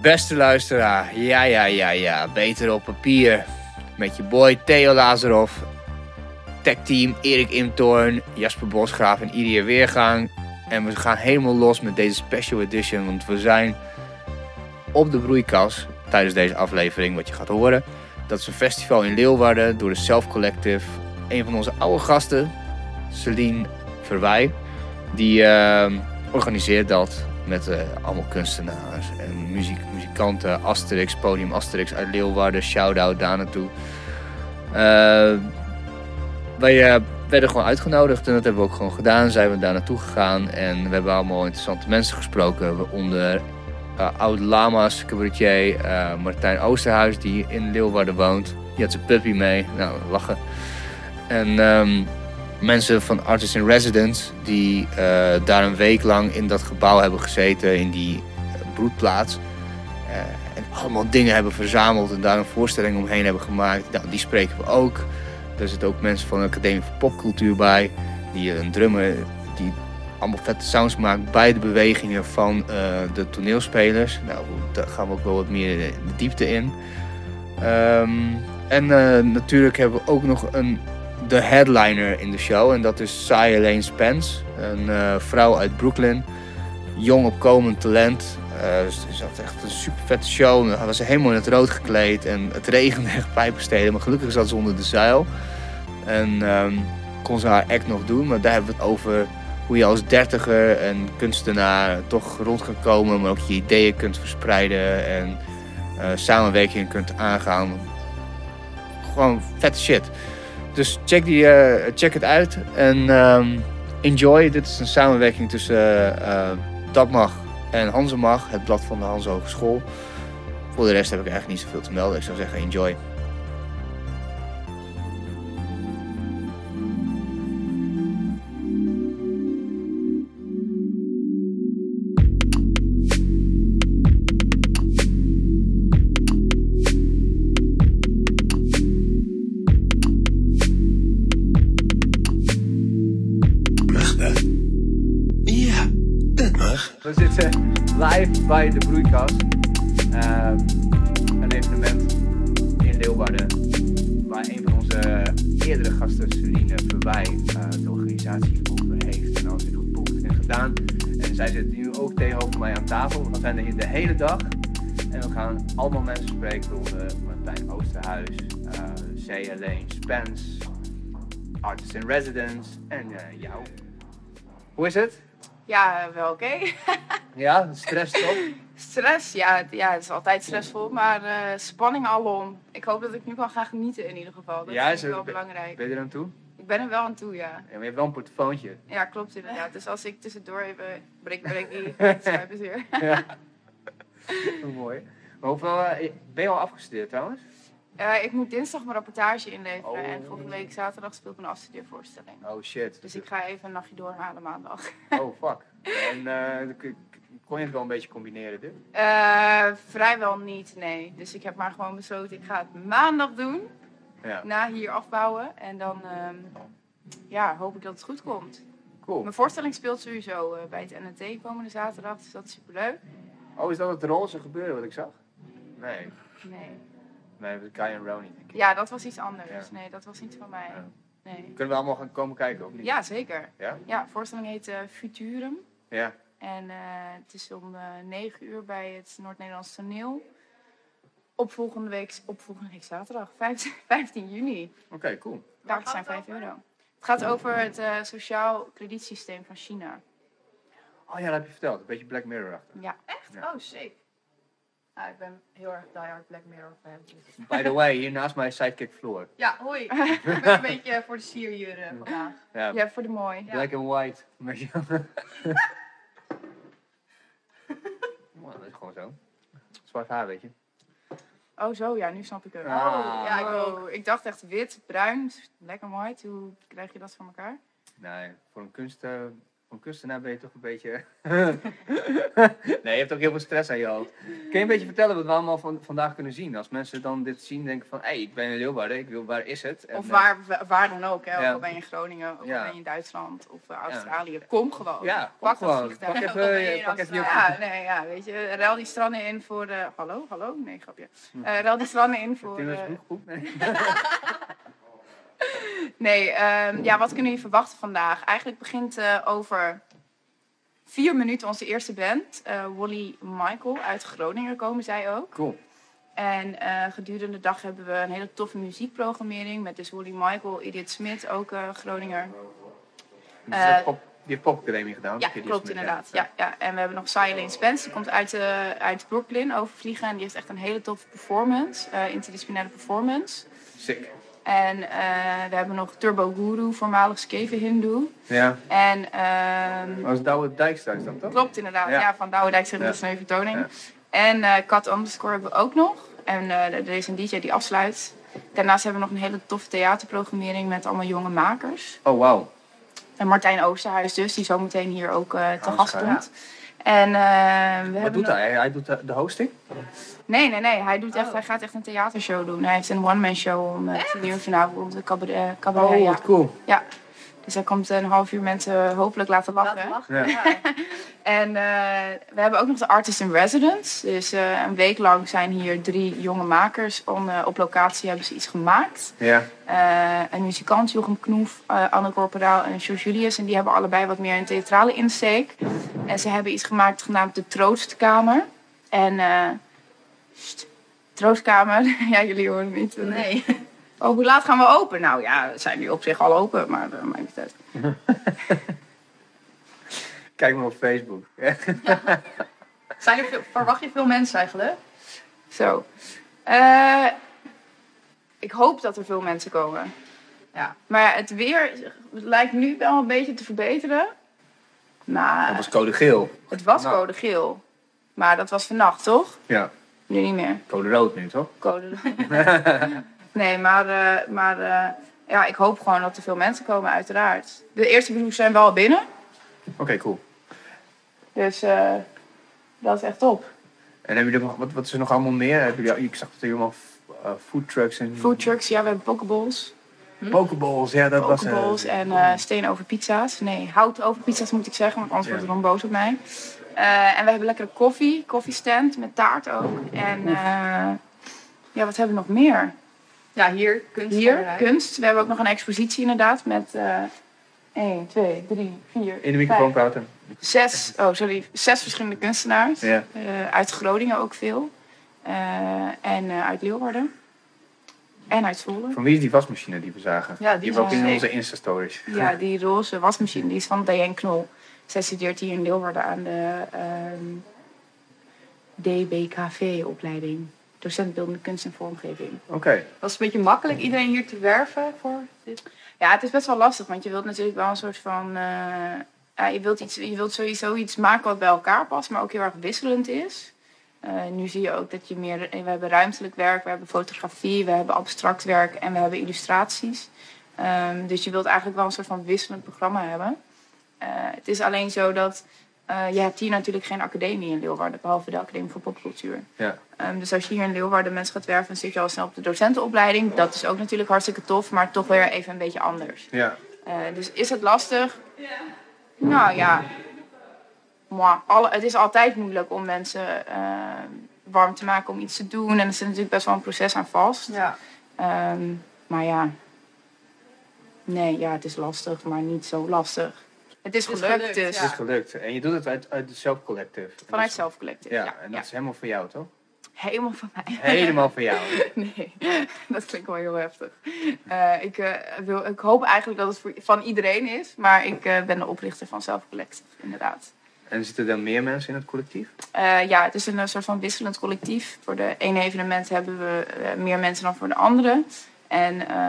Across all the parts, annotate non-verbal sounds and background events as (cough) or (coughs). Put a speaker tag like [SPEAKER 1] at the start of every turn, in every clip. [SPEAKER 1] Beste luisteraar, ja, ja, ja, ja, beter op papier. Met je boy Theo Lazarov, techteam Erik Imtorn, Jasper Bosgraaf en Irie Weergang. En we gaan helemaal los met deze special edition, want we zijn op de broeikas tijdens deze aflevering, wat je gaat horen. Dat is een festival in Leeuwarden door de Self Collective. Een van onze oude gasten, Celine Verwij, die eh, organiseert dat met eh, allemaal kunstenaars en muziek, muzikanten. Asterix, Podium Asterix uit Leeuwarden, shout-out daar naartoe. Eh, wij eh, werden gewoon uitgenodigd en dat hebben we ook gewoon gedaan. Zijn we daar naartoe gegaan en we hebben allemaal interessante mensen gesproken. Waaronder eh, oud lama's cabaretier eh, Martijn Oosterhuis, die in Leeuwarden woont. Die had zijn puppy mee. Nou, lachen. En ehm, mensen van Artists in Residence, die eh, daar een week lang in dat gebouw hebben gezeten, in die eh, broedplaats. Eh, en allemaal dingen hebben verzameld en daar een voorstelling omheen hebben gemaakt. Nou, die spreken we ook. Daar zitten ook mensen van de Academie voor Popcultuur bij. Die eh, een drummer die allemaal vette sounds maakt bij de bewegingen van eh, de toneelspelers. Nou, daar gaan we ook wel wat meer de diepte in. Ehm, en eh, natuurlijk hebben we ook nog een, de headliner in de show. En dat is Sia Lane Spence, een eh, vrouw uit Brooklyn. Jong opkomend talent. Eh, Ze dus had echt een super vette show. Dan was ze helemaal in het rood gekleed. En het regende echt pijpenstelen. Maar gelukkig zat ze onder de zeil. En ehm, kon ze haar act nog doen. Maar daar hebben we het over hoe je als dertiger en kunstenaar toch rond kan komen, maar ook je ideeën kunt verspreiden en eh, samenwerkingen kunt aangaan. Gewoon vette shit. Dus check, die, eh, check het uit en ehm, enjoy. Dit is een samenwerking tussen eh, eh, Dat Mag en Hanzemag, het blad van de Hans Hogeschool. Voor de rest heb ik eigenlijk niet zoveel te melden. Ik zou zeggen enjoy.
[SPEAKER 2] Mag dat? Ja, dat mag.
[SPEAKER 3] We zitten live bij de broeikast. Ehm, een evenement in Leeuwarden. Waar een van onze eerdere gasten, Celine Verwij, eh, de organisatie over heeft en altijd geboekt en gedaan. En zij zit nu ook tegenover mij aan tafel. We zijn er hier de hele dag. En we gaan allemaal mensen spreken, waaronder Martijn Oosterhuis, eh C. Lane Spence, Artist in Residence en eh, jou. Hoe is het?
[SPEAKER 4] Ja, wel oké. (laughs)
[SPEAKER 3] Ja, stress toch?
[SPEAKER 4] Stress, ja, het- ja, het is altijd stressvol, maar eh, spanning alom. Ik hoop dat ik nu kan gaan genieten in ieder geval. (laughs) Dat
[SPEAKER 3] Ja,
[SPEAKER 4] is
[SPEAKER 3] zo-
[SPEAKER 4] wel belangrijk.
[SPEAKER 3] Ben je er aan toe?
[SPEAKER 4] Ik ben er wel aan toe, ja.
[SPEAKER 3] Ja, maar je hebt wel een portofoontje.
[SPEAKER 4] Ja, klopt inderdaad. Dus als ik tussendoor even breek, breek,
[SPEAKER 3] (laughs)
[SPEAKER 4] die schuif is weer. (laughs)
[SPEAKER 3] ja. Mooi. Maar hoeveel, eh, ben je al afgestudeerd trouwens?
[SPEAKER 4] Eh, ik moet dinsdag mijn rapportage inleveren
[SPEAKER 3] Oh.
[SPEAKER 4] en volgende week zaterdag speelt mijn afstudeervoorstelling.
[SPEAKER 3] Oh shit.
[SPEAKER 4] Dus ik ga even een nachtje doorhalen maandag. (laughs)
[SPEAKER 3] Oh fuck. En eh, k- k- kon je het wel een beetje combineren dit?
[SPEAKER 4] Eh, vrijwel niet, nee. Dus ik heb maar gewoon besloten, ik ga het maandag doen.
[SPEAKER 3] Ja.
[SPEAKER 4] Na hier afbouwen. En dan ehm, ja, hoop ik dat het goed komt.
[SPEAKER 3] Cool.
[SPEAKER 4] Mijn voorstelling speelt sowieso eh, bij het NNT komende zaterdag, dus dat is superleuk.
[SPEAKER 3] Oh, is dat het roze gebeuren wat ik zag? Nee.
[SPEAKER 4] Nee.
[SPEAKER 3] Nee, dat is Kai en Ronnie denk ik.
[SPEAKER 4] Ja, dat was iets anders.
[SPEAKER 3] Ja.
[SPEAKER 4] Nee, dat was niet van mij.
[SPEAKER 3] Ja.
[SPEAKER 4] Nee.
[SPEAKER 3] Kunnen we allemaal gaan komen kijken of niet?
[SPEAKER 4] Ja, zeker.
[SPEAKER 3] Ja?
[SPEAKER 4] Ja, de voorstelling heet eh, Futurum.
[SPEAKER 3] Ja.
[SPEAKER 4] En eh, het is om eh 9 uur bij het Noord-Nederlands Toneel. Op volgende week, op volgende week zaterdag, 15, (laughs) 15 juni.
[SPEAKER 3] Oké, cool.
[SPEAKER 4] Kaarten zijn 5 euro. Het gaat over het eh, sociaal kredietsysteem van China.
[SPEAKER 3] Oh ja, dat heb je verteld. Een beetje Black Mirror achter.
[SPEAKER 4] Ja. Echt?
[SPEAKER 3] Ja.
[SPEAKER 4] Oh, sick.
[SPEAKER 5] Nou,
[SPEAKER 4] ik ben heel erg diehard Black Mirror fan.
[SPEAKER 6] By the way, hier naast mij is sidekick Floor.
[SPEAKER 5] Ja, hoi. ik ben een beetje voor de sier hier eh, vandaag.
[SPEAKER 6] Ja,
[SPEAKER 4] Ja, voor de mooi.
[SPEAKER 6] black and white. Weet je wel.
[SPEAKER 3] (laughs)
[SPEAKER 6] Wow, dat is gewoon zo. Zwart haar, weet je.
[SPEAKER 4] Oh, zo ja, nu snap ik het. Oh.
[SPEAKER 6] Ah.
[SPEAKER 5] ja, ik ook.
[SPEAKER 4] Wow, ik dacht echt dus wit, bruin, lekker mooi. Hoe krijg je dat voor elkaar?
[SPEAKER 6] Nee, voor een kunst, eh, voor
[SPEAKER 7] Van kunstenaar ben je toch een
[SPEAKER 4] (laughs)
[SPEAKER 7] beetje... nee, je hebt ook heel veel stress aan je hoofd. Kun je een beetje vertellen wat we allemaal van, vandaag kunnen zien? Als mensen dan dit zien, denken van... Hé, hey, ik ben in Leeuwarden, ik wil, waar is het? En,
[SPEAKER 4] Of
[SPEAKER 7] eh,
[SPEAKER 4] waar, wa- waar dan ook, hè.
[SPEAKER 7] Ja.
[SPEAKER 4] Of al ben je in Groningen, of al
[SPEAKER 7] Ja.
[SPEAKER 4] ben je in Duitsland, of eh, Australië. Kom gewoon.
[SPEAKER 7] ja,
[SPEAKER 4] Pak
[SPEAKER 7] pak
[SPEAKER 4] dat
[SPEAKER 7] gewoon.
[SPEAKER 4] vliegtuig.
[SPEAKER 7] Pak
[SPEAKER 5] Ook al ben je
[SPEAKER 7] even,
[SPEAKER 5] in
[SPEAKER 7] pak even je...
[SPEAKER 4] Ja, nee, ja, weet je, ruil die stranden in voor... eh, hallo, hallo? Nee, grapje.
[SPEAKER 7] Hm.
[SPEAKER 4] Eh ruil die stranden in voor...
[SPEAKER 7] Tim is
[SPEAKER 4] eh,
[SPEAKER 7] goed, goed. Nee.
[SPEAKER 4] (laughs) Nee, ehm, ja, wat kunnen jullie verwachten vandaag? Eigenlijk begint eh, over vier minuten onze eerste band. eh Wally Michael uit Groningen komen zij
[SPEAKER 5] (laughs)
[SPEAKER 4] ook.
[SPEAKER 7] Cool.
[SPEAKER 4] En eh, gedurende de dag hebben we een hele toffe muziekprogrammering. Met dus Wally Michael, Edith Smit, ook eh, Groninger.
[SPEAKER 7] Dus dat
[SPEAKER 4] Eh,
[SPEAKER 7] pop, die heeft popacademie gedaan.
[SPEAKER 4] Ja,
[SPEAKER 7] die is
[SPEAKER 4] klopt
[SPEAKER 7] met-
[SPEAKER 4] inderdaad. Ja, ja. En we hebben nog Silene Spence, die komt uit, eh, uit Brooklyn overvliegen. En die heeft echt een hele toffe performance, eh, interdisciplinaire performance.
[SPEAKER 7] Sick.
[SPEAKER 4] En eh, we hebben nog Turbo Guru, voormalig Skeven Hindoe.
[SPEAKER 7] Ja.
[SPEAKER 4] En ehm,
[SPEAKER 7] Als Douwe Dijkstra is dat toch?
[SPEAKER 4] klopt inderdaad, ja.
[SPEAKER 7] Ja.
[SPEAKER 4] van Douwendijk zegt
[SPEAKER 7] Ja.
[SPEAKER 4] dat is een nieuwe vertoning.
[SPEAKER 7] Ja.
[SPEAKER 4] En eh, Kat Underscore hebben we ook nog. En eh, er is een DJ die afsluit. Daarnaast hebben we nog een hele toffe theaterprogrammering met allemaal jonge makers.
[SPEAKER 7] Oh, wauw.
[SPEAKER 4] En Martijn Oosterhuis dus, die zometeen hier ook eh, te gast
[SPEAKER 7] schuin.
[SPEAKER 4] komt. En eh, we hebben
[SPEAKER 7] Wat doet
[SPEAKER 4] nog-
[SPEAKER 7] hij? Hij doet eh, de, de hosting?
[SPEAKER 4] Nee, nee, nee. Hij, doet echt, hij gaat echt een theatershow doen. Hij heeft een one-man show om eh, tien uur vanavond op de cabaret. eh, cabaret
[SPEAKER 7] Oh,
[SPEAKER 4] ja.
[SPEAKER 7] wat cool.
[SPEAKER 4] ja. Dus hij komt een half uur mensen hopelijk laten lachen.
[SPEAKER 5] Laat lachen.
[SPEAKER 7] Ja.
[SPEAKER 5] Ja.
[SPEAKER 4] En eh, we hebben ook nog de Artist in Residence. Dus eh, een week lang zijn hier drie jonge makers. Om, eh, op locatie hebben ze iets gemaakt.
[SPEAKER 7] Ja. (laughs)
[SPEAKER 4] Eh, een muzikant, Jochem Knoef, eh, Anne Corporaal en George Julius. En die hebben allebei wat meer een theatrale insteek. En ze hebben iets gemaakt genaamd de Troostkamer. En eh sst, Troostkamer, (laughs) ja jullie horen het niet.
[SPEAKER 5] Nee.
[SPEAKER 4] Oh, hoe laat gaan we open? Nou ja, we zijn nu op zich al open, maar dat maakt niet uit.
[SPEAKER 7] Kijk maar op Facebook.
[SPEAKER 5] Zijn er veel, verwacht je veel mensen eigenlijk?
[SPEAKER 4] (laughs) Zo. Eh, ik hoop dat er veel mensen komen.
[SPEAKER 5] Ja.
[SPEAKER 4] Maar het weer lijkt nu wel een beetje te verbeteren. Maar...
[SPEAKER 7] Dat was code geel.
[SPEAKER 4] Het was
[SPEAKER 7] Nou.
[SPEAKER 4] code geel. Maar dat was vannacht, toch?
[SPEAKER 7] Ja.
[SPEAKER 4] Nu niet meer.
[SPEAKER 7] Code rood nu, toch?
[SPEAKER 4] Code. nee, maar, eh, maar eh, ja, ik hoop gewoon dat er veel mensen komen, uiteraard. De eerste bezoekers zijn wel binnen.
[SPEAKER 7] (laughs) Oké, cool.
[SPEAKER 4] Dus eh, dat is echt top.
[SPEAKER 7] En hebben jullie nog, wat, wat is er nog allemaal meer? Hebben jullie, ik zag dat er helemaal f- eh, food trucks en
[SPEAKER 4] Food trucks, ja, we hebben pokeballs.
[SPEAKER 7] pokeballs. Ja, dat was
[SPEAKER 4] Hm? Pokeballs en eh steen over pizza's. Nee, hout over pizza's moet ik zeggen, want anders
[SPEAKER 7] Ja.
[SPEAKER 4] wordt Ron boos op mij. Eh, en we hebben lekkere koffie, koffiestand met taart ook. En eh, ja, wat hebben we nog meer?
[SPEAKER 5] Ja, hier kunst.
[SPEAKER 4] Hier, kunst. We hebben ook nog een expositie inderdaad met eh 1, 2, 3, 4,
[SPEAKER 7] In de microfoon praten.
[SPEAKER 4] 6, oh sorry, zes verschillende kunstenaars.
[SPEAKER 7] Ja.
[SPEAKER 4] Eh, uit Groningen ook veel. Eh, en eh, uit Leeuwarden. En uit Zwolle.
[SPEAKER 7] Van wie is die wasmachine die we zagen?
[SPEAKER 5] Ja, die
[SPEAKER 7] hebben we ook
[SPEAKER 4] is
[SPEAKER 7] in
[SPEAKER 4] sick.
[SPEAKER 7] onze Insta-stories.
[SPEAKER 4] Ja,
[SPEAKER 1] (laughs)
[SPEAKER 4] die roze wasmachine, die is van Diane Knol. Zij studeert hier in Leeuwarden aan de ehm, DBKV-opleiding. Docent beeldende kunst en vormgeving.
[SPEAKER 7] Oké.
[SPEAKER 5] Was het een beetje makkelijk iedereen hier te werven voor dit?
[SPEAKER 4] Ja, het is best wel lastig, want je wilt natuurlijk wel een soort van. eh, ja, je, wilt iets, je wilt sowieso iets maken wat bij elkaar past, maar ook heel erg wisselend is. Eh, nu zie je ook dat je meer. We hebben ruimtelijk werk, we hebben fotografie, we hebben abstract werk en we hebben illustraties. Ehm, dus je wilt eigenlijk wel een soort van wisselend programma hebben. Eh, het is alleen zo dat. eh, je hebt hier natuurlijk geen academie in Leeuwarden, behalve de Academie voor Popcultuur.
[SPEAKER 7] Ja.
[SPEAKER 4] Ehm, dus als je hier in Leeuwarden mensen gaat werven, zit je al snel op de docentenopleiding. Dat is ook natuurlijk hartstikke tof, maar toch weer even een beetje anders.
[SPEAKER 7] (laughs) Ja.
[SPEAKER 4] Eh, dus is het lastig? Nou ja. Moi, alle, het is altijd moeilijk om mensen eh, warm te maken om iets te doen. En er zit natuurlijk best wel een proces aan vast.
[SPEAKER 5] Ja.
[SPEAKER 4] Ehm, maar ja. Nee, ja, het is lastig, maar niet zo lastig. Het is
[SPEAKER 5] Het is
[SPEAKER 4] gelukt,
[SPEAKER 5] gelukt,
[SPEAKER 4] dus.
[SPEAKER 7] Het is
[SPEAKER 5] Ja.
[SPEAKER 7] gelukt. En je doet het uit, uit de self-collective. En dat
[SPEAKER 4] Vanuit
[SPEAKER 7] is-
[SPEAKER 4] zelfcollectief.
[SPEAKER 7] Ja,
[SPEAKER 4] Ja,
[SPEAKER 7] en dat
[SPEAKER 4] ja.
[SPEAKER 7] is helemaal van jou, toch?
[SPEAKER 4] Helemaal van mij.
[SPEAKER 7] Helemaal van jou.
[SPEAKER 4] (laughs) Nee, dat klinkt wel heel heftig. Eh, ik, eh, wil, ik hoop eigenlijk dat het voor, van iedereen is, maar ik eh, ben de oprichter van Self Collective, inderdaad.
[SPEAKER 7] En zitten er meer mensen in het collectief?
[SPEAKER 4] Eh, ja, het is een eh, soort van wisselend collectief. Voor de ene evenement hebben we eh, meer mensen dan voor de andere. En eh,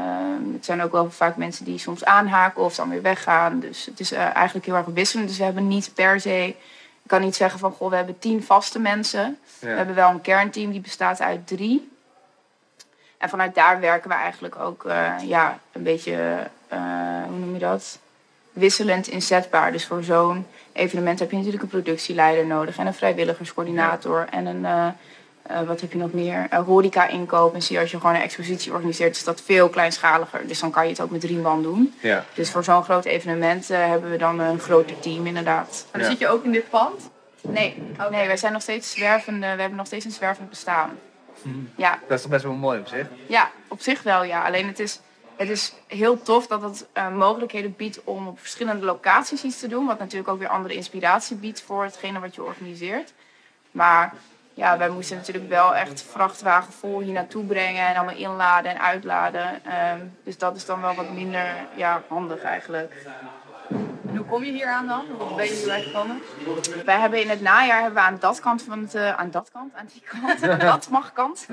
[SPEAKER 4] het zijn ook wel vaak mensen die soms aanhaken of dan weer weggaan. Dus het is eh, eigenlijk heel erg wisselend. Dus we hebben niet per se, ik kan niet zeggen van goh, we hebben tien vaste mensen. We
[SPEAKER 7] Ja.
[SPEAKER 4] hebben wel een kernteam die bestaat uit drie. En vanuit daar werken we eigenlijk ook eh, ja, een beetje, eh, hoe noem je dat? wisselend inzetbaar. Dus voor zo'n evenement heb je natuurlijk een productieleider nodig en een vrijwilligerscoördinator en een, eh, eh, wat heb je nog meer, Eh, horeca-inkoop. En zie je als je gewoon een expositie organiseert, is dat veel kleinschaliger. Dus dan kan je het ook met drie man doen.
[SPEAKER 1] Ja.
[SPEAKER 4] Dus voor zo'n groot evenement eh, hebben we dan een groter team inderdaad.
[SPEAKER 5] Maar dan
[SPEAKER 1] Ja.
[SPEAKER 5] zit je ook in dit pand.
[SPEAKER 4] Nee, nee, wij zijn nog steeds zwervende, we hebben nog steeds een zwervend bestaan.
[SPEAKER 7] Hm.
[SPEAKER 4] Ja,
[SPEAKER 1] Dat is toch best wel mooi op zich?
[SPEAKER 4] ja, op zich wel ja. Alleen het is, het is heel tof dat het eh, mogelijkheden biedt om op verschillende locaties iets te doen. Wat natuurlijk ook weer andere inspiratie biedt voor hetgene wat je organiseert. Maar ja, wij moesten natuurlijk wel echt vrachtwagen vol hier naartoe brengen en allemaal inladen en uitladen. Ehm, dus dat is dan wel wat minder ja, handig eigenlijk.
[SPEAKER 5] En hoe kom je hier aan dan? Hoe ben je hierbij gekomen?
[SPEAKER 4] Wij hebben in het najaar hebben we aan dat kant van het, eh, aan dat kant, aan die kant, (laughs) aan dat mag kant.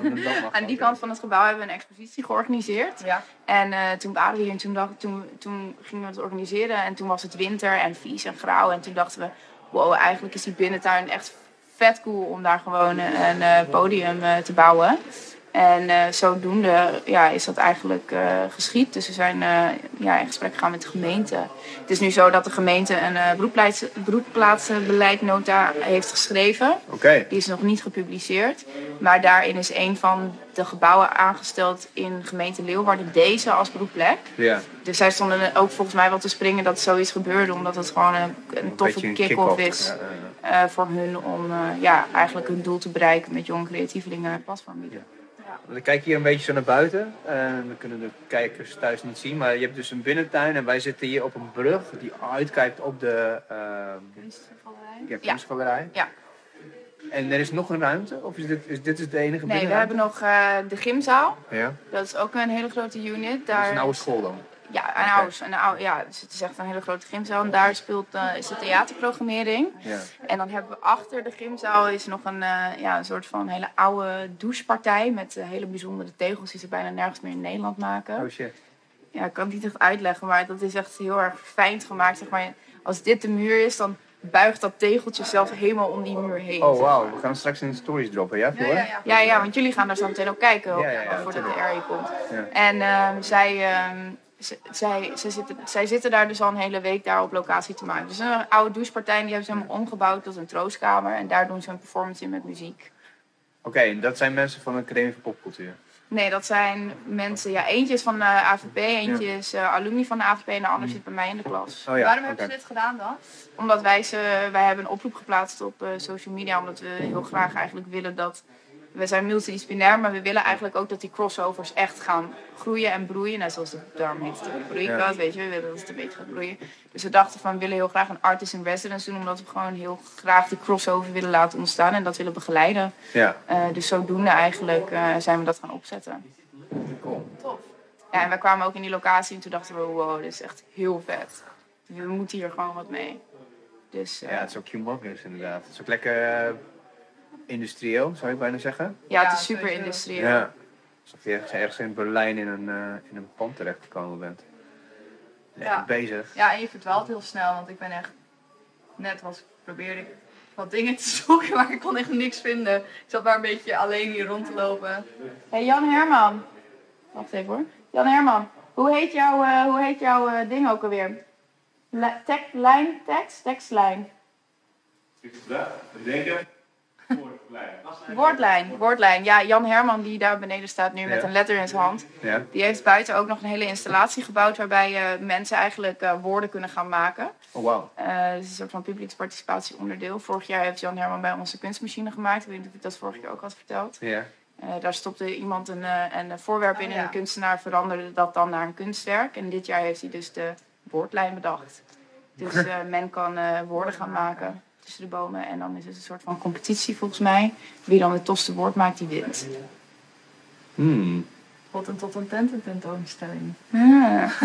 [SPEAKER 4] Aan die kant van het gebouw hebben we een expositie georganiseerd.
[SPEAKER 5] Ja.
[SPEAKER 4] En eh, toen waren we hier en toen, dacht, toen, toen gingen we het organiseren. En toen was het winter en vies en grauw. En toen dachten we, wow, eigenlijk is die binnentuin echt vet cool om daar gewoon eh, een eh, podium eh, te bouwen. En eh, zodoende ja, is dat eigenlijk eh, geschied. Dus we zijn eh, ja, in gesprek gegaan met de gemeente. Het is nu zo dat de gemeente een eh broedplaats, broedplaatsbeleidnota heeft geschreven.
[SPEAKER 1] Oké.
[SPEAKER 4] Die is nog niet gepubliceerd. Maar daarin is een van de gebouwen aangesteld in gemeente Leeuwarden. Deze als broedplek.
[SPEAKER 1] Ja.
[SPEAKER 4] Dus zij stonden ook volgens mij wel te springen dat zoiets gebeurde. Omdat het gewoon een, een toffe
[SPEAKER 1] beetje een
[SPEAKER 4] kick-off
[SPEAKER 1] kick-off,
[SPEAKER 4] is
[SPEAKER 1] ja, ja, ja.
[SPEAKER 4] eh, voor hun. Om eh, ja, eigenlijk hun doel te bereiken met jonge creatievelingen en platform bieden.
[SPEAKER 1] We kijken hier een beetje zo naar buiten. Eh, we kunnen de kijkers thuis niet zien, maar je hebt dus een binnentuin en wij zitten hier op een brug die uitkijkt op de ehm
[SPEAKER 5] Kunstgalerij.
[SPEAKER 1] ja, kunstgalerij.
[SPEAKER 4] Ja.
[SPEAKER 1] En er is nog een ruimte? Of is dit, is, dit is de enige
[SPEAKER 4] Nee, we
[SPEAKER 1] binnenruimte?
[SPEAKER 4] hebben nog eh, de gymzaal.
[SPEAKER 1] Ja.
[SPEAKER 4] Dat is ook een hele grote unit.
[SPEAKER 1] Dat is
[SPEAKER 4] Daar
[SPEAKER 1] een oude school dan.
[SPEAKER 4] Ja, een oude, een oude, ja, dus het is echt een hele grote gymzaal. En daar speelt, eh, is de theaterprogrammering.
[SPEAKER 1] Ja.
[SPEAKER 4] En dan hebben we achter de gymzaal is nog een, eh, ja, een soort van hele oude douchepartij. Met eh, hele bijzondere tegels die ze bijna nergens meer in Nederland maken.
[SPEAKER 1] Oh shit.
[SPEAKER 4] Ja, ik kan het niet echt uitleggen, maar dat is echt heel erg fijn gemaakt. Zeg maar. Als dit de muur is, dan buigt dat tegeltje zelf helemaal om die muur heen.
[SPEAKER 1] Oh wauw, we gaan straks in de stories droppen, ja?
[SPEAKER 5] Ja,
[SPEAKER 1] Floor?
[SPEAKER 5] ja, ja.
[SPEAKER 4] Ja, ja, want jullie gaan daar zo meteen ook kijken
[SPEAKER 1] Ja, ja, ja,
[SPEAKER 4] voordat de
[SPEAKER 1] tuurlijk.
[SPEAKER 4] area komt.
[SPEAKER 1] Ja.
[SPEAKER 4] En ehm, zij, ehm, z- zij, zij, zitten, zij zitten daar dus al een hele week daar op locatie te maken. Dus een oude douchepartij, die hebben ze helemaal omgebouwd tot een troostkamer. En daar doen ze een performance in met muziek.
[SPEAKER 1] Oké, en dat zijn mensen van de Academie voor Popcultuur.
[SPEAKER 4] Nee, dat zijn mensen, ja, eentje is van de AVP, eentje is eh, alumni van de AVP en de ander zit bij mij in de klas.
[SPEAKER 1] Oh ja,
[SPEAKER 5] Waarom
[SPEAKER 1] oké.
[SPEAKER 5] hebben ze dit gedaan dan?
[SPEAKER 4] Omdat wij ze, wij hebben een oproep geplaatst op eh, social media, omdat we heel graag eigenlijk willen dat. We zijn multidisciplinair, maar we willen eigenlijk ook dat die crossovers echt gaan groeien en broeien. Net zoals de darm heeft een broeikast, weet je. We willen dat het een beetje gaat broeien. Dus we dachten van, we willen heel graag een artist in residence doen. Omdat we gewoon heel graag die crossover willen laten ontstaan en dat willen begeleiden.
[SPEAKER 1] Ja.
[SPEAKER 4] Eh, dus zodoende eigenlijk eh, zijn we dat gaan opzetten.
[SPEAKER 5] Tof.
[SPEAKER 4] Ja, en we kwamen ook in die locatie en toen dachten we, wow, dit is echt heel vet. We moeten hier gewoon wat mee. Dus eh,
[SPEAKER 1] ja, het is ook humongous inderdaad. Het is ook lekker eh, industrieel, zou ik bijna zeggen.
[SPEAKER 4] Ja, het
[SPEAKER 5] Ja,
[SPEAKER 4] is super
[SPEAKER 5] sowieso.
[SPEAKER 4] industrieel.
[SPEAKER 1] Ja. Alsof je ergens, ergens in Berlijn in een, eh, in een pand terechtgekomen bent. Ja.
[SPEAKER 5] Ja.
[SPEAKER 1] Bezig.
[SPEAKER 5] Ja, en je verdwaalt heel snel, want ik ben echt... Net was, probeerde ik wat dingen te zoeken, (laughs) maar ik kon echt niks vinden. Ik zat maar een beetje alleen hier rond te lopen.
[SPEAKER 4] Hey, Jan Herman. Wacht even hoor. Jan Herman, hoe heet jouw, eh, hoe heet jouw eh, ding ook alweer? Li- tech- lijn, tekst, tekstlijn. Woordlijn, woordlijn. Ja, Jan Herman die daar beneden staat nu met
[SPEAKER 1] Ja.
[SPEAKER 4] een letter in zijn hand.
[SPEAKER 1] Ja.
[SPEAKER 4] Die heeft buiten ook nog een hele installatie gebouwd waarbij eh, mensen eigenlijk eh, woorden kunnen gaan maken.
[SPEAKER 1] Oh wauw.
[SPEAKER 4] Eh, het is een soort van publieksparticipatie onderdeel. Vorig jaar heeft Jan Herman bij onze kunstmachine gemaakt. Ik weet niet of ik dat vorige keer ook had verteld.
[SPEAKER 1] Ja.
[SPEAKER 4] Eh, daar stopte iemand een, eh, een voorwerp in
[SPEAKER 5] Oh,
[SPEAKER 4] en
[SPEAKER 5] ja.
[SPEAKER 4] een kunstenaar veranderde dat dan naar een kunstwerk. En dit jaar heeft hij dus de woordlijn bedacht. Dus eh, men kan eh, woorden gaan maken tussen de bomen. En dan is het een soort van competitie volgens mij. Wie dan het tofste woord maakt, die wint.
[SPEAKER 1] Hmm.
[SPEAKER 5] Tot en tot een tenten tentoonstelling. Ah.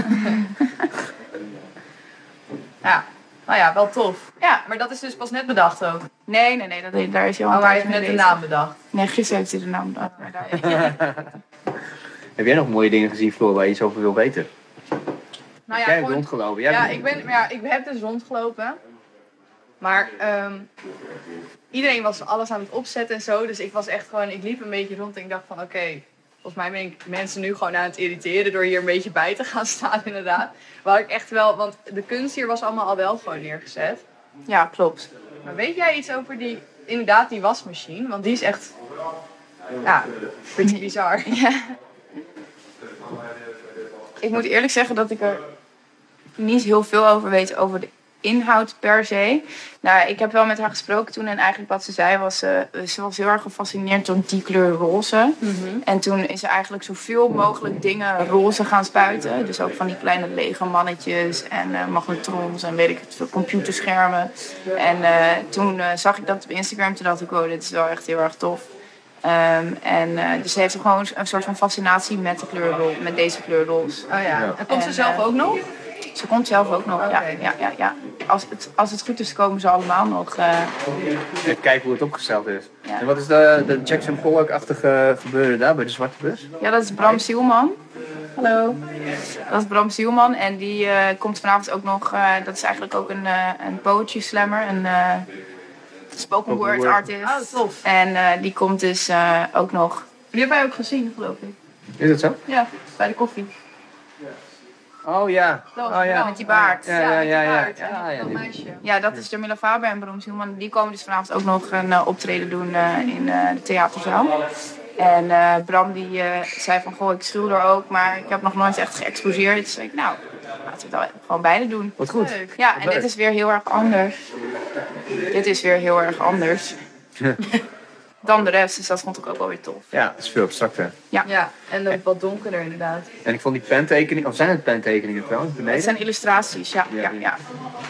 [SPEAKER 5] Ja, nou ja, wel tof.
[SPEAKER 4] Ja,
[SPEAKER 5] Maar dat is dus pas net bedacht ook. Oh,
[SPEAKER 4] (laughs) nee, nee, nee, dat, daar is hij al een
[SPEAKER 5] maar Oh, hij heeft
[SPEAKER 4] tijdje
[SPEAKER 5] net de
[SPEAKER 4] mee bezig.
[SPEAKER 5] naam bedacht.
[SPEAKER 4] Nee, gisteren heeft hij de naam bedacht. maar daar-
[SPEAKER 1] (laughs) Heb jij nog mooie dingen gezien, Floor, waar je iets over wil weten?
[SPEAKER 5] Nou
[SPEAKER 1] jij hebt
[SPEAKER 5] gewoon-
[SPEAKER 1] rondgelopen. Oh, Jij
[SPEAKER 5] ja,
[SPEAKER 1] hebt-
[SPEAKER 5] ik ben, maar ja, ik heb dus rondgelopen. Maar ehm, iedereen was alles aan het opzetten en zo. Dus ik was echt gewoon, ik liep een beetje rond en ik dacht van oké, volgens mij ben ik mensen nu gewoon aan het irriteren door hier een beetje bij te gaan staan, (laughs) inderdaad. Waar ik echt wel, want de kunst hier was allemaal al wel gewoon neergezet.
[SPEAKER 4] Ja, klopt.
[SPEAKER 5] Maar weet jij iets over die, inderdaad, die wasmachine? Want die is echt, ja, pretty bizar.
[SPEAKER 4] Ik moet eerlijk zeggen dat ik er niet heel veel over weet over de inhoud per se. Nou, ik heb wel met haar gesproken toen en eigenlijk wat ze zei was... eh, ze was heel erg gefascineerd door die kleur roze.
[SPEAKER 5] Mhm.
[SPEAKER 4] En toen is ze eigenlijk zoveel mogelijk dingen roze gaan spuiten. Dus ook van die kleine lege mannetjes en eh, magnetrons en weet ik het veel, computerschermen. En eh, toen eh, zag ik dat op Instagram, toen dacht ik, oh, dit is wel echt heel erg tof. Ehm, en eh, dus ze heeft gewoon een soort van fascinatie met, de kleur, ro- met deze kleur roze.
[SPEAKER 5] Oh ja, en komt ze
[SPEAKER 4] En,
[SPEAKER 5] zelf
[SPEAKER 4] eh,
[SPEAKER 5] ook nog?
[SPEAKER 4] Ze komt zelf ook nog, ja,
[SPEAKER 5] Oké.
[SPEAKER 4] ja, ja, ja. Als, het, als het goed is, komen ze allemaal nog. eh,
[SPEAKER 1] Even kijken hoe het opgesteld is.
[SPEAKER 4] Ja.
[SPEAKER 1] En wat is de, de Jackson Pollock-achtige gebeuren daar bij de Zwarte Bus?
[SPEAKER 4] Ja, dat is Bram Zielman. Hallo. Dat is Bram Zielman en die eh, komt vanavond ook nog... eh, dat is eigenlijk ook een, eh, een poetry slammer, een eh, spoken word
[SPEAKER 1] word.
[SPEAKER 4] artist.
[SPEAKER 5] Oh, tof.
[SPEAKER 4] En eh, die komt dus eh, ook nog...
[SPEAKER 5] Die hebben wij ook gezien, geloof ik.
[SPEAKER 1] Is dat zo?
[SPEAKER 5] Ja, bij de koffie.
[SPEAKER 1] Oh ja.
[SPEAKER 5] Dat
[SPEAKER 1] oh, ja. (laughs)
[SPEAKER 4] Met die baard.
[SPEAKER 1] Ja, ja, ja, ja.
[SPEAKER 5] met die baard.
[SPEAKER 1] Ja, ja,
[SPEAKER 5] dat
[SPEAKER 1] die-
[SPEAKER 5] meisje.
[SPEAKER 4] Ja, dat is Jamila Faber en Bram Zielman. Die komen dus vanavond ook nog een eh, optreden doen eh, in eh, de theaterzaal. En eh, Bram die eh, zei van, goh, ik schilder ook, maar ik heb nog nooit echt geëxposeerd. Dus ik, nou, laten we het dan gewoon beide doen.
[SPEAKER 1] Wat goed.
[SPEAKER 5] Leuk.
[SPEAKER 4] Ja, en dit is weer heel erg anders. Dit is weer heel erg anders. Dan de rest, dus dat vond ik ook wel weer tof.
[SPEAKER 1] Ja, het is veel abstracter.
[SPEAKER 5] Ja, en dan wat donkerder inderdaad.
[SPEAKER 1] En ik vond die pentekeningen, of zijn het pentekeningen trouwens,
[SPEAKER 4] Het
[SPEAKER 1] beneden?
[SPEAKER 4] zijn illustraties, ja, ja, ja.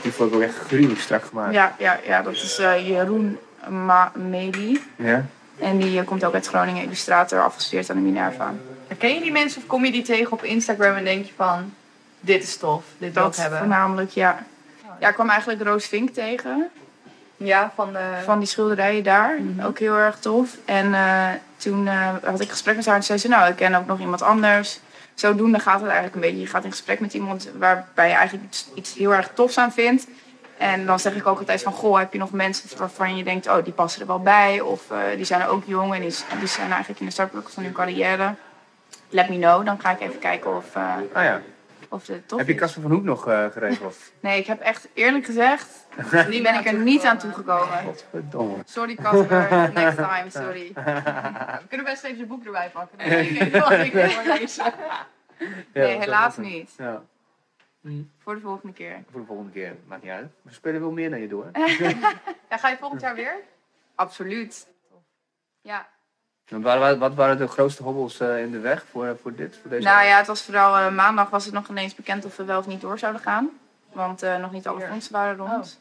[SPEAKER 1] Die vond ik ook echt gruwelijk strak gemaakt.
[SPEAKER 4] Ja, ja, ja dat is eh, Jeroen Ma Meli.
[SPEAKER 1] Ja.
[SPEAKER 4] En die eh, komt ook uit Groningen, illustrator, afgestudeerd aan de Minerva.
[SPEAKER 5] Ken je die mensen of kom je die tegen op Instagram en denk je van... Dit is tof, dit wil ik
[SPEAKER 4] Dat
[SPEAKER 5] hebben.
[SPEAKER 4] voornamelijk, ja. Ja, ik kwam eigenlijk Roos Vink tegen,
[SPEAKER 5] Ja, van eh, de...
[SPEAKER 4] eh, van die schilderijen daar. Ook heel erg tof. En eh, toen eh, had ik gesprek met haar en zei ze, nou, ik ken ook nog iemand anders. Zodoende gaat het eigenlijk een beetje. Je gaat in gesprek met iemand waarbij je eigenlijk iets, iets heel erg tofs aan vindt. En dan zeg ik ook altijd van, goh, heb je nog mensen waarvan je denkt, oh, die passen er wel bij. Of eh, die zijn ook jong en die, die zijn eigenlijk in de startblokken van hun carrière. Let me know, dan ga ik even kijken of, eh
[SPEAKER 1] Ah ja.
[SPEAKER 4] of het tof
[SPEAKER 1] Heb je
[SPEAKER 4] is.
[SPEAKER 1] Casper van Hoek nog eh, geregeld?
[SPEAKER 4] Nee, ik heb echt eerlijk gezegd,
[SPEAKER 1] (laughs)
[SPEAKER 4] die ben ik er niet aan toegekomen.
[SPEAKER 1] Godverdomme.
[SPEAKER 4] Sorry (laughs)
[SPEAKER 1] (laughs)
[SPEAKER 4] Casper, next time, sorry. (laughs)
[SPEAKER 5] We kunnen best even je boek erbij
[SPEAKER 1] (laughs)
[SPEAKER 5] pakken. Dan weet ik wat ik wil lezen.
[SPEAKER 1] Ja,
[SPEAKER 4] Nee,
[SPEAKER 1] dat
[SPEAKER 4] helaas
[SPEAKER 1] was-
[SPEAKER 4] niet.
[SPEAKER 1] Ja,
[SPEAKER 4] Voor de volgende keer.
[SPEAKER 1] voor de volgende keer. Maakt niet uit. We spelen wel meer naar je door. (laughs)
[SPEAKER 5] Ja, ga je volgend jaar weer?
[SPEAKER 4] (laughs) Absoluut. Ja.
[SPEAKER 1] Want waar- waar- wat waren de grootste hobbels eh, in de weg voor, voor dit? Voor deze
[SPEAKER 4] Nou ja, het was vooral eh, maandag was het nog ineens bekend of we wel of niet door zouden gaan. Want eh, nog niet alle fondsen waren rond.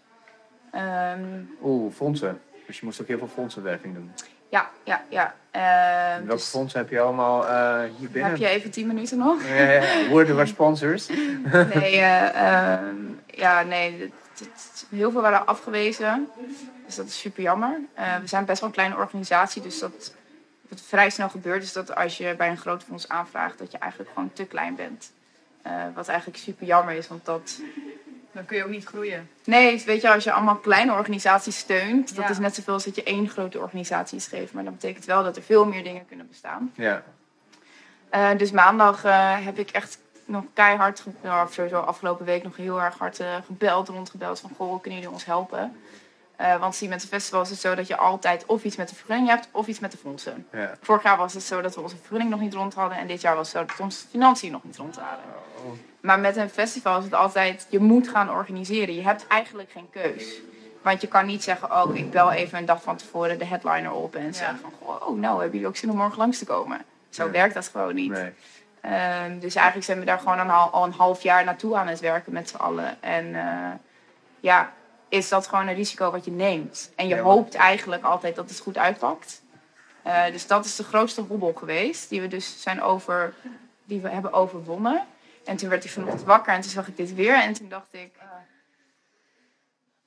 [SPEAKER 4] Ehm,
[SPEAKER 1] Oeh, fondsen. Dus je moest ook heel veel fondsenwerving doen.
[SPEAKER 4] ja, ja, ja. Ehm,
[SPEAKER 1] Welke
[SPEAKER 4] dus
[SPEAKER 1] fondsen heb je allemaal eh, hier binnen?
[SPEAKER 4] heb je even 10 minuten nog?
[SPEAKER 1] Ja,
[SPEAKER 4] (laughs)
[SPEAKER 1] ja, Worden we sponsors?
[SPEAKER 4] Nee, eh, ehm, ja, nee. het- het- heel veel waren afgewezen. Dus dat is super jammer. Eh, we zijn best wel een kleine organisatie, dus dat. Wat vrij snel gebeurt, is dat als je bij een groot fonds aanvraagt, dat je eigenlijk gewoon te klein bent. Eh, wat eigenlijk super jammer is, want dat.
[SPEAKER 5] Dan kun je ook niet groeien.
[SPEAKER 4] Nee, weet je, als je allemaal kleine organisaties steunt, dat
[SPEAKER 5] Ja.
[SPEAKER 4] is net zoveel als dat je één grote organisatie geeft. Maar dat betekent wel dat er veel meer dingen kunnen bestaan.
[SPEAKER 1] Ja.
[SPEAKER 4] Eh, dus maandag eh, heb ik echt nog keihard, ge- nou, of sowieso afgelopen week nog heel erg hard eh, gebeld, rondgebeld van goh, kunnen jullie ons helpen? Eh, want zie, met de festival is het zo dat je altijd of iets met de vergunning hebt of iets met de fondsen.
[SPEAKER 1] ja.
[SPEAKER 4] Vorig jaar was het zo dat we onze vergunning nog niet rond hadden en dit jaar was het zo dat onze financiën nog niet rond waren. Maar met een festival is het altijd, je moet gaan organiseren. Je hebt eigenlijk geen keus. Want je kan niet zeggen, oh, ik bel even een dag van tevoren de headliner op en zeggen van, goh, oh, nou, hebben jullie ook zin om morgen langs te komen? Zo
[SPEAKER 1] Nee.
[SPEAKER 4] werkt dat gewoon niet.
[SPEAKER 1] Nee.
[SPEAKER 4] Ehm, dus eigenlijk zijn we daar gewoon een hal- al een half jaar naartoe aan het werken met z'n allen. En eh, ja, is dat gewoon een risico wat je neemt. En je
[SPEAKER 1] Ja, maar-
[SPEAKER 4] hoopt eigenlijk altijd dat het goed uitpakt. Eh, dus dat is de grootste hobbel geweest, die we dus zijn over, die we hebben overwonnen. En toen werd ik vanochtend wakker en toen zag ik dit weer en toen dacht ik,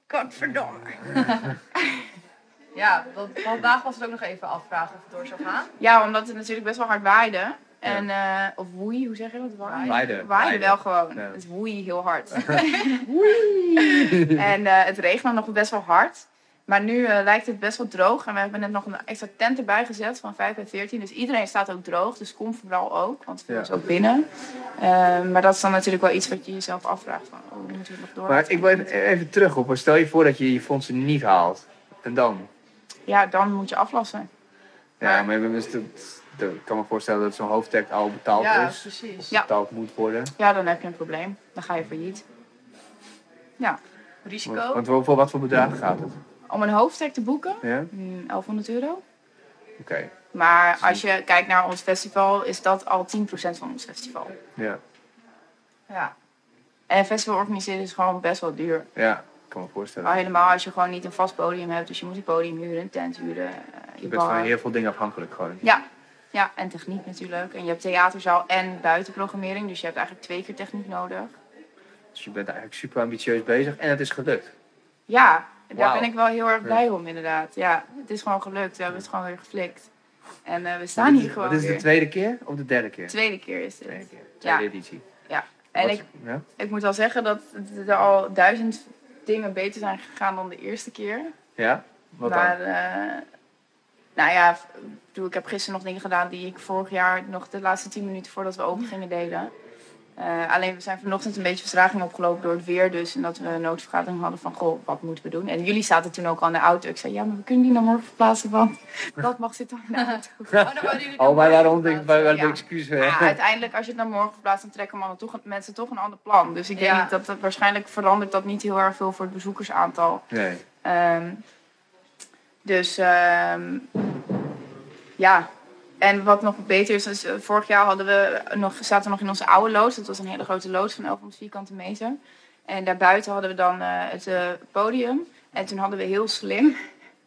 [SPEAKER 5] Godverdomme. (laughs) ja, dat, vandaag was het ook nog even afvragen of het door zou gaan.
[SPEAKER 4] ja, omdat het natuurlijk best wel hard waaide. En, eh, of woei, hoe zeg je dat? Waaide.
[SPEAKER 1] Waaide.
[SPEAKER 4] waaide
[SPEAKER 1] Waaide.
[SPEAKER 4] wel gewoon.
[SPEAKER 1] Ja.
[SPEAKER 4] Het
[SPEAKER 1] (laughs)
[SPEAKER 4] (laughs) woei heel hard. en eh, het regende nog best wel hard. Maar nu eh, lijkt het best wel droog. En we hebben net nog een extra tent erbij gezet van 5 bij 14. Dus iedereen staat ook droog. Dus kom vooral ook, want het
[SPEAKER 1] Ja.
[SPEAKER 4] is ook binnen. Eh, maar dat is dan natuurlijk wel iets wat je jezelf afvraagt. Van, oh, moeten we het nog door?
[SPEAKER 1] Maar ik wil even, even terug op. Stel je voor dat je je fondsen niet haalt. En dan?
[SPEAKER 4] Ja, dan moet je aflassen.
[SPEAKER 1] Ja, maar dat is- dat- dat- ik kan me voorstellen dat zo'n hoofdtek al betaald
[SPEAKER 5] ja,
[SPEAKER 1] is. dus
[SPEAKER 5] precies.
[SPEAKER 4] Ja.
[SPEAKER 1] Betaald moet worden.
[SPEAKER 4] Ja, dan heb je een probleem. Dan ga je failliet. Ja,
[SPEAKER 1] Want,
[SPEAKER 5] Risico.
[SPEAKER 1] want voor- voor wat voor bedrag gaat het?
[SPEAKER 4] om een hoofdtek te boeken,
[SPEAKER 1] Ja?
[SPEAKER 4] mm, 1100 euro.
[SPEAKER 1] Oké.
[SPEAKER 4] Maar als je kijkt naar ons festival, is dat al 10% van ons festival.
[SPEAKER 1] Ja.
[SPEAKER 5] Ja.
[SPEAKER 4] En festival organiseren is gewoon best wel duur.
[SPEAKER 1] ja, ik kan me
[SPEAKER 4] Al
[SPEAKER 1] voorstellen.
[SPEAKER 4] Oh, helemaal als je gewoon niet een vast podium hebt. Dus je moet een podium huren, een tent huren, eh, je
[SPEAKER 1] Je bent
[SPEAKER 4] bar.
[SPEAKER 1] van heel veel dingen afhankelijk gewoon.
[SPEAKER 4] Ja. ja, en techniek natuurlijk. En je hebt theaterzaal en buitenprogrammering. Dus je hebt eigenlijk twee keer techniek nodig.
[SPEAKER 1] Dus je bent eigenlijk super ambitieus bezig en het is gelukt.
[SPEAKER 4] Ja, daar
[SPEAKER 1] Wauw.
[SPEAKER 4] ben ik wel heel erg blij om inderdaad. Ja, het is gewoon gelukt. We hebben het gewoon weer geflikt. En eh, we staan
[SPEAKER 1] Dit
[SPEAKER 4] hier
[SPEAKER 1] is-
[SPEAKER 4] gewoon
[SPEAKER 1] Wat is het,
[SPEAKER 4] weer.
[SPEAKER 1] de tweede keer of de derde keer?
[SPEAKER 4] Tweede keer is dit.
[SPEAKER 1] Tweede keer.
[SPEAKER 4] Ja. Oh,
[SPEAKER 1] Tweede editie.
[SPEAKER 4] En
[SPEAKER 1] Wat-
[SPEAKER 4] ik,
[SPEAKER 1] Ja?
[SPEAKER 4] ik moet wel zeggen dat er al duizend dingen beter zijn gegaan dan de eerste keer.
[SPEAKER 1] ja? Wat dan?
[SPEAKER 4] maar, eh, nou ja, f- ik bedoel, ik heb gisteren nog dingen gedaan die ik vorig jaar nog de laatste tien minuten voordat we open gingen deden. Eh, alleen we zijn vanochtend een beetje vertraging opgelopen door het weer. Dus en dat we een noodvergadering hadden van, goh, wat moeten we doen? En jullie zaten toen ook al in de auto. Ik zei, ja, maar we kunnen die naar morgen verplaatsen, want dat mag zitten in de
[SPEAKER 1] (laughs)
[SPEAKER 4] auto.
[SPEAKER 5] Oh, dan waren jullie
[SPEAKER 1] Oh, wij waren onder wij waren de
[SPEAKER 4] Ja. Ah,
[SPEAKER 1] excuses.
[SPEAKER 4] Ja, uiteindelijk, als je het naar morgen verplaatst, dan trekken mannen toch, mensen toch een ander plan. Dus ik denk
[SPEAKER 5] Ja.
[SPEAKER 4] niet dat, dat waarschijnlijk verandert dat niet heel erg veel voor het bezoekersaantal.
[SPEAKER 1] Nee.
[SPEAKER 4] Ehm, dus ehm, ja. En wat nog beter is, is eh, vorig jaar hadden we nog, zaten we nog in onze oude loods. Dat was een hele grote loods van 1100 vierkante meter. En daarbuiten hadden we dan eh, het eh, podium. En toen hadden we heel slim...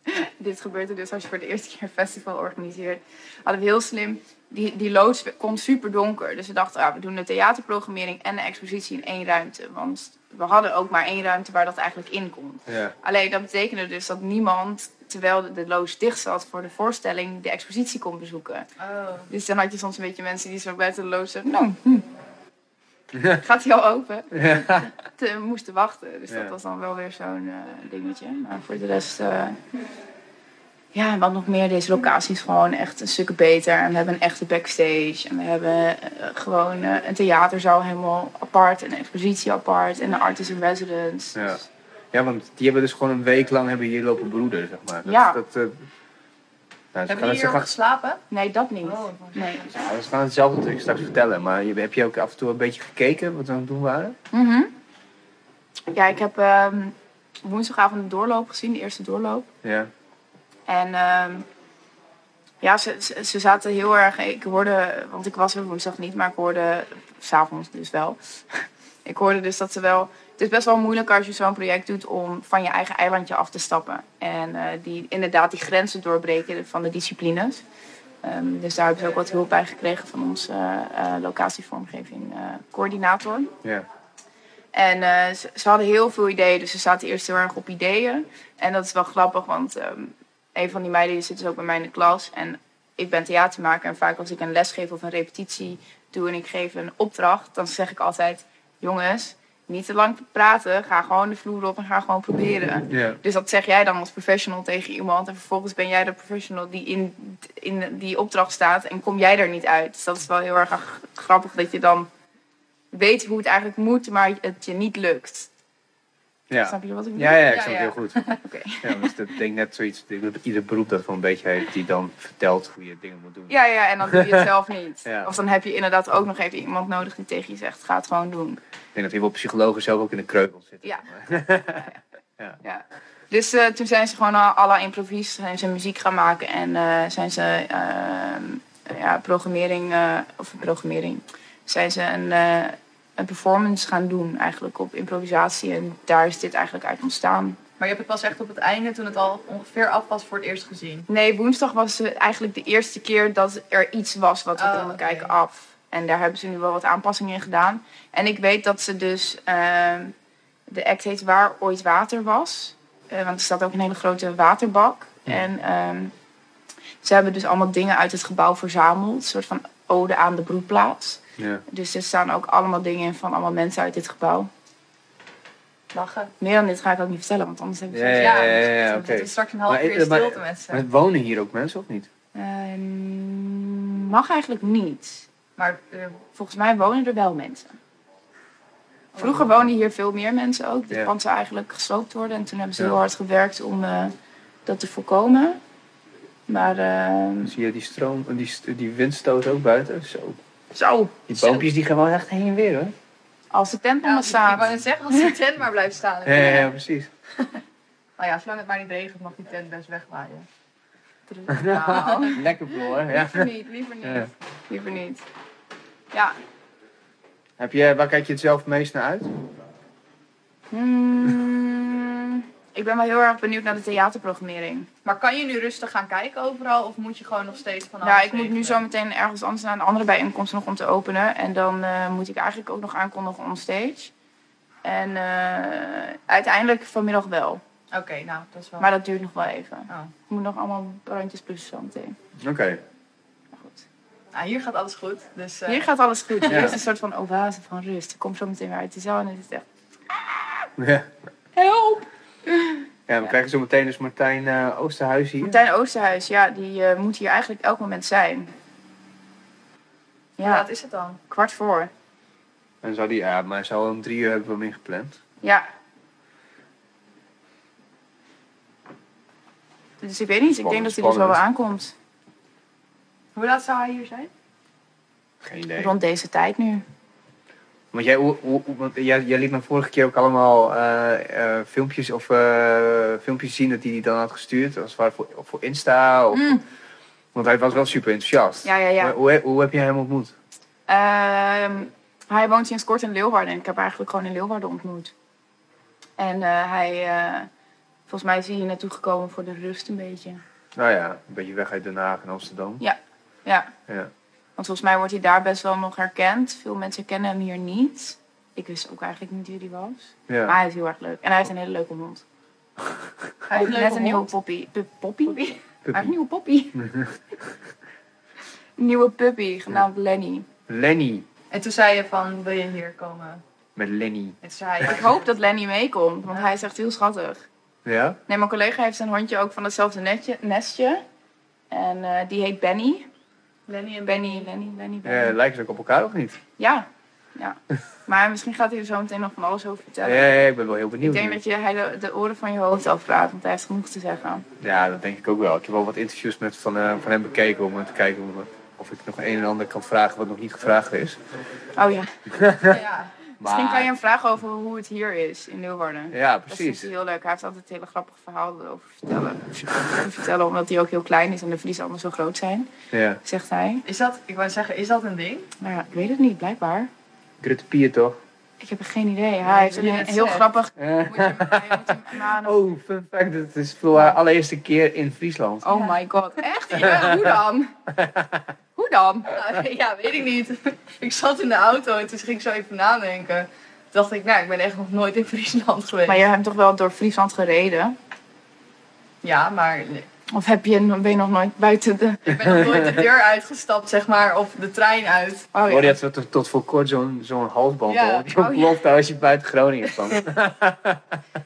[SPEAKER 4] (laughs) Dit gebeurt er dus als je voor de eerste keer een festival organiseert. Hadden we heel slim... Die, die loods kon super donker. Dus we dachten, ah, we doen de theaterprogrammering en de expositie in één ruimte. Want we hadden ook maar één ruimte waar dat eigenlijk in kon.
[SPEAKER 1] Ja.
[SPEAKER 4] Alleen dat betekende dus dat niemand, terwijl de, de loods dicht zat voor de voorstelling, de expositie kon bezoeken.
[SPEAKER 5] Oh.
[SPEAKER 4] Dus dan had je soms een beetje mensen die zo buiten de loods zeiden, nou, hm, gaat hij al open?
[SPEAKER 1] (laughs)
[SPEAKER 4] Te, moesten wachten. Dus
[SPEAKER 1] Ja.
[SPEAKER 4] dat was dan wel weer zo'n eh, dingetje. Maar voor de rest, eh, ja, en wat nog meer, deze locatie is gewoon echt een stuk beter. En we hebben een echte backstage. En we hebben eh, gewoon eh, een theaterzaal helemaal apart. En een expositie apart. En een artist in residence.
[SPEAKER 1] Ja.
[SPEAKER 4] Dus-
[SPEAKER 1] ja, want die hebben dus gewoon een week lang hebben hier lopen broeden, zeg maar. Dat,
[SPEAKER 4] Ja.
[SPEAKER 1] Dat, eh, nou, ze, gaan
[SPEAKER 5] Hebben
[SPEAKER 1] het,
[SPEAKER 5] jullie
[SPEAKER 1] ze,
[SPEAKER 5] hierop
[SPEAKER 1] gaan,
[SPEAKER 5] geslapen?
[SPEAKER 4] nee, dat niet.
[SPEAKER 5] Oh,
[SPEAKER 4] Nee.
[SPEAKER 1] ze gaan hetzelfde natuurlijk straks vertellen, maar je, heb je ook af en toe een beetje gekeken wat we aan het doen waren?
[SPEAKER 4] Mhm. Ja, ik heb ehm, woensdagavond een doorloop gezien, de eerste doorloop.
[SPEAKER 1] Ja.
[SPEAKER 4] En ehm, ja, ze, ze, ze zaten heel erg. Ik hoorde, want ik was er woensdag niet, maar ik hoorde s'avonds dus wel. (laughs) ik hoorde dus dat ze wel. Het is best wel moeilijk als je zo'n project doet om van je eigen eilandje af te stappen. En eh, die, inderdaad die grenzen doorbreken van de disciplines. Ehm, dus daar hebben ze ook wat hulp bij gekregen van onze eh, eh, locatievormgeving eh, coördinator.
[SPEAKER 1] Ja.
[SPEAKER 4] En eh, ze, ze hadden heel veel ideeën, dus ze zaten eerst heel erg op ideeën. En dat is wel grappig, want ehm, een van die meiden die zit dus ook bij mij in de klas. En ik ben theatermaker en vaak als ik een les geef of een repetitie doe en ik geef een opdracht, dan zeg ik altijd: jongens, niet te lang praten, ga gewoon de vloer op en ga gewoon proberen.
[SPEAKER 1] Ja.
[SPEAKER 4] Dus dat zeg jij dan als professional tegen iemand. En vervolgens ben jij de professional die in, in die opdracht staat. En kom jij er niet uit. Dus dat is wel heel erg ag- grappig dat je dan weet hoe het eigenlijk moet, maar het je niet lukt.
[SPEAKER 1] Ja.
[SPEAKER 4] Snap je wat ik bedoel?
[SPEAKER 1] Ja, ja, ik
[SPEAKER 5] Ja,
[SPEAKER 1] snap het
[SPEAKER 5] ja.
[SPEAKER 1] heel goed.
[SPEAKER 5] (laughs)
[SPEAKER 4] Oké.
[SPEAKER 1] Ja, dus dat ik denk net zoiets, ik denk dat ieder beroep dat wel een beetje heeft, die dan vertelt hoe je dingen moet doen.
[SPEAKER 4] Ja, ja, en dan doe je het zelf niet.
[SPEAKER 1] Ja.
[SPEAKER 4] Of dan heb je inderdaad ook nog even iemand nodig die tegen je zegt, ga het gewoon doen.
[SPEAKER 1] Ik denk dat heel veel psychologen zelf ook in de kreugel zitten. (laughs)
[SPEAKER 4] Ja. Ja. Dus eh, toen zijn ze gewoon al à la improvies zijn ze muziek gaan maken en eh, zijn ze ehm, ja, programmering, eh, of programmering, zijn ze een, eh, een performance gaan doen eigenlijk op improvisatie. En daar is dit eigenlijk uit ontstaan.
[SPEAKER 5] Maar je hebt het pas echt op het einde, toen het al ongeveer af was, voor het eerst gezien.
[SPEAKER 4] Nee, woensdag was eh, eigenlijk de eerste keer dat er iets was wat we
[SPEAKER 5] Oh,
[SPEAKER 4] konden
[SPEAKER 5] oké.
[SPEAKER 4] kijken af. En daar hebben ze nu wel wat aanpassingen in gedaan. En ik weet dat ze dus... ehm, de act heet Waar Ooit Water Was. Eh, want er staat ook een hele grote waterbak. En ehm, ze hebben dus allemaal dingen uit het gebouw verzameld. Een soort van ode aan de broedplaats.
[SPEAKER 1] Ja.
[SPEAKER 4] Dus er staan ook allemaal dingen in van allemaal mensen uit dit gebouw.
[SPEAKER 5] lachen.
[SPEAKER 4] Meer dan dit ga ik ook niet vertellen, want anders heb ik
[SPEAKER 1] Ja,
[SPEAKER 4] straks-
[SPEAKER 1] ja, ja, ja,
[SPEAKER 5] dan
[SPEAKER 1] oké.
[SPEAKER 5] zitten we straks een half
[SPEAKER 1] Maar-
[SPEAKER 5] uur
[SPEAKER 1] maar-
[SPEAKER 5] stilte met ze.
[SPEAKER 1] Maar wonen hier ook mensen of niet?
[SPEAKER 4] Eh, mag eigenlijk niet.
[SPEAKER 5] Maar eh,
[SPEAKER 4] Volgens mij wonen er wel mensen. Vroeger woonden hier veel meer mensen ook. Dit
[SPEAKER 1] Oh. Ja.
[SPEAKER 4] pand zou eigenlijk gesloopt worden. En toen hebben ze
[SPEAKER 1] Ja.
[SPEAKER 4] heel hard gewerkt om eh, dat te voorkomen. Maar ehm,
[SPEAKER 1] Dan zie je die stroom, die, st- die windstoot ook buiten. Zo.
[SPEAKER 4] zo,
[SPEAKER 1] Die
[SPEAKER 4] Zo.
[SPEAKER 1] boompjes die gaan wel echt heen en weer hoor.
[SPEAKER 4] als de tent nog
[SPEAKER 5] ja,
[SPEAKER 4] maar
[SPEAKER 5] als- ik wou
[SPEAKER 4] staat.
[SPEAKER 5] net zeggen, als die tent maar blijft staan.
[SPEAKER 1] Ja, ja, ja, precies.
[SPEAKER 5] Nou ja, zolang het maar niet regent, mag die tent best wegwaaien. (laughs)
[SPEAKER 4] Nou,
[SPEAKER 1] (laughs) Lekker bro, hè? Ja.
[SPEAKER 5] Liever niet, liever niet.
[SPEAKER 1] Ja.
[SPEAKER 4] liever niet. Ja,
[SPEAKER 1] Heb je, waar kijk je het zelf het meest naar uit?
[SPEAKER 4] Hmm, ik ben wel heel erg benieuwd naar de theaterprogrammering.
[SPEAKER 5] Maar kan je nu rustig gaan kijken overal? Of moet je gewoon nog steeds van
[SPEAKER 4] ja,
[SPEAKER 5] alles
[SPEAKER 4] ik moet nu
[SPEAKER 5] regelen?
[SPEAKER 4] zo meteen ergens anders naar een andere bijeenkomst nog om te openen. En dan eh, moet ik eigenlijk ook nog aankondigen onstage. En eh, uiteindelijk vanmiddag wel.
[SPEAKER 5] Oké, nou, dat is wel...
[SPEAKER 4] Maar dat duurt nog wel even.
[SPEAKER 5] Oh.
[SPEAKER 4] Ik moet nog allemaal brandjes plussen zo meteen.
[SPEAKER 1] Oké.
[SPEAKER 4] Maar goed.
[SPEAKER 5] Nou, hier gaat alles goed. Dus, eh,
[SPEAKER 4] Hier gaat alles
[SPEAKER 5] (laughs)
[SPEAKER 4] goed. Hier
[SPEAKER 1] Ja.
[SPEAKER 4] is een soort van oase van rust. Ik kom zo meteen weer uit de zaal en het is echt...
[SPEAKER 1] Ja.
[SPEAKER 4] Help!
[SPEAKER 1] ja, we krijgen zo meteen dus Martijn eh, Oosterhuis hier.
[SPEAKER 4] Martijn Oosterhuis, ja, die eh, moet hier eigenlijk elk moment zijn.
[SPEAKER 5] hoe
[SPEAKER 4] Ja,
[SPEAKER 5] laat is het dan?
[SPEAKER 4] kwart voor.
[SPEAKER 1] En zou die, ja, maar zou om drie uur hebben we hem ingepland.
[SPEAKER 4] Ja. Dus ik weet niet, ik denk dat hij er zo wel
[SPEAKER 1] Spannend.
[SPEAKER 4] aankomt.
[SPEAKER 5] Hoe laat zou hij hier zijn?
[SPEAKER 1] Geen idee.
[SPEAKER 4] Rond deze tijd nu.
[SPEAKER 1] Want jij, hoe- hoe- hoe- want jij, jij liet me vorige keer ook allemaal eh, eh, filmpjes, of, eh, filmpjes zien dat hij die dan had gestuurd. Als het ware voor, of voor Insta. Of, Want hij was wel super enthousiast.
[SPEAKER 4] Mm. Ja, ja, ja.
[SPEAKER 1] Maar Hoe, hoe heb je hem ontmoet?
[SPEAKER 4] Ehm, hij woont sinds kort in Leeuwarden en ik heb hem eigenlijk gewoon in Leeuwarden ontmoet. En eh, hij, eh, volgens mij is hij hier naartoe gekomen voor de rust een beetje.
[SPEAKER 1] Nou ja, een beetje weg uit Den Haag en Amsterdam.
[SPEAKER 4] Ja,
[SPEAKER 1] Ja. (laughs)
[SPEAKER 4] want volgens mij wordt hij daar best wel nog herkend. Veel mensen kennen hem hier niet. Ik wist ook eigenlijk niet wie hij was.
[SPEAKER 1] ja.
[SPEAKER 4] Maar hij is heel erg leuk. En hij heeft een hele leuke hond.
[SPEAKER 5] Hij heeft een
[SPEAKER 4] Net
[SPEAKER 5] leuke
[SPEAKER 4] een nieuwe
[SPEAKER 5] hond.
[SPEAKER 4] poppy. Pu- Poppy?
[SPEAKER 1] Puppy.
[SPEAKER 4] Hij heeft een nieuwe poppy. een (laughs) nieuwe puppy, genaamd Lenny.
[SPEAKER 1] Lenny.
[SPEAKER 5] En toen zei je van, wil je hier komen?
[SPEAKER 1] Met Lenny.
[SPEAKER 5] En toen
[SPEAKER 4] (laughs)
[SPEAKER 5] zei hij,
[SPEAKER 4] eh, Ik hoop dat Lenny meekomt, want hij is echt heel schattig.
[SPEAKER 1] Ja?
[SPEAKER 4] Nee, mijn collega heeft zijn hondje ook van hetzelfde netje, nestje. En eh, die heet Benny.
[SPEAKER 5] Lenny en Benny.
[SPEAKER 4] Benny, Lenny, Lenny, Benny.
[SPEAKER 1] ja lijken ze ook op elkaar of niet?
[SPEAKER 4] Ja, ja. (laughs) Maar misschien gaat hij er zo meteen nog van alles over
[SPEAKER 1] Ja,
[SPEAKER 4] vertellen.
[SPEAKER 1] ja, ik ben wel heel
[SPEAKER 4] Ik
[SPEAKER 1] benieuwd.
[SPEAKER 4] denk
[SPEAKER 1] nu.
[SPEAKER 4] dat je, hij de, de oren van je hoofd afpraat, want hij heeft genoeg te zeggen.
[SPEAKER 1] Ja, dat denk ik ook wel. Ik heb al wat interviews met van, eh, van hem bekeken om te kijken om- of ik nog een en ander kan vragen wat nog niet gevraagd is.
[SPEAKER 4] Oh ja,
[SPEAKER 5] Ja.
[SPEAKER 4] (laughs) misschien kan je hem vragen over hoe het hier is in Leeuwarden.
[SPEAKER 1] Ja,
[SPEAKER 4] Dat is
[SPEAKER 1] precies.
[SPEAKER 4] heel leuk. Hij heeft altijd hele grappige verhalen over vertellen. Te vertellen omdat hij ook heel klein is en de vlies allemaal zo groot zijn,
[SPEAKER 1] Ja.
[SPEAKER 4] zegt hij.
[SPEAKER 5] Is dat, ik wou zeggen, is dat een ding?
[SPEAKER 4] Maar ja, ik weet het niet, blijkbaar.
[SPEAKER 1] Grutte Pier toch?
[SPEAKER 4] Ik heb er geen idee.
[SPEAKER 5] Ja,
[SPEAKER 4] Hij heeft
[SPEAKER 5] dat
[SPEAKER 4] een
[SPEAKER 5] je net
[SPEAKER 4] heel
[SPEAKER 5] zegt.
[SPEAKER 4] grappig...
[SPEAKER 1] Eh,
[SPEAKER 4] Moet je hem- hij moet hem aan-
[SPEAKER 1] oh, fun fact. Het is voor haar allereerste keer in Friesland.
[SPEAKER 4] Oh my god, echt? Ja, hoe dan? Hoe dan?
[SPEAKER 5] Nou, (laughs) ja, weet ik niet. (laughs) Ik zat in de auto en toen ging ik zo even nadenken. Toen dacht ik, nou, ik ben echt nog nooit in (laughs) Friesland geweest.
[SPEAKER 4] Maar je hebt toch wel door Friesland gereden?
[SPEAKER 5] Ja, maar nee.
[SPEAKER 4] Of heb je, ben je nog nooit buiten de...
[SPEAKER 5] ik ben nog nooit de deur uitgestapt, zeg maar, of de trein uit.
[SPEAKER 4] Oh
[SPEAKER 1] Hoor je
[SPEAKER 4] ja.
[SPEAKER 1] had tot, tot voor kort zo'n zo'n halsband
[SPEAKER 5] Ja.
[SPEAKER 4] Oh,
[SPEAKER 1] al. Die ontploft als je buiten Groningen kwam.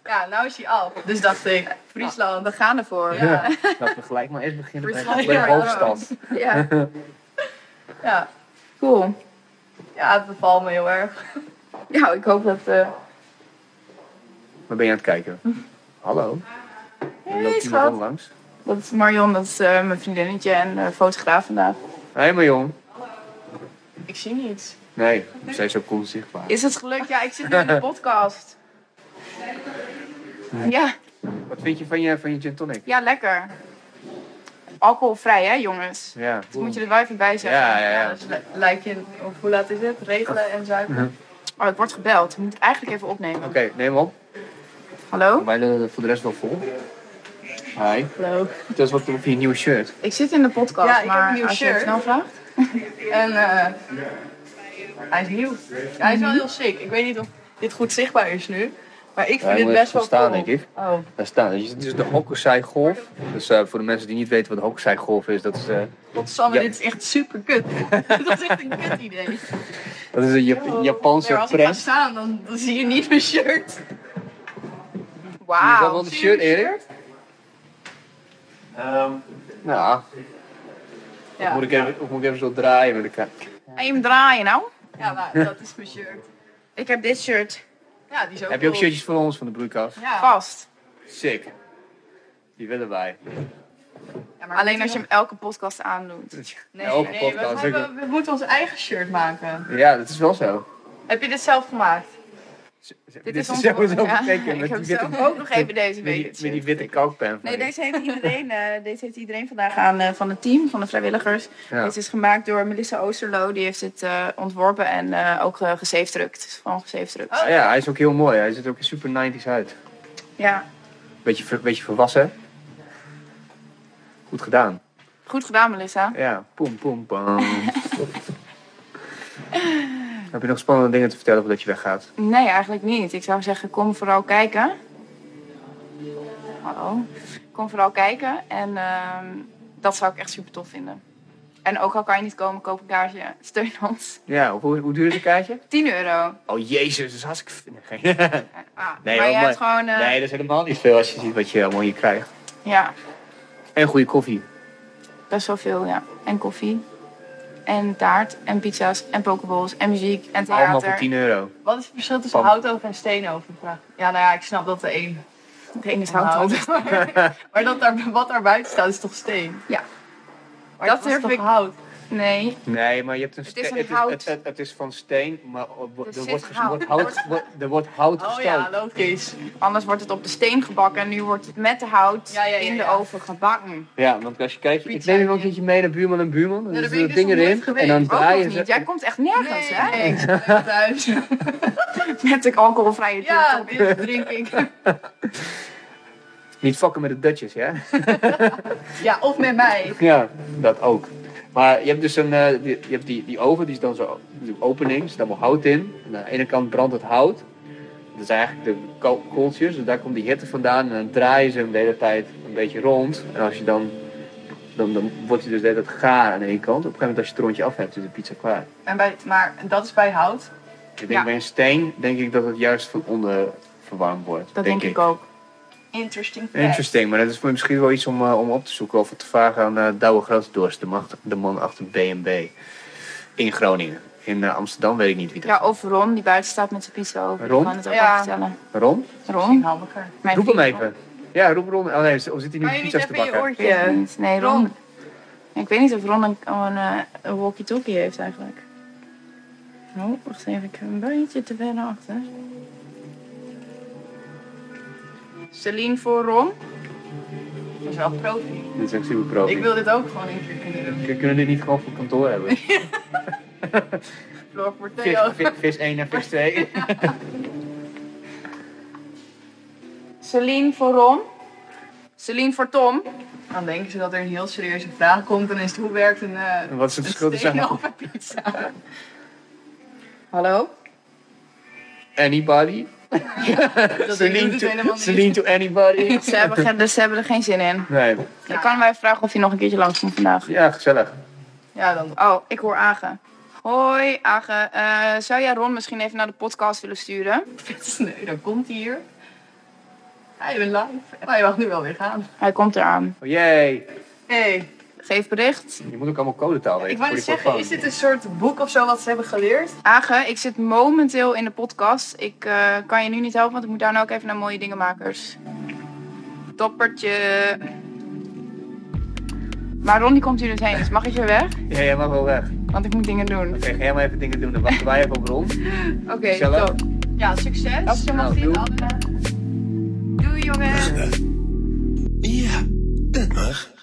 [SPEAKER 5] Ja, nou is hij af. Dus dacht ik, Friesland.
[SPEAKER 4] We gaan ervoor. Ja.
[SPEAKER 5] Ja,
[SPEAKER 1] Dat we gelijk maar eerst beginnen bij
[SPEAKER 5] Friesland,
[SPEAKER 1] bij de
[SPEAKER 5] ja.
[SPEAKER 1] hoofdstad.
[SPEAKER 5] ja.
[SPEAKER 4] Cool.
[SPEAKER 5] ja, het bevalt me heel erg.
[SPEAKER 4] Ja, ik hoop dat... eh
[SPEAKER 1] (laughs) Waar ben je aan het kijken? Hallo? Er loopt iemand
[SPEAKER 4] schat.
[SPEAKER 1] al langs.
[SPEAKER 4] Dat is Marion, dat is eh, mijn vriendinnetje en eh, fotograaf vandaag.
[SPEAKER 1] Hé, hey, maar jong.
[SPEAKER 5] Ik zie niets.
[SPEAKER 1] Nee, zij is ook cool zichtbaar.
[SPEAKER 4] Is het gelukt? Ja, ik zit nu in de podcast. Ja,
[SPEAKER 1] Wat vind je van je, van je gin tonic?
[SPEAKER 4] ja, lekker. Alcoholvrij, hè, jongens?
[SPEAKER 1] Ja.
[SPEAKER 4] Dat moet je er wel even bij zeggen.
[SPEAKER 1] Ja, ja, ja.
[SPEAKER 5] Dus li- lijkt je, of hoe laat is het? Regelen en zuipen.
[SPEAKER 4] Oh, ik word gebeld. Ik moet het eigenlijk even opnemen.
[SPEAKER 1] Oké, neem op.
[SPEAKER 4] Hallo?
[SPEAKER 1] Wij lullen er voor de rest wel vol. Hi.
[SPEAKER 4] Hallo.
[SPEAKER 1] Het is wat over je nieuwe shirt.
[SPEAKER 4] Ik zit in de podcast,
[SPEAKER 5] Ja, ik heb
[SPEAKER 4] maar
[SPEAKER 5] een nieuw
[SPEAKER 4] als je het
[SPEAKER 5] shirt.
[SPEAKER 4] snel vraagt.
[SPEAKER 5] En eh, hij is nieuw. Hij is wel heel sick. Ik weet niet of dit goed zichtbaar is nu. Maar ik
[SPEAKER 1] Ja,
[SPEAKER 5] vind
[SPEAKER 1] je
[SPEAKER 5] dit
[SPEAKER 1] moet
[SPEAKER 5] best wel
[SPEAKER 1] even gaan staan,
[SPEAKER 5] cool.
[SPEAKER 1] denk ik.
[SPEAKER 5] Oh,
[SPEAKER 1] Daar staan. Dus dit is de Hokusai Golf. Dus eh, voor de mensen die niet weten wat Hokusai Golf is, dat is, eh,
[SPEAKER 5] godsamme,
[SPEAKER 1] Ja.
[SPEAKER 5] dit is echt super kut. dit was echt een kut idee.
[SPEAKER 1] dat is een Jap- Japanse
[SPEAKER 5] Maar als Oh, ik ga
[SPEAKER 1] pres.
[SPEAKER 5] staan, dan, dan zie je niet mijn shirt.
[SPEAKER 4] Wauw.
[SPEAKER 1] wel de shirt, Erik? Nou,
[SPEAKER 5] Ja.
[SPEAKER 1] moet ik, even, of moet ik even zo draaien met de kaart?
[SPEAKER 4] En je hem draaien nou?
[SPEAKER 5] Ja, maar dat is mijn shirt.
[SPEAKER 4] Ik heb dit shirt.
[SPEAKER 5] Ja, die is ook
[SPEAKER 1] Heb je ook
[SPEAKER 5] cool.
[SPEAKER 1] shirtjes voor ons van de broeikast?
[SPEAKER 5] Ja.
[SPEAKER 4] Vast.
[SPEAKER 1] Sick. Die willen wij.
[SPEAKER 5] Ja, maar
[SPEAKER 4] Alleen als je hem elke podcast aandoet.
[SPEAKER 5] Nee,
[SPEAKER 1] Elke
[SPEAKER 5] nee we,
[SPEAKER 1] podcast,
[SPEAKER 5] hebben- we moeten ons eigen shirt maken.
[SPEAKER 1] Ja, dat is wel zo.
[SPEAKER 5] Heb je dit zelf gemaakt?
[SPEAKER 4] Dit is ons
[SPEAKER 1] Dus sowieso
[SPEAKER 4] ja,
[SPEAKER 1] bekeken
[SPEAKER 4] Ik
[SPEAKER 1] met
[SPEAKER 4] heb
[SPEAKER 1] die witte-
[SPEAKER 4] zelf ook nog (laughs) even deze
[SPEAKER 1] Met die,
[SPEAKER 4] week.
[SPEAKER 1] met die witte kalkpen.
[SPEAKER 4] Nee, deze heeft iedereen, eh, deze heeft iedereen vandaag aan eh, van het team, van de vrijwilligers.
[SPEAKER 1] Ja.
[SPEAKER 4] Deze is gemaakt door Melissa Oosterlo. Die heeft het eh, ontworpen en eh, ook uh, gezeefdrukt. Het is Gewoon gezeefdrukt.
[SPEAKER 5] Oh,
[SPEAKER 1] Ah Ja, hij is ook heel mooi. Hij ziet er ook super 90s uit.
[SPEAKER 4] Ja,
[SPEAKER 1] Beetje, ver- beetje volwassen. Goed gedaan.
[SPEAKER 4] goed gedaan Melissa.
[SPEAKER 1] Ja, poem, poem,
[SPEAKER 4] (laughs)
[SPEAKER 1] pam. Heb je nog spannende dingen te vertellen voordat je weggaat?
[SPEAKER 4] Nee, eigenlijk niet. Ik zou zeggen, kom vooral kijken. Hallo. Kom vooral kijken. En ehm, dat zou ik echt super tof vinden. En ook al kan je niet komen, koop een kaartje. (laughs) Steun ons.
[SPEAKER 1] Ja, hoe, hoe duur is een kaartje?
[SPEAKER 4] 10 euro.
[SPEAKER 1] Oh jezus, dat is hartstikke... veel. (laughs) Nee,
[SPEAKER 4] Ah,
[SPEAKER 1] Nee,
[SPEAKER 4] maar
[SPEAKER 1] hoor,
[SPEAKER 4] je hebt
[SPEAKER 1] maar-
[SPEAKER 4] gewoon... eh,
[SPEAKER 1] dat is helemaal niet veel als je ziet wat je allemaal hier krijgt.
[SPEAKER 4] Ja,
[SPEAKER 1] En goede koffie.
[SPEAKER 4] best wel veel, ja. En koffie. En taart. En pizza's. En pokeballs. En muziek. En
[SPEAKER 1] Allemaal voor
[SPEAKER 4] theater.
[SPEAKER 1] 10 euro.
[SPEAKER 5] Wat is het verschil tussen
[SPEAKER 1] Pam.
[SPEAKER 5] houtoven en steenoven? Vraag. Ja, nou ja, ik snap dat de een.
[SPEAKER 4] Het ene Oh, is hout.
[SPEAKER 5] hout. (laughs)
[SPEAKER 1] (laughs)
[SPEAKER 5] maar dat daar, wat daar buiten staat is toch steen?
[SPEAKER 4] Ja.
[SPEAKER 5] Maar
[SPEAKER 4] Dat
[SPEAKER 5] dat is
[SPEAKER 4] durf
[SPEAKER 5] toch
[SPEAKER 4] ik-
[SPEAKER 5] hout?
[SPEAKER 4] Nee.
[SPEAKER 1] Nee, maar je hebt een
[SPEAKER 4] Het is
[SPEAKER 1] ste-
[SPEAKER 4] een hout.
[SPEAKER 1] Het, het, het is van steen, maar op-
[SPEAKER 4] zit
[SPEAKER 1] er, wordt, ges-
[SPEAKER 4] hout.
[SPEAKER 1] wordt hout, wordt- er wordt hout
[SPEAKER 5] Oh
[SPEAKER 1] gestookt.
[SPEAKER 5] ja, logisch.
[SPEAKER 4] Anders wordt het op de steen gebakken. En nu wordt het met de hout
[SPEAKER 5] Ja, ja, ja,
[SPEAKER 4] in de
[SPEAKER 5] ja.
[SPEAKER 4] oven gebakken.
[SPEAKER 1] Ja, want als je kijkt, ik
[SPEAKER 5] Pizza
[SPEAKER 1] neem hem ook
[SPEAKER 5] hier.
[SPEAKER 1] een keertje mee naar buurman en buurman. Dan
[SPEAKER 5] Ja, daar
[SPEAKER 1] is
[SPEAKER 5] ben ik
[SPEAKER 1] dat
[SPEAKER 5] dus
[SPEAKER 1] ding
[SPEAKER 5] nog nooit
[SPEAKER 1] erin en
[SPEAKER 5] geweest.
[SPEAKER 1] dan
[SPEAKER 5] Ook
[SPEAKER 4] Ook
[SPEAKER 1] draaien
[SPEAKER 4] nog
[SPEAKER 1] ze.
[SPEAKER 4] niet. Jij komt echt nergens, hè?
[SPEAKER 5] Nee,
[SPEAKER 1] (laughs)
[SPEAKER 5] ik zit lekker (laughs) thuis.
[SPEAKER 4] (laughs) Met de alcoholvrije
[SPEAKER 5] Ja,
[SPEAKER 4] ja.
[SPEAKER 5] dit drink
[SPEAKER 4] (laughs)
[SPEAKER 5] ik.
[SPEAKER 1] Niet fokken met de Dutjes, ja?
[SPEAKER 5] Ja, of met mij.
[SPEAKER 1] Ja, dat ook. Maar je hebt dus een, eh, die- je hebt die, die oven, die is dan zo die opening, er zit allemaal hout in. En aan de ene kant brandt het hout. Dat is eigenlijk de ko- kooltjes, dus daar komt die hitte vandaan. En dan draaien ze hem de hele tijd een beetje rond. En als je dan, dan, dan wordt hij dus de hele tijd gaar aan de ene kant. Op een gegeven moment als je het rondje af hebt, is de pizza klaar.
[SPEAKER 5] En bij, maar dat is bij hout.
[SPEAKER 1] Ik denk
[SPEAKER 4] Ja.
[SPEAKER 1] bij een steen, denk ik dat het juist van onder verwarmd wordt.
[SPEAKER 4] Dat denk ik ook.
[SPEAKER 5] Interesting fact.
[SPEAKER 1] Interesting, maar dat is voor misschien wel iets om, eh, om op te zoeken of te vragen aan eh Douwe Grootdorst, de, macht- de man achter B&B in Groningen. In eh, Amsterdam weet ik niet wie dat
[SPEAKER 4] Ja, of Ron, die buiten staat met zijn pizza over.
[SPEAKER 1] Ron?
[SPEAKER 4] Ik kan het ook
[SPEAKER 5] Ja.
[SPEAKER 4] wel vertellen.
[SPEAKER 1] is. Ron?
[SPEAKER 5] Misschien
[SPEAKER 4] Ron?
[SPEAKER 5] handiger.
[SPEAKER 4] Mijn
[SPEAKER 1] Roep hem
[SPEAKER 4] vriend
[SPEAKER 1] even. Ja, roep Ron. Oh nee, of zit hij nu
[SPEAKER 5] Kan je niet
[SPEAKER 1] pizza's te
[SPEAKER 5] even je
[SPEAKER 1] bakken?
[SPEAKER 4] Ron. Ik weet het
[SPEAKER 5] oortje?
[SPEAKER 4] niet. Nee, Ron.
[SPEAKER 5] Ron.
[SPEAKER 4] Ik weet niet of Ron een, een, eh, een walkie-talkie heeft eigenlijk. Oh, wacht even. Ik heb een beetje te ver naar achter. Celine voor Ron.
[SPEAKER 5] Dat is wel profi.
[SPEAKER 1] Dit is echt super pro.
[SPEAKER 5] Ik wil dit ook gewoon een keer kunnen doen.
[SPEAKER 1] Kunnen we dit niet gewoon voor kantoor
[SPEAKER 5] (laughs)
[SPEAKER 1] hebben?
[SPEAKER 5] Floor voor
[SPEAKER 1] Vis,
[SPEAKER 5] Theo.
[SPEAKER 1] vi- vis 1 en
[SPEAKER 5] (laughs)
[SPEAKER 1] vis 2.
[SPEAKER 4] Celine voor Ron. Celine voor Tom.
[SPEAKER 5] Dan denken ze dat er een heel serieuze vraag komt. En is het hoe werkt een,
[SPEAKER 1] (laughs)
[SPEAKER 5] eh
[SPEAKER 1] Wat is het
[SPEAKER 5] een
[SPEAKER 1] verschil tussen
[SPEAKER 5] steenoven (laughs) pizza? (laughs)
[SPEAKER 4] Hallo?
[SPEAKER 1] anybody? (laughs)
[SPEAKER 5] Dat doet
[SPEAKER 1] Celine
[SPEAKER 5] het
[SPEAKER 1] to,
[SPEAKER 5] helemaal niet.
[SPEAKER 1] Celine to
[SPEAKER 5] (laughs)
[SPEAKER 1] anybody? (laughs)
[SPEAKER 4] Ze hebben, geen- dus ze hebben er geen zin in.
[SPEAKER 1] Nee.
[SPEAKER 4] Ik kan hem even vragen of hij nog een keertje langskomt vandaag.
[SPEAKER 1] Ja, gezellig.
[SPEAKER 5] Ja, dan
[SPEAKER 4] Oh, ik hoor Agen. Hoi Agen, Eh, zou jij Ron misschien even naar de podcast willen sturen?
[SPEAKER 5] vet sneu. Dan komt hij hier. Hij bent live. Maar je mag nu wel weer gaan.
[SPEAKER 4] Hij komt eraan.
[SPEAKER 1] Oh jee.
[SPEAKER 5] Hey,
[SPEAKER 4] Geef bericht.
[SPEAKER 1] Je moet ook allemaal codetaal weten.
[SPEAKER 5] ik wou
[SPEAKER 1] voor
[SPEAKER 5] net
[SPEAKER 1] die
[SPEAKER 5] zeggen, is
[SPEAKER 1] telefoon.
[SPEAKER 5] dit een soort boek of zo wat ze hebben geleerd?
[SPEAKER 4] Agen, ik zit momenteel in de podcast. Ik eh, kan je nu niet helpen, want ik moet daarna ook even naar Mooie Dingenmakers. Toppertje. Maar Ron die komt hier dus heen, dus mag ik weer weg?
[SPEAKER 1] Ja, jij mag wel weg.
[SPEAKER 4] Want ik moet dingen doen.
[SPEAKER 1] Oké, ga jij maar even dingen doen. Dan wachten wij even op Ron.
[SPEAKER 4] Oké,
[SPEAKER 1] Gezellig.
[SPEAKER 4] top.
[SPEAKER 5] Ja, succes.
[SPEAKER 1] Nou,
[SPEAKER 5] Mag je
[SPEAKER 1] doe.
[SPEAKER 5] het allemaal-
[SPEAKER 4] Doei jongens.
[SPEAKER 8] Ja, dat mag.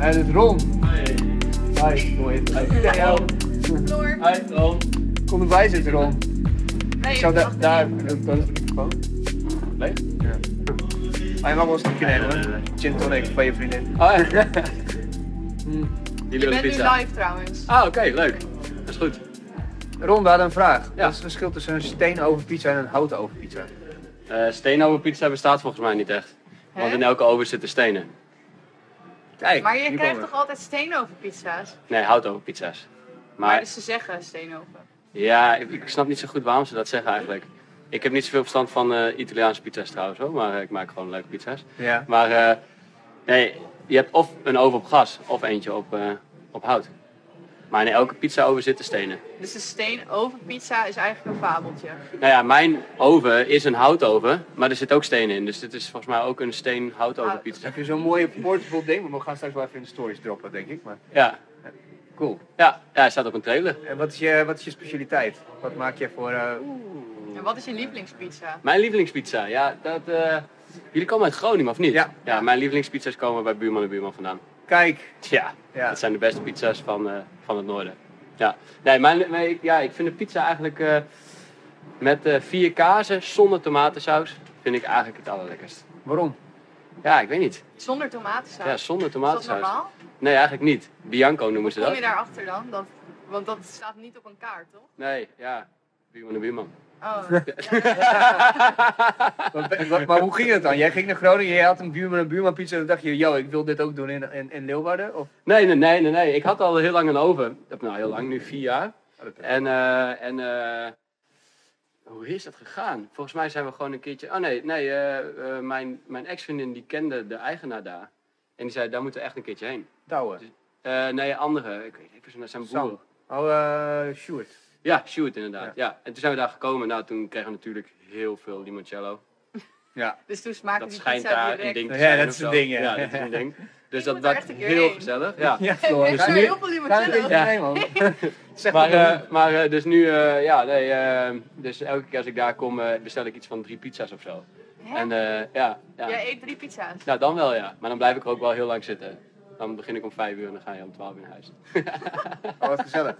[SPEAKER 1] En het Ron. Hi. Hi, hoe heet het?
[SPEAKER 5] Floor.
[SPEAKER 1] Kom erbij zitten, Ron.
[SPEAKER 5] Nee,
[SPEAKER 1] Ik zou daar,
[SPEAKER 5] wacht.
[SPEAKER 1] daar, een dat is de microfoon. Nee? Ja. Maar je mag wel een stukje nemen, hoor. Gin tonic van je vriendin. (laughs) Ah,
[SPEAKER 9] Die
[SPEAKER 5] Oh, je
[SPEAKER 9] willen
[SPEAKER 5] bent nu
[SPEAKER 9] pizza.
[SPEAKER 5] live trouwens.
[SPEAKER 1] Oh,
[SPEAKER 9] Ah, oké, leuk. Dat is goed.
[SPEAKER 1] Ron, we hadden een vraag. Wat
[SPEAKER 9] Ja.
[SPEAKER 1] is het verschil tussen een steenoven pizza en een houten oven pizza?
[SPEAKER 9] Eh steenoven pizza bestaat volgens mij niet echt. Want
[SPEAKER 5] Hè?
[SPEAKER 9] in elke oven zitten stenen.
[SPEAKER 1] Kijk,
[SPEAKER 5] Maar je
[SPEAKER 1] nu
[SPEAKER 5] krijgt
[SPEAKER 1] komen
[SPEAKER 5] toch altijd steenovenpizza's?
[SPEAKER 9] Nee, houtoven pizza's.
[SPEAKER 5] Maar
[SPEAKER 9] Maar
[SPEAKER 5] dus ze zeggen steenoven.
[SPEAKER 9] ja, ik, ik snap niet zo goed waarom ze dat zeggen eigenlijk. Ik heb niet zoveel verstand van eh, Italiaanse pizza's trouwens, hoor, maar eh, ik maak gewoon leuke pizza's.
[SPEAKER 1] Ja.
[SPEAKER 9] Maar eh, nee, je hebt of een oven op gas of eentje op, eh, op hout. Maar in elke pizzaoven zitten stenen.
[SPEAKER 5] Dus de steen over pizza is eigenlijk een fabeltje.
[SPEAKER 9] Nou ja, mijn oven is een houtoven, maar er zit ook stenen in. Dus dit is volgens mij ook een steen houtoven pizza.
[SPEAKER 1] Heb je zo'n mooie portable ding? We gaan straks wel even in de stories droppen, denk ik. Maar
[SPEAKER 9] Ja,
[SPEAKER 1] cool.
[SPEAKER 9] ja, ja hij staat op een trailer.
[SPEAKER 1] En wat is je, wat is je specialiteit? Wat maak je voor... eh,
[SPEAKER 5] En wat is je lievelingspizza?
[SPEAKER 9] Mijn lievelingspizza, ja, dat... eh, jullie komen uit Groningen, of niet?
[SPEAKER 1] Ja.
[SPEAKER 9] mijn lievelingspizza's komen bij buurman en buurman vandaan.
[SPEAKER 1] Kijk,
[SPEAKER 9] Ja,
[SPEAKER 1] Ja.
[SPEAKER 9] dat zijn de beste pizza's van, eh, van het noorden. Ja, nee, mijn, mijn- ja, ik vind de pizza eigenlijk eh, met eh, vier kazen zonder tomatensaus... vind ik eigenlijk het allerlekkerst.
[SPEAKER 1] waarom?
[SPEAKER 9] Ja, ik weet niet.
[SPEAKER 5] Zonder tomatensaus.
[SPEAKER 9] Ja, zonder
[SPEAKER 5] is dat
[SPEAKER 9] tomatensaus.
[SPEAKER 5] normaal?
[SPEAKER 9] Nee, eigenlijk niet. Bianco noemen ze
[SPEAKER 5] Kom je
[SPEAKER 9] dat.
[SPEAKER 5] daarachter dan? Dat, want dat staat niet op een kaart, toch?
[SPEAKER 9] Nee, ja. Buurman en
[SPEAKER 1] (laughs)
[SPEAKER 9] buurman.
[SPEAKER 5] Oh,
[SPEAKER 1] Wat- eh, wat- maar hoe ging het dan? Jij ging naar Groningen, jij had een buurman en buurman pizza en dan dacht je, yo, ik wil dit ook doen in, in, in Leeuwarden? Of?
[SPEAKER 9] Nee, nee, nee, nee, nee. Ik had al heel lang een oven. Of Nou, heel lang, nu vier jaar.
[SPEAKER 1] Oh,
[SPEAKER 9] En, eh, en eh, hoe is dat gegaan? Volgens mij zijn we gewoon een keertje. Oh nee, nee, eh, eh, mijn, mijn ex-vriendin die kende de eigenaar daar. En die zei, daar moeten we echt een keerertje heen.
[SPEAKER 1] Douwen.
[SPEAKER 9] Eh, nee, andere. Ik weet even, dat zijn
[SPEAKER 1] Sam.
[SPEAKER 9] boeren.
[SPEAKER 1] Oh, eh Sjoerd.
[SPEAKER 9] Ja, Sjoerd inderdaad. Ja. En toen zijn we daar gekomen. Nou, toen kregen we natuurlijk heel veel limoncello.
[SPEAKER 5] dus toen smaakte
[SPEAKER 9] Dat
[SPEAKER 5] die
[SPEAKER 9] schijnt
[SPEAKER 5] pizza
[SPEAKER 9] daar
[SPEAKER 5] direct.
[SPEAKER 9] een ding te
[SPEAKER 1] Ja,
[SPEAKER 9] zijn.
[SPEAKER 1] dat
[SPEAKER 9] of
[SPEAKER 1] is een
[SPEAKER 9] zo.
[SPEAKER 1] ding, ja.
[SPEAKER 9] dat is een
[SPEAKER 5] (laughs)
[SPEAKER 9] ding. Dus
[SPEAKER 5] Ik
[SPEAKER 9] dat,
[SPEAKER 5] moet daar
[SPEAKER 9] dat
[SPEAKER 5] echt een keer
[SPEAKER 9] heel
[SPEAKER 5] heen.
[SPEAKER 9] gezellig. Ja. dus
[SPEAKER 1] Ja,
[SPEAKER 5] (laughs) Ja,
[SPEAKER 1] Floor.
[SPEAKER 5] ik zou
[SPEAKER 9] nu-
[SPEAKER 5] heel veel
[SPEAKER 1] Ga er
[SPEAKER 5] limoncello.
[SPEAKER 1] even
[SPEAKER 9] Ja.
[SPEAKER 1] heen, man. Zeg
[SPEAKER 9] Maar,
[SPEAKER 1] het
[SPEAKER 9] eh, maar eh, dus nu, eh, ja, nee, eh, dus elke keer als ik daar kom, eh, bestel ik iets van drie pizza's of zo.
[SPEAKER 5] Hè?
[SPEAKER 9] En eh, ja, ja.
[SPEAKER 5] Jij eet drie pizza's.
[SPEAKER 9] Nou, dan wel ja. Maar dan blijf ik er ook wel heel lang zitten. Dan begin ik om vijf uur en dan ga je om twaalf uur naar huis.
[SPEAKER 1] Oh, wat gezellig.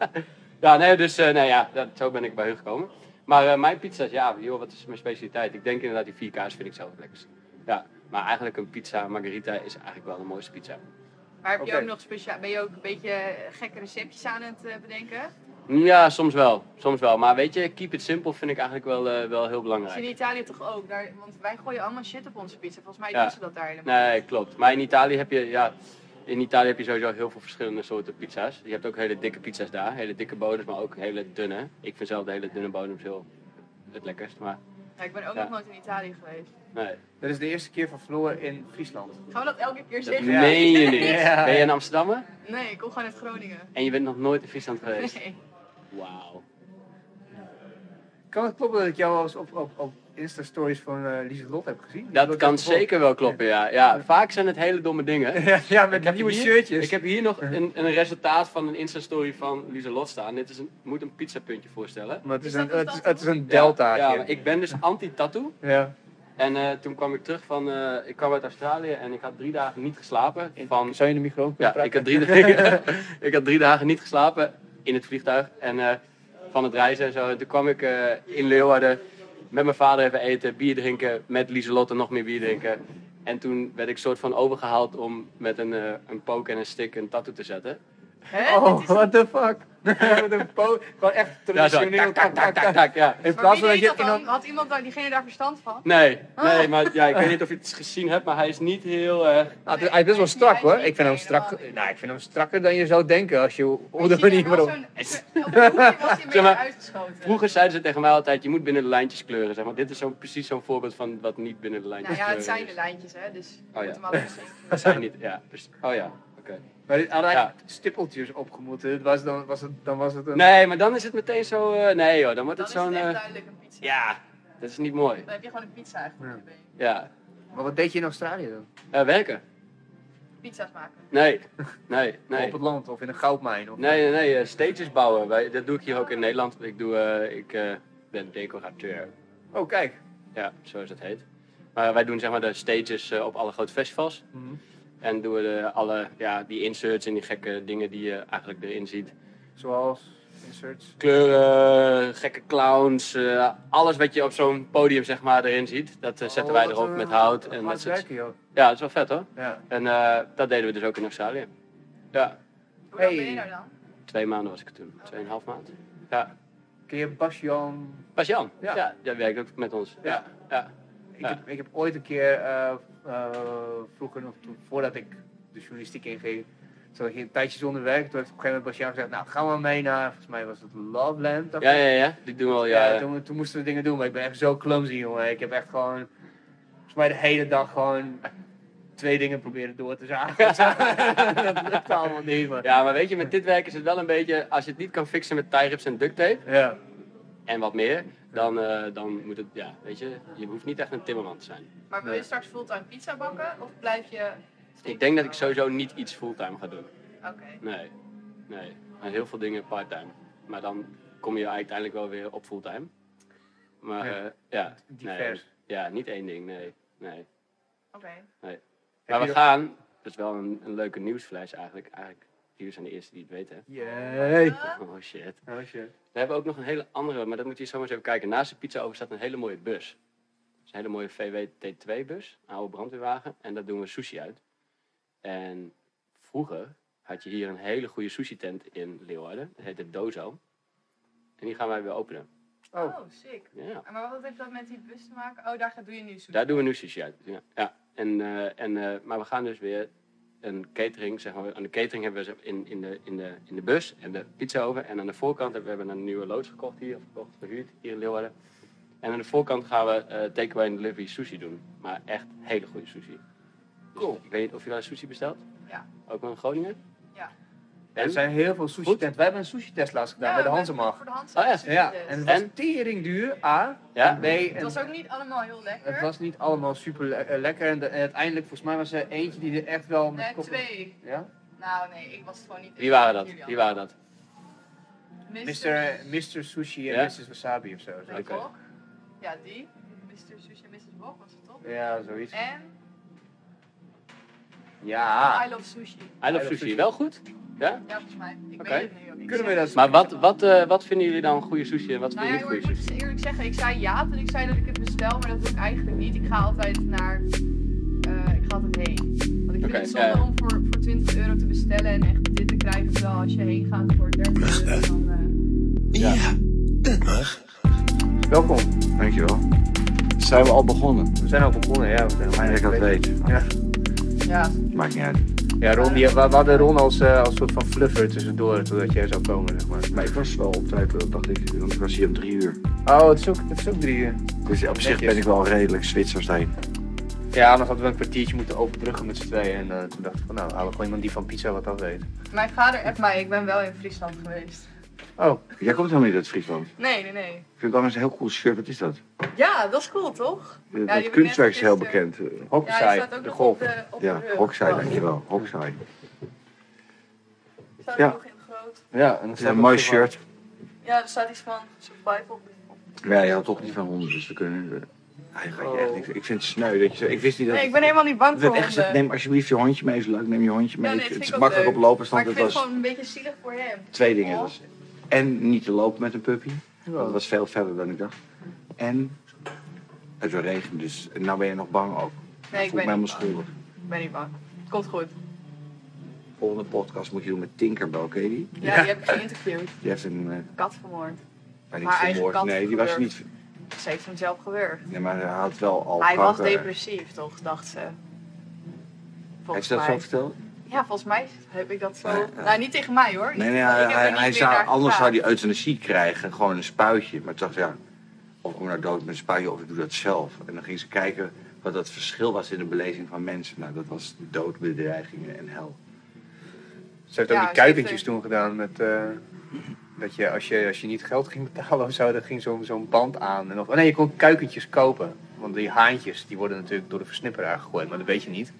[SPEAKER 9] Ja, nee, dus eh, nee, ja, dat, zo ben ik bij hun gekomen. Maar eh, mijn pizza's, ja, joh, wat is mijn specialiteit? Ik denk inderdaad die vier kaas vind ik zelf het lekkerst. Ja, maar eigenlijk een pizza margarita is eigenlijk wel de mooiste pizza.
[SPEAKER 5] Maar heb je
[SPEAKER 1] Oké.
[SPEAKER 5] ook nog speciaal, ben je ook een beetje gekke receptjes aan het eh, bedenken?
[SPEAKER 9] Ja, soms wel. Soms wel. Maar weet je, keep it simple vind ik eigenlijk wel, eh, wel heel
[SPEAKER 5] Dat is
[SPEAKER 9] belangrijk.
[SPEAKER 5] in Italië toch ook? Daar, want wij gooien allemaal shit op onze pizza. Volgens mij
[SPEAKER 9] Ja.
[SPEAKER 5] doen ze dat daar helemaal.
[SPEAKER 9] Nee, klopt. Maar in Italië heb je, ja, in Italië heb je sowieso heel veel verschillende soorten pizza's. Je hebt ook hele dikke pizza's daar, hele dikke bodems, maar ook hele dunne. Ik vind zelf de hele dunne bodems heel het lekkerst, maar
[SPEAKER 5] Ja, ik ben ook
[SPEAKER 9] Ja.
[SPEAKER 5] nog nooit in Italië geweest.
[SPEAKER 9] nee.
[SPEAKER 1] Dat is de eerste keer van Floor in Friesland.
[SPEAKER 5] Gaan we dat elke keer
[SPEAKER 9] Dat
[SPEAKER 5] zeggen?
[SPEAKER 9] meen je niet.
[SPEAKER 1] (laughs) Ja.
[SPEAKER 9] Ben je een Amsterdammer
[SPEAKER 5] Nee, ik kom gewoon uit Groningen.
[SPEAKER 9] en je bent nog nooit in Friesland
[SPEAKER 5] (laughs)
[SPEAKER 9] geweest?
[SPEAKER 5] Nee.
[SPEAKER 9] Wauw.
[SPEAKER 1] Kan het kloppen dat ik jou al eens op, op, op Insta-stories van eh Lieselot heb gezien?
[SPEAKER 9] Dat kan
[SPEAKER 1] heb ik
[SPEAKER 9] zeker wel kloppen, ja. ja. Vaak zijn het hele domme dingen.
[SPEAKER 1] gevolgd. (laughs) Ja, met
[SPEAKER 9] Ik heb
[SPEAKER 1] nieuwe
[SPEAKER 9] hier-
[SPEAKER 1] shirtjes.
[SPEAKER 9] Ik heb hier nog een, een resultaat van een Insta-story van Lieselot staan. Dit is een, moet een pizzapuntje voorstellen.
[SPEAKER 1] Maar het is
[SPEAKER 5] Is dat
[SPEAKER 1] een, het
[SPEAKER 5] een
[SPEAKER 1] is, het is een
[SPEAKER 9] Delta.
[SPEAKER 1] delta.
[SPEAKER 9] Ja, maar ik ben dus anti-tattoo.
[SPEAKER 1] Ja.
[SPEAKER 9] En eh, toen kwam ik terug van, eh, ik kwam uit Australië en ik had drie dagen niet geslapen. Van,
[SPEAKER 1] Zou je in de microfoon
[SPEAKER 9] ja, ik had, drie, ik had drie dagen (laughs) niet geslapen in het vliegtuig en eh, van het reizen en zo. En toen kwam ik eh, in Leeuwarden met mijn vader even eten, bier drinken, met Lieselotte nog meer bier drinken. En toen werd ik soort van overgehaald om met een, eh, een pook en een stick een tattoo te zetten.
[SPEAKER 5] Hè?
[SPEAKER 1] Oh, what the fuck? (laughs) Met een po- Gewoon echt
[SPEAKER 9] Ja, zo,
[SPEAKER 1] traditioneel.
[SPEAKER 9] tak, tak, tak, tak, tak, ja.
[SPEAKER 1] In
[SPEAKER 5] Maar
[SPEAKER 1] plaats van
[SPEAKER 5] wie
[SPEAKER 1] dat
[SPEAKER 5] deed
[SPEAKER 1] je
[SPEAKER 5] dat dan?
[SPEAKER 1] iemand...
[SPEAKER 5] Had iemand daar, diegene daar verstand van?
[SPEAKER 9] Nee,
[SPEAKER 5] Oh.
[SPEAKER 9] nee, maar ja, ik weet niet of je het gezien hebt, maar hij is niet heel erg...
[SPEAKER 1] Ah, het is- hij is best wel strak hoor. Ik vind hem strak.
[SPEAKER 5] Helemaal niet.
[SPEAKER 1] Nou, ik vind hem strakker dan je zou denken als je op de
[SPEAKER 5] Ik zie
[SPEAKER 1] manier
[SPEAKER 5] er wel
[SPEAKER 1] waarop.
[SPEAKER 9] (laughs)
[SPEAKER 5] zo'n- Op een hoekje was hij een beetje
[SPEAKER 9] maar,
[SPEAKER 5] uitgeschoten.
[SPEAKER 9] Vroeger zeiden ze tegen mij altijd, je moet binnen de lijntjes kleuren. Zeg maar. Dit is zo, precies zo'n voorbeeld van wat niet binnen de
[SPEAKER 5] Nou
[SPEAKER 9] lijntjes
[SPEAKER 5] ja,
[SPEAKER 9] kleuren
[SPEAKER 5] het zijn de
[SPEAKER 9] is.
[SPEAKER 5] lijntjes, hè, dus je
[SPEAKER 9] Oh ja.
[SPEAKER 5] moet
[SPEAKER 9] (laughs)
[SPEAKER 5] hem altijd zien.
[SPEAKER 9] Het zijn niet, ja. precies. Oh ja, oké.
[SPEAKER 1] Maar dit hadden
[SPEAKER 9] Ja.
[SPEAKER 1] eigenlijk stippeltjes opgemoeten. Het was dan, was het, dan was het een.
[SPEAKER 9] Nee, maar dan is het meteen zo... eh, nee joh, dan wordt
[SPEAKER 5] Dan
[SPEAKER 9] het
[SPEAKER 5] is het
[SPEAKER 9] zo'n...
[SPEAKER 5] echt
[SPEAKER 9] eh,
[SPEAKER 5] duidelijk een pizza.
[SPEAKER 9] ja, dat is niet mooi.
[SPEAKER 5] Dan heb je gewoon een pizza eigenlijk in je been.
[SPEAKER 9] Ja.
[SPEAKER 1] Maar wat deed je in Australië dan?
[SPEAKER 9] Eh, werken?
[SPEAKER 5] Pizza's maken.
[SPEAKER 9] Nee, nee, nee.
[SPEAKER 1] Op het land of in een goudmijn? Of...
[SPEAKER 9] Nee, nee, nee, eh, stages bouwen. Wij, dat doe ik hier ook in Nederland. Ik, doe, eh, ik eh, ben decorateur.
[SPEAKER 1] Oh, kijk.
[SPEAKER 9] Ja, zoals het heet. Maar wij doen zeg maar de stages eh, op alle grote festivals.
[SPEAKER 1] Mhm.
[SPEAKER 9] En doen we de, alle, ja, die inserts en die gekke dingen die je eigenlijk erin ziet.
[SPEAKER 1] Zoals inserts.
[SPEAKER 9] Kleuren, gekke clowns, eh, alles wat je op zo'n podium zeg maar erin ziet. Dat eh, zetten
[SPEAKER 1] Oh,
[SPEAKER 9] wij
[SPEAKER 1] wat
[SPEAKER 9] erop
[SPEAKER 1] een-
[SPEAKER 9] met hout. En dat
[SPEAKER 1] Hard
[SPEAKER 9] soort...
[SPEAKER 1] werken, joh.
[SPEAKER 9] Ja, dat is wel vet hoor.
[SPEAKER 1] Ja.
[SPEAKER 9] En eh, dat deden we dus ook in Australië. Ja,
[SPEAKER 5] Hoe lang
[SPEAKER 1] Hey.
[SPEAKER 5] ben je daar dan?
[SPEAKER 9] twee maanden was ik er toen. Tweeënhalf maand. Ja.
[SPEAKER 1] Ken je Basjan?
[SPEAKER 9] Pas Jan, ja.
[SPEAKER 1] Ja.
[SPEAKER 9] jij werkt ook met ons. Ja.
[SPEAKER 1] Ja.
[SPEAKER 9] ja.
[SPEAKER 1] Ik,
[SPEAKER 9] Ja.
[SPEAKER 1] heb, ik heb ooit een keer eh, eh, vroeger, nog toen, voordat ik de journalistiek inging, Toen was je een tijdje zonder werk. Toen heeft op een gegeven moment Bastiaan gezegd, nou gaan we mee naar, volgens mij was het Loveland. dacht
[SPEAKER 9] Ja,
[SPEAKER 1] ik.
[SPEAKER 9] ja, ja. Die doen we al
[SPEAKER 1] Ja,
[SPEAKER 9] jaren.
[SPEAKER 1] toen, toen moesten we dingen doen, maar ik ben echt zo clumsy, jongen. Ik heb echt gewoon, volgens mij de hele dag gewoon twee dingen proberen door te (laughs) zagen. dat lukt allemaal niet, maar...
[SPEAKER 9] Ja, maar weet je, met dit werk is het wel een beetje... Als je het niet kan fixen met tie rips en duct tape...
[SPEAKER 1] Ja.
[SPEAKER 9] en wat meer, dan, eh, dan moet het... Ja, weet je, je hoeft niet echt een timmerman te zijn.
[SPEAKER 5] Maar wil je straks fulltime pizza bakken? Of blijf je...
[SPEAKER 9] Ik denk dat ik sowieso niet iets fulltime ga doen.
[SPEAKER 5] Oké.
[SPEAKER 9] Nee, nee. En heel veel dingen parttime. Maar dan kom je uiteindelijk wel weer op fulltime. Maar
[SPEAKER 1] Ja.
[SPEAKER 9] ja, ja nee.
[SPEAKER 1] Divers.
[SPEAKER 9] Ja, niet één ding, nee. nee.
[SPEAKER 5] Oké.
[SPEAKER 9] Maar
[SPEAKER 1] je
[SPEAKER 9] we
[SPEAKER 1] nog-
[SPEAKER 9] gaan, dat is wel een, een leuke nieuwsflash eigenlijk. Eigenlijk, jullie zijn de eerste die het weten.
[SPEAKER 1] Jee.
[SPEAKER 9] hè. Oh shit.
[SPEAKER 1] Oh shit.
[SPEAKER 9] We hebben ook nog een hele andere, maar dat moet je zomaar eens even kijken. Naast de pizza over staat een hele mooie bus. Het is een hele mooie VWT2-bus, een oude brandweerwagen. En daar doen we sushi uit. En vroeger had je hier een hele goede sushi-tent in Leeuwarden. Dat heette Dozo. En die gaan wij weer openen.
[SPEAKER 5] Oh. sick.
[SPEAKER 9] Ja.
[SPEAKER 5] Maar wat heeft dat met die bus te maken? Oh, daar ga- doe je nu zoeken.
[SPEAKER 9] Daar doen we nu sushi uit. Ja. ja. En, eh, en, eh, maar we gaan dus weer een catering, zeg maar, aan de catering hebben we ze in, in, de, in, de, in de bus en de pizza over. En aan de voorkant hebben we hebben een nieuwe loods gekocht hier, of gekocht, verhuurd hier in Leeuwarden. En aan de voorkant gaan we eh takeaway en delivery sushi doen. Maar echt hele goede sushi. Dus
[SPEAKER 1] Cool.
[SPEAKER 9] Ik weet niet of je wel eens sushi bestelt?
[SPEAKER 5] Ja.
[SPEAKER 9] Ook wel in Groningen?
[SPEAKER 5] Ja.
[SPEAKER 1] Er
[SPEAKER 9] En?
[SPEAKER 1] zijn heel veel sushi
[SPEAKER 9] Goed.
[SPEAKER 1] tents. Wij hebben een sushi test laatst gedaan bij de Hansemag.
[SPEAKER 5] Voor de Hansemag.
[SPEAKER 9] Oh ja.
[SPEAKER 5] sushi
[SPEAKER 1] Ja,
[SPEAKER 5] dus.
[SPEAKER 1] en het was
[SPEAKER 9] En?
[SPEAKER 1] tering duur, A.
[SPEAKER 9] Ja?
[SPEAKER 1] B. En
[SPEAKER 5] Het was ook niet allemaal heel lekker.
[SPEAKER 1] het was niet allemaal super le- eh, lekker. En, de- en uiteindelijk, volgens mij was er eentje die er echt wel met
[SPEAKER 5] Nee,
[SPEAKER 1] kop-
[SPEAKER 5] twee.
[SPEAKER 1] Ja?
[SPEAKER 5] Nou nee, ik was het gewoon niet.
[SPEAKER 9] Wie waren dat?
[SPEAKER 5] Julian.
[SPEAKER 9] Wie waren dat?
[SPEAKER 5] Mr.
[SPEAKER 1] Mr. Mr. Sushi en
[SPEAKER 9] Ja?
[SPEAKER 1] Mrs. Wasabi of zo. zo.
[SPEAKER 9] Oké.
[SPEAKER 5] Wok. Ja, die. Mr. Sushi en Mrs. Wok was het toch?
[SPEAKER 1] Ja, zoiets.
[SPEAKER 5] En
[SPEAKER 1] Ja.
[SPEAKER 5] I Love Sushi.
[SPEAKER 9] Ah. I love sushi. Wel goed? Ja?
[SPEAKER 5] Ja, volgens mij. Ik
[SPEAKER 9] Oké.
[SPEAKER 5] weet het nu ook niet.
[SPEAKER 1] Kunnen we dat
[SPEAKER 9] Maar wat, wat, eh, wat vinden jullie dan goede sushi en wat
[SPEAKER 5] Nou
[SPEAKER 9] vinden
[SPEAKER 5] ja,
[SPEAKER 9] jullie
[SPEAKER 5] joh,
[SPEAKER 9] niet
[SPEAKER 5] ik
[SPEAKER 9] goede
[SPEAKER 5] moet
[SPEAKER 9] sushi?
[SPEAKER 5] dus eerlijk zeggen, ik zei ja toen ik zei dat ik het bestel, maar dat doe ik eigenlijk niet. Ik ga altijd naar, eh, ik ga altijd heen. Want ik vind
[SPEAKER 9] Oké,
[SPEAKER 5] het zonde
[SPEAKER 9] ja.
[SPEAKER 5] om voor, voor 20 euro te bestellen en echt dit te krijgen, terwijl als je heen gaat voor 30 euro, dan... eh,
[SPEAKER 9] Ja.
[SPEAKER 8] Ja, dat mag.
[SPEAKER 1] Welkom.
[SPEAKER 10] Dankjewel. Zijn we al begonnen?
[SPEAKER 1] We zijn al begonnen, ja. We zijn al
[SPEAKER 10] Maar ik dat weet.
[SPEAKER 1] Ja.
[SPEAKER 5] ja,
[SPEAKER 10] Maakt niet uit.
[SPEAKER 1] Ja, Ron, die, we, we hadden Ron als, eh, als soort van fluffer tussendoor, totdat jij zou komen, zeg maar.
[SPEAKER 10] Maar ik was wel op tijd, dat dacht ik. Want ik was hier om drie uur.
[SPEAKER 1] Oh, het is ook, het is ook drie uur.
[SPEAKER 10] Dus op zich
[SPEAKER 1] Netjes.
[SPEAKER 10] ben ik wel redelijk Zwitsers heen.
[SPEAKER 1] Ja, anders hadden we een kwartiertje moeten overbruggen met z'n tweeën. En eh, toen dacht ik van, nou, halen we gewoon iemand die van pizza wat af weet.
[SPEAKER 5] mijn vader appt mij, ik ben wel in Friesland geweest.
[SPEAKER 1] Oh,
[SPEAKER 10] Jij komt helemaal niet uit Friesland. Ik
[SPEAKER 5] Nee, nee, nee.
[SPEAKER 10] vind het anders een heel cool shirt. Wat is dat?
[SPEAKER 5] Ja, dat is cool, toch?
[SPEAKER 10] Het
[SPEAKER 5] hebben we
[SPEAKER 10] kunstwerk is
[SPEAKER 5] net
[SPEAKER 10] heel
[SPEAKER 5] gisteren-
[SPEAKER 10] bekend. Eh,
[SPEAKER 5] Ja, hij
[SPEAKER 1] Hokkensai,
[SPEAKER 5] staat ook
[SPEAKER 1] de
[SPEAKER 5] nog
[SPEAKER 1] golf.
[SPEAKER 5] op de, op de
[SPEAKER 10] Ja,
[SPEAKER 5] rug.
[SPEAKER 10] Hoksai,
[SPEAKER 5] Oh,
[SPEAKER 10] dankjewel. Hoksai.
[SPEAKER 5] Staat
[SPEAKER 10] Ja.
[SPEAKER 5] ook nog in groot.
[SPEAKER 1] Ja, en dat
[SPEAKER 10] Het is een mooi shirt.
[SPEAKER 5] Ja, er staat iets van survival.
[SPEAKER 10] Ja, je had toch niet van honden, dus we kunnen... eh, Hij gaat je echt niks. Ik vind het sneu dat je zo... Ik wist niet dat...
[SPEAKER 5] Oh. Nee, ik ben helemaal niet bang
[SPEAKER 10] dat
[SPEAKER 5] voor
[SPEAKER 10] het echt gezegd,
[SPEAKER 5] honden.
[SPEAKER 10] neem alsjeblieft je hondje mee, is leuk, neem je hondje mee.
[SPEAKER 5] Ja, nee, dat
[SPEAKER 10] het
[SPEAKER 5] vind
[SPEAKER 10] is
[SPEAKER 5] ik ook
[SPEAKER 10] makkelijk
[SPEAKER 5] leuk.
[SPEAKER 10] op lopen
[SPEAKER 5] Maar
[SPEAKER 10] stand,
[SPEAKER 5] ik
[SPEAKER 10] dat
[SPEAKER 5] vind het
[SPEAKER 10] was
[SPEAKER 5] gewoon een beetje zielig voor hem.
[SPEAKER 10] twee dingen.
[SPEAKER 5] Oh.
[SPEAKER 10] Dat is- en niet te lopen met een puppy, dat was veel verder dan ik dacht. En het wil regenen, dus nou ben je nog bang ook.
[SPEAKER 5] Nee, ik
[SPEAKER 10] voel me
[SPEAKER 5] ben
[SPEAKER 10] helemaal
[SPEAKER 5] niet bang.
[SPEAKER 10] schuldig.
[SPEAKER 5] Ik ben niet bang. Het komt goed.
[SPEAKER 10] Volgende podcast moet je doen met Tinkerbell, ken je die?
[SPEAKER 5] Ja, die heb ik geïnterviewd.
[SPEAKER 10] Die heeft een... eh,
[SPEAKER 5] Kat vermoord.
[SPEAKER 10] maar niet
[SPEAKER 5] Haar eigen
[SPEAKER 10] vermoord.
[SPEAKER 5] kat
[SPEAKER 10] Nee, die was
[SPEAKER 5] vermoord.
[SPEAKER 10] niet...
[SPEAKER 5] Ze heeft hem zelf gewurgd.
[SPEAKER 10] Nee, maar hij had wel al
[SPEAKER 5] Hij was
[SPEAKER 10] kanker.
[SPEAKER 5] depressief, toch? Dacht ze.
[SPEAKER 10] Heeft
[SPEAKER 5] Volgens
[SPEAKER 10] ze dat
[SPEAKER 5] mij.
[SPEAKER 10] zo verteld?
[SPEAKER 5] Ja, volgens mij heb ik dat zo.
[SPEAKER 10] Ja, ja.
[SPEAKER 5] Nou, niet tegen mij hoor.
[SPEAKER 10] Nee, nee,
[SPEAKER 5] Ik
[SPEAKER 10] hij,
[SPEAKER 5] heb er
[SPEAKER 10] hij,
[SPEAKER 5] niet
[SPEAKER 10] hij
[SPEAKER 5] meer
[SPEAKER 10] zou,
[SPEAKER 5] naar
[SPEAKER 10] anders zou
[SPEAKER 5] gevraagd.
[SPEAKER 10] hij euthanasie krijgen, gewoon een spuitje. Maar ik dacht, ja, of ik kom nou dood met een spuitje of ik doe dat zelf. En dan ging ze kijken wat dat verschil was in de beleving van mensen. Nou, dat was doodbedreigingen en hel.
[SPEAKER 1] Ze heeft
[SPEAKER 5] Ja,
[SPEAKER 1] ook
[SPEAKER 5] ze
[SPEAKER 1] die
[SPEAKER 5] heeft
[SPEAKER 1] kuikentjes
[SPEAKER 5] er-
[SPEAKER 1] toen gedaan met... eh, dat je als, je als je niet geld ging betalen of zo, dan ging zo'n zo'n band aan. En of, oh nee, je kon kuikentjes kopen. Want die haantjes, die worden natuurlijk door de versnipperaar gegooid, maar dat weet je niet.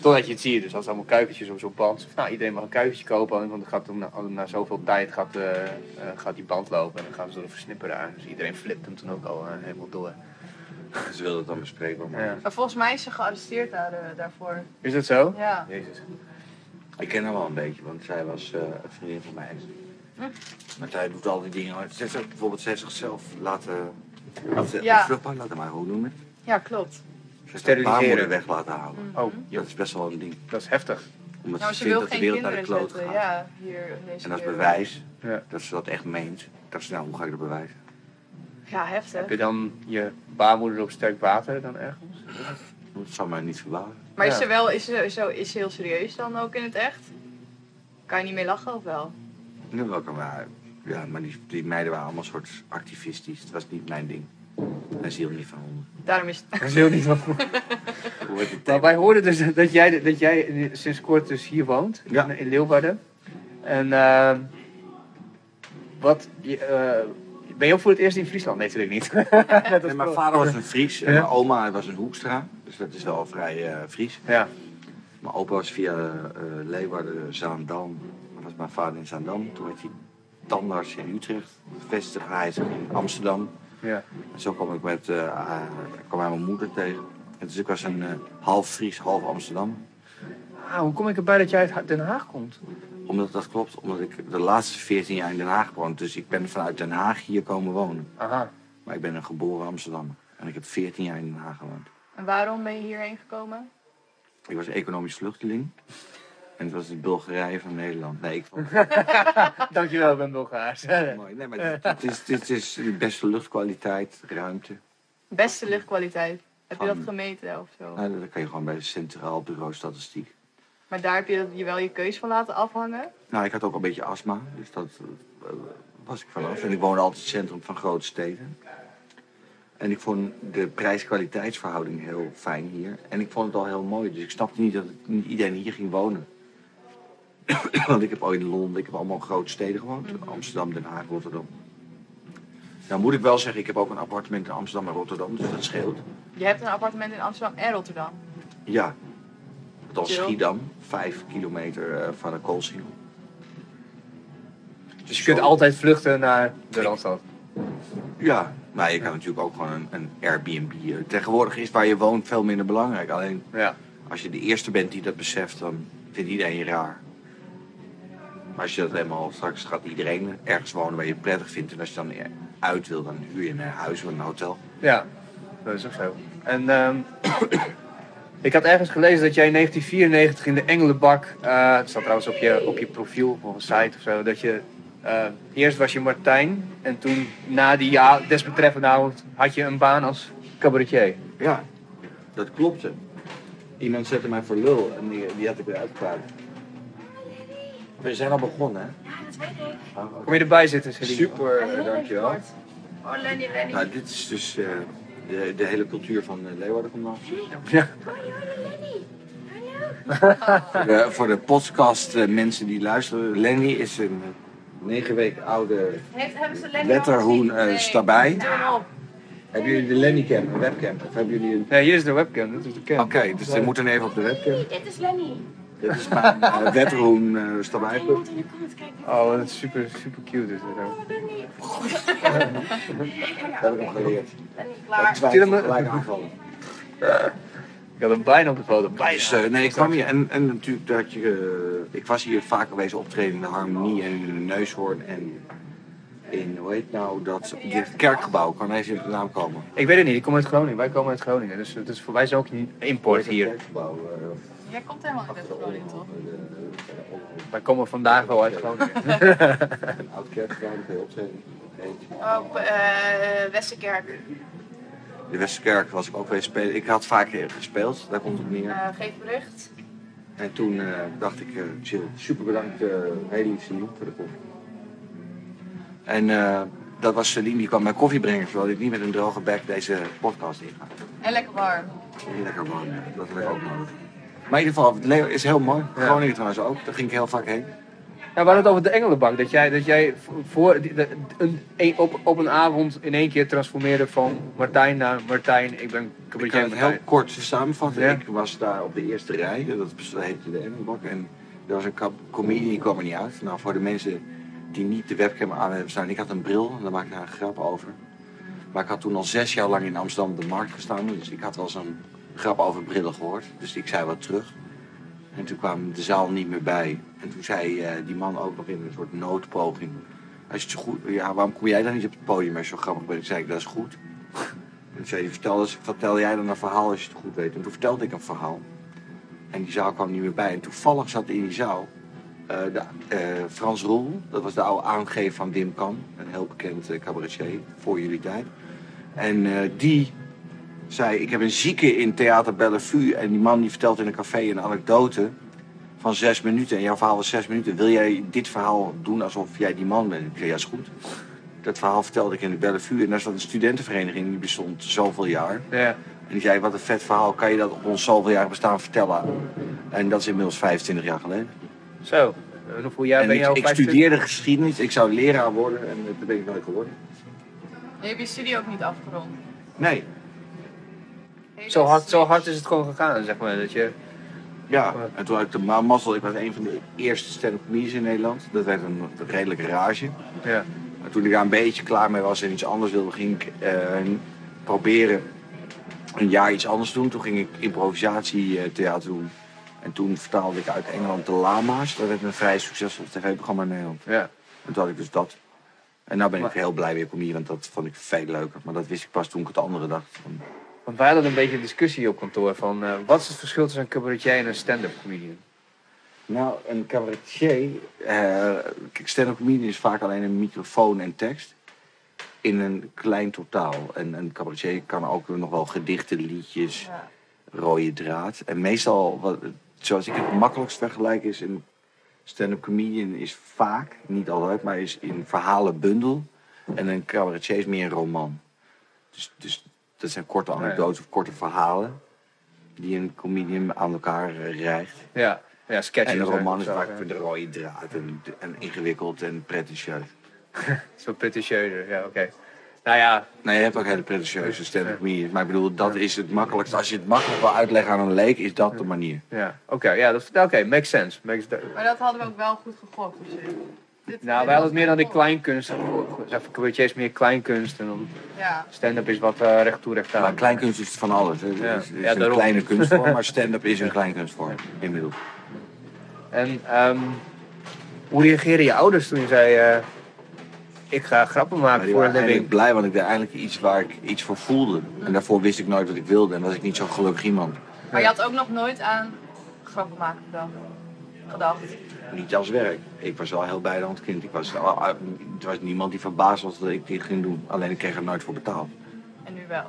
[SPEAKER 1] Totdat je het ziet, dus als allemaal kuikentjes op zo'n band. Of, nou, iedereen mag een kuikentje kopen, want dan gaat om, na, na zoveel tijd gaat, eh, eh, gaat die band lopen. En dan gaan ze door de versnipperaar. Dus iedereen flipt hem toen ook al eh, helemaal door.
[SPEAKER 10] Ze wilden het dan bespreken. Maar...
[SPEAKER 1] Ja.
[SPEAKER 5] Maar volgens mij is ze gearresteerd daar- eh, daarvoor.
[SPEAKER 1] Is dat zo?
[SPEAKER 5] Ja.
[SPEAKER 1] Jezus.
[SPEAKER 10] Ik ken haar wel een beetje, want zij was eh, een vriendin van mij.
[SPEAKER 5] Hm.
[SPEAKER 10] Maar zij doet al die dingen. Ze heeft ook bijvoorbeeld, ze heeft zichzelf laten... Of ze,
[SPEAKER 5] Ja.
[SPEAKER 10] ja. vruchtbaar laten maken, hoe noem je het?
[SPEAKER 5] Ja, klopt.
[SPEAKER 10] Ze heeft haar
[SPEAKER 1] Steriliseren.
[SPEAKER 10] baarmoeder weg laten halen.
[SPEAKER 1] Oh,
[SPEAKER 10] Dat is best wel een ding.
[SPEAKER 1] dat is heftig.
[SPEAKER 10] Omdat
[SPEAKER 5] Mm-hmm. Nou,
[SPEAKER 10] ze
[SPEAKER 5] ze
[SPEAKER 10] vindt
[SPEAKER 5] wil
[SPEAKER 10] dat de
[SPEAKER 5] geen
[SPEAKER 10] wereld naar de
[SPEAKER 5] kinderen
[SPEAKER 10] kloot
[SPEAKER 5] zetten.
[SPEAKER 10] gaat.
[SPEAKER 5] Ja, hier in deze
[SPEAKER 10] En als
[SPEAKER 5] wereld.
[SPEAKER 10] bewijs
[SPEAKER 1] Ja.
[SPEAKER 10] dat ze dat echt meent. Dat ze, nou, hoe ga ik dat bewijzen?
[SPEAKER 5] Ja, heftig.
[SPEAKER 1] Heb je dan je baarmoeder op sterk water dan ergens?
[SPEAKER 10] Dat zou mij niet verbazen.
[SPEAKER 5] Maar
[SPEAKER 1] Ja.
[SPEAKER 5] is ze wel, is ze, zo, is ze heel serieus dan ook in het echt? Kan je niet meer lachen of wel?
[SPEAKER 10] Nu welke maar. Ja, maar die, die meiden waren allemaal soort activistisch. Het was niet mijn ding. Hij hield niet van honden.
[SPEAKER 5] Daarom is het...
[SPEAKER 1] Dat is heel niet wat voor.
[SPEAKER 10] Hoe heet het?
[SPEAKER 1] Nou, wij hoorden dus dat jij, dat jij sinds kort dus hier woont,
[SPEAKER 10] Ja.
[SPEAKER 1] in, in Leeuwarden. En ehm, wat, je, eh, ben je ook voor het eerst in Friesland? Nee, natuurlijk
[SPEAKER 10] (laughs)
[SPEAKER 1] niet. Net als
[SPEAKER 10] Nee, mijn
[SPEAKER 1] Paul.
[SPEAKER 10] vader was een Fries en
[SPEAKER 1] Ja.
[SPEAKER 10] mijn oma was een Hoekstra. Dus dat is wel vrij eh, Fries.
[SPEAKER 1] Ja.
[SPEAKER 10] Mijn opa was via eh, Leeuwarden, Zaandam. Dan was mijn vader in Zaandam. Toen werd hij tandarts in Utrecht. Vestigde hij zich in Amsterdam.
[SPEAKER 1] Ja.
[SPEAKER 10] En zo kwam ik met, eh, eh, kwam hij mijn moeder tegen. En dus ik was een eh, half Fries, half Amsterdam.
[SPEAKER 1] Ah, hoe kom ik erbij dat jij uit Ha- Den Haag komt?
[SPEAKER 10] (laughs) Omdat dat klopt, omdat ik de laatste 14 jaar in Den Haag woon. Dus ik ben vanuit Den Haag hier komen wonen.
[SPEAKER 1] Aha.
[SPEAKER 10] Maar ik ben een geboren Amsterdammer. En ik heb 14 jaar in Den Haag gewoond.
[SPEAKER 5] (laughs) En waarom ben je hierheen gekomen?
[SPEAKER 10] Ik was economisch vluchteling. En het was het Bulgarije van Nederland. Nee, ik vond het
[SPEAKER 1] Dankjewel, ik ben Bulgaars.
[SPEAKER 10] wel mooi. Nee, maar het, het is, dit is de beste luchtkwaliteit, ruimte.
[SPEAKER 5] Beste luchtkwaliteit. Heb je dat
[SPEAKER 10] Van-
[SPEAKER 5] gemeten of zo?
[SPEAKER 10] Nou, dat kan je gewoon bij het Centraal Bureau Statistiek.
[SPEAKER 5] Maar daar heb je dat- je wel je keus van laten afhangen.
[SPEAKER 10] Nou, ik had ook een beetje astma, dus dat eh, was ik vanaf. En ik woonde altijd in het centrum van grote steden. En ik vond de prijs-kwaliteitsverhouding heel fijn hier. En ik vond het al heel mooi, dus ik snapte niet dat het- niet iedereen hier ging wonen. (coughs) Want ik heb ooit in Londen, ik heb allemaal in grote steden gewoond. Amsterdam, Den Haag, Rotterdam. Nou moet ik wel zeggen, ik heb ook een appartement in Amsterdam en Rotterdam, dus dat scheelt.
[SPEAKER 5] Je hebt een appartement in Amsterdam en Rotterdam.
[SPEAKER 10] Ja. Dat was
[SPEAKER 5] Chill.
[SPEAKER 10] Schiedam, vijf kilometer eh, van de koolsingel.
[SPEAKER 1] Dus je kunt altijd vluchten naar de Randstad.
[SPEAKER 10] Ja, maar je kan natuurlijk ook gewoon een, een Airbnb. eh, Tegenwoordig is waar je woont veel minder belangrijk. Alleen
[SPEAKER 1] Ja.
[SPEAKER 10] als je de eerste bent die dat beseft, dan vindt iedereen je raar. Maar als je dat helemaal straks gaat iedereen ergens wonen waar je het prettig vindt. En als je dan eh, uit wil, dan huur je een huis of een hotel.
[SPEAKER 1] Ja, dat is ook zo. En ehm, ik had ergens gelezen dat jij in 1994 in de Engelenbak, eh, het staat trouwens op je, op je profiel of op een site of zo, dat je eh, eerst was je Martijn en toen na die ja, desbetreffende avond had je een baan als cabaretier.
[SPEAKER 10] Ja, dat klopte. Iemand zette mij voor lul en die, die had ik weer uitgepraat. We zijn al begonnen, hè? Ja, dat
[SPEAKER 1] Kom je erbij zitten, Celine?
[SPEAKER 10] Super, eh, dankjewel.
[SPEAKER 5] Oh, Lenny, Lenny.
[SPEAKER 10] Nou, dit is dus eh, de, de hele cultuur van eh, Leeuwarden komt af.
[SPEAKER 1] Ja.
[SPEAKER 10] voor, de, voor de podcast eh, mensen die luisteren, Lenny is een eh, negen weken oude
[SPEAKER 5] Heeft, hebben ze
[SPEAKER 10] letterhoen eh stabij.
[SPEAKER 5] Turn op.
[SPEAKER 10] Hebben jullie de Lenny cam, een webcam? Of hebben jullie een...
[SPEAKER 1] Nee, hier is de webcam, dat is de
[SPEAKER 10] Oké,
[SPEAKER 1] cam.
[SPEAKER 10] dus we moeten even op de webcam.
[SPEAKER 11] Dit is Lenny.
[SPEAKER 10] Dit is mijn
[SPEAKER 1] (laughs)
[SPEAKER 10] eh, letterhoen eh stabij.
[SPEAKER 11] Je moet in de comments kijken.
[SPEAKER 1] Oh, dat is super, super cute dus, eh. is dit ook.
[SPEAKER 11] Lenny.
[SPEAKER 10] Dat heb ik hem geleerd.
[SPEAKER 5] Klaar.
[SPEAKER 10] Dat twijfel gelijk aanvallen.
[SPEAKER 1] Ik had hem bijna op de foto. Bijna.
[SPEAKER 10] Dus, eh, nee, ik kwam hier en, en natuurlijk dat je... eh, ik was hier vaker geweest optreden in de Harmonie en in de Neushoorn en in, hoe heet nou, dat dit kerkgebouw. Kan eens in de naam komen.
[SPEAKER 1] Ik weet het niet, ik kom uit Groningen, wij komen uit Groningen, dus het is voor wij zijn ook een import hier.
[SPEAKER 10] Kerkgebouw, eh,
[SPEAKER 5] Jij komt helemaal niet uit Groningen, toch?
[SPEAKER 1] Wij komen vandaag wel uit Groningen.
[SPEAKER 10] (laughs) Een oud kerkgebouw, daar kun je optreden.
[SPEAKER 4] Op eh Westerkerk.
[SPEAKER 10] De Westerkerk was ik ook weer spelen. Ik had vaak eh, gespeeld, daar komt het neer.
[SPEAKER 4] Eh geef bericht.
[SPEAKER 10] En toen eh, dacht ik, eh chill, super bedankt, eh heel lief Celine voor de koffie. En eh, dat was Celine, die kwam mij koffie brengen, terwijl ik niet met een droge bek deze podcast inga.
[SPEAKER 5] En lekker warm.
[SPEAKER 10] Heel lekker warm, ja. dat had ik ook nodig. Maar in ieder geval, het Leeuw is heel mooi. Groningen trouwens ook, daar ging ik heel vaak heen.
[SPEAKER 1] Ja, we hadden het over de Engelenbank. Dat jij, dat jij v- voor, die- de- een, een- op, op een avond in één keer transformeerde van Martijn naar Martijn. Ik ben
[SPEAKER 10] Ik kan
[SPEAKER 1] cabaretier
[SPEAKER 10] het heel
[SPEAKER 1] Martijn.
[SPEAKER 10] kort samenvatten.
[SPEAKER 1] Ja.
[SPEAKER 10] Ik was daar op de eerste rij, dat bes- heette de Engelbak. En er was een kap- comedian, die kwam er niet uit. Nou, voor de mensen die niet de webcam aan hebben staan, ik had een bril en daar maakte ik een grap over. Maar ik had toen al zes jaar lang in Amsterdam op de markt gestaan, dus ik had wel zo'n grap over brillen gehoord. Dus ik zei wat terug. En toen kwam de zaal niet meer bij. En toen zei eh, die man ook nog in een soort noodpoging. Als je het zo goed, ja, waarom kom jij dan niet op het podium als je zo grappig bent? Ik zei, dat is goed. En toen zei hij, vertel, eens- vertel jij dan een verhaal als je het goed weet. En toen vertelde ik een verhaal. En die zaal kwam niet meer bij. En toevallig zat in die zaal eh, de, eh, Frans Roel. Dat was de oude aangever van Wim Kam. Een heel bekend eh, cabaretier voor jullie tijd. En eh, die zei, ik heb een zieke in Theater Bellevue. En die man die vertelt in een café een anekdote van zes minuten. En jouw verhaal was zes minuten. Wil jij dit verhaal doen alsof jij die man bent? Ik zei, ja, is goed. Dat verhaal vertelde ik in de Bellevue. En daar zat een studentenvereniging die bestond zoveel jaar.
[SPEAKER 1] Ja.
[SPEAKER 10] En die zei, wat een vet verhaal. Kan je dat op ons zoveel jaar bestaan vertellen? En dat is inmiddels 25 jaar geleden.
[SPEAKER 1] Zo. En hoeveel jaar
[SPEAKER 10] en
[SPEAKER 1] ben
[SPEAKER 10] ik,
[SPEAKER 1] je al
[SPEAKER 10] ik
[SPEAKER 1] bij-
[SPEAKER 10] studeerde geschiedenis. Ik zou leraar worden. En dat ben ik nooit geworden.
[SPEAKER 5] Je hebt je studie ook niet afgerond.
[SPEAKER 10] Nee.
[SPEAKER 1] Zo hard, zo hard is het gewoon gegaan, zeg maar. Dat je...
[SPEAKER 10] Ja, en toen had ik de ma- mazzel, ik was een van de eerste stand-up comedians in Nederland. Dat werd een redelijke rage.
[SPEAKER 1] Ja.
[SPEAKER 10] Maar toen ik daar een beetje klaar mee was en iets anders wilde, ging ik eh, proberen een jaar iets anders te doen. Toen ging ik improvisatietheater doen. En toen vertaalde ik uit Engeland de Lama's. Dat werd een vrij succesvol tv-programma in Nederland.
[SPEAKER 1] Ja.
[SPEAKER 10] En toen had ik dus dat. En nou ben
[SPEAKER 1] Maar-
[SPEAKER 10] ik heel blij weer comedian, want dat vond ik veel leuker. Maar dat wist ik pas toen ik het andere dacht. Van,
[SPEAKER 1] Want wij hadden een beetje een discussie op kantoor van... eh, wat is het verschil tussen een cabaretier en een stand-up comedian?
[SPEAKER 10] Nou, een cabaretier. eh, Kijk, stand-up comedian is vaak alleen een microfoon en tekst. In een klein totaal. En een cabaretier kan ook nog wel gedichten, liedjes, rode draad. En meestal, wat, zoals ik het makkelijkst vergelijk, is een stand-up comedian is vaak, niet altijd, maar is in verhalenbundel. En een cabaretier is meer een roman. Dus, dus dat zijn korte anekdotes of korte verhalen die een comedian aan elkaar eh, rijgt.
[SPEAKER 1] Ja. Ja, sketches.
[SPEAKER 10] En een
[SPEAKER 1] hè,
[SPEAKER 10] roman is
[SPEAKER 1] zo,
[SPEAKER 10] vaak
[SPEAKER 1] ja.
[SPEAKER 10] voor de rode draad en, en ingewikkeld en pretentieus.
[SPEAKER 1] (laughs) Zo pretentieuzer, ja, oké. Nou ja,
[SPEAKER 10] Nou, je hebt ook hele pretentieuze stand-up comedians, maar ik bedoel, dat is het makkelijkst. Als je het makkelijk wil uitleggen aan een leek, is dat de manier.
[SPEAKER 1] ja. Oké, ja, dat nou, oké, makes sense. Makes
[SPEAKER 5] Maar dat hadden we ook wel goed gegokt op zich. Dit-
[SPEAKER 1] nou,
[SPEAKER 5] dit
[SPEAKER 1] wij hadden
[SPEAKER 5] was
[SPEAKER 1] het meer dan de
[SPEAKER 5] goed.
[SPEAKER 1] kleinkunst. Zeg, cabaretier is meer kleinkunst en dan
[SPEAKER 5] Ja.
[SPEAKER 1] stand-up is wat eh recht toe, recht aan.
[SPEAKER 10] Maar kleinkunst is van alles. hè. Het is, het is
[SPEAKER 1] Ja,
[SPEAKER 10] een
[SPEAKER 1] daarom.
[SPEAKER 10] kleine kunstvorm,
[SPEAKER 1] (laughs)
[SPEAKER 10] maar stand-up is een kleinkunstvorm inmiddels.
[SPEAKER 1] En ehm, hoe reageerden je ouders toen je zei... eh, ik ga grappen
[SPEAKER 10] Maar
[SPEAKER 1] maken
[SPEAKER 10] ik
[SPEAKER 1] voor een
[SPEAKER 10] was
[SPEAKER 1] living?
[SPEAKER 10] eigenlijk blij, want ik deed eigenlijk iets waar ik iets voor voelde. En daarvoor wist ik nooit wat ik wilde en was ik niet zo'n gelukkig iemand.
[SPEAKER 5] Maar je had ook nog nooit aan grappen maken gedacht. gedacht.
[SPEAKER 10] Niet als werk. Ik was wel heel bij de hand kind. Ik was, er was niemand die verbaasd was dat ik dit ging doen. Alleen ik kreeg er nooit voor betaald.
[SPEAKER 5] En nu wel.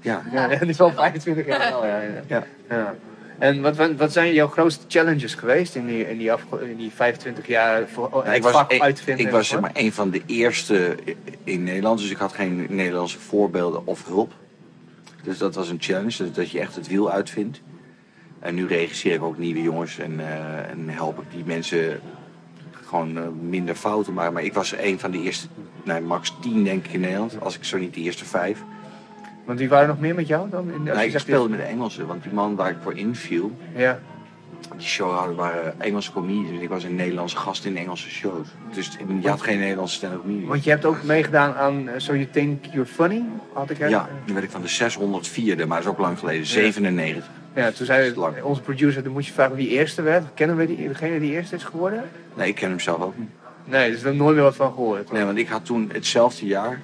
[SPEAKER 10] Ja.
[SPEAKER 1] Ja, dat is wel 25 jaar al, ja. ja.
[SPEAKER 10] Ja.
[SPEAKER 1] Ja. En wat, wat, wat zijn jouw grootste challenges geweest in die, in die, afge- in die 25 jaar voor,
[SPEAKER 10] Nou,
[SPEAKER 1] het
[SPEAKER 10] ik was,
[SPEAKER 1] vak
[SPEAKER 10] ik,
[SPEAKER 1] uitvinden?
[SPEAKER 10] ik was zeg maar een van de eerste i- in Nederland, dus ik had geen Nederlandse voorbeelden of hulp. Dus dat was een challenge, dat, dat je echt het wiel uitvindt. En nu regisseer ik ook nieuwe jongens en, eh, en help ik die mensen gewoon eh, minder fouten maken. Maar ik was een van de eerste, nee, max 10 denk ik in Nederland, als ik zo niet de eerste vijf.
[SPEAKER 1] Want wie waren nog meer met jou dan? In, als je
[SPEAKER 10] Nou, ik
[SPEAKER 1] zegt- eh,
[SPEAKER 10] speelde met de Engelsen, want die man waar ik voor inviel,
[SPEAKER 1] Ja.
[SPEAKER 10] die show hadden waren Engelse comedians. Ik was een Nederlandse gast in Engelse shows. Dus je had geen Nederlandse stand-up comedian.
[SPEAKER 1] Want je hebt ook meegedaan aan eh, So You Think You're Funny, had ik hè?
[SPEAKER 10] Ja, nu werd ik van de 604e, maar dat is ook lang geleden, 97.
[SPEAKER 1] Ja, toen
[SPEAKER 10] Dat is
[SPEAKER 1] zei
[SPEAKER 10] lang.
[SPEAKER 1] onze producer, dan moet je vragen wie eerste werd. Kennen we die, degene die eerste is geworden?
[SPEAKER 10] Nee, ik ken hem zelf ook niet.
[SPEAKER 1] Nee, dus daar heb ik nooit meer wat van gehoord.
[SPEAKER 10] Nee, want ik had toen hetzelfde jaar,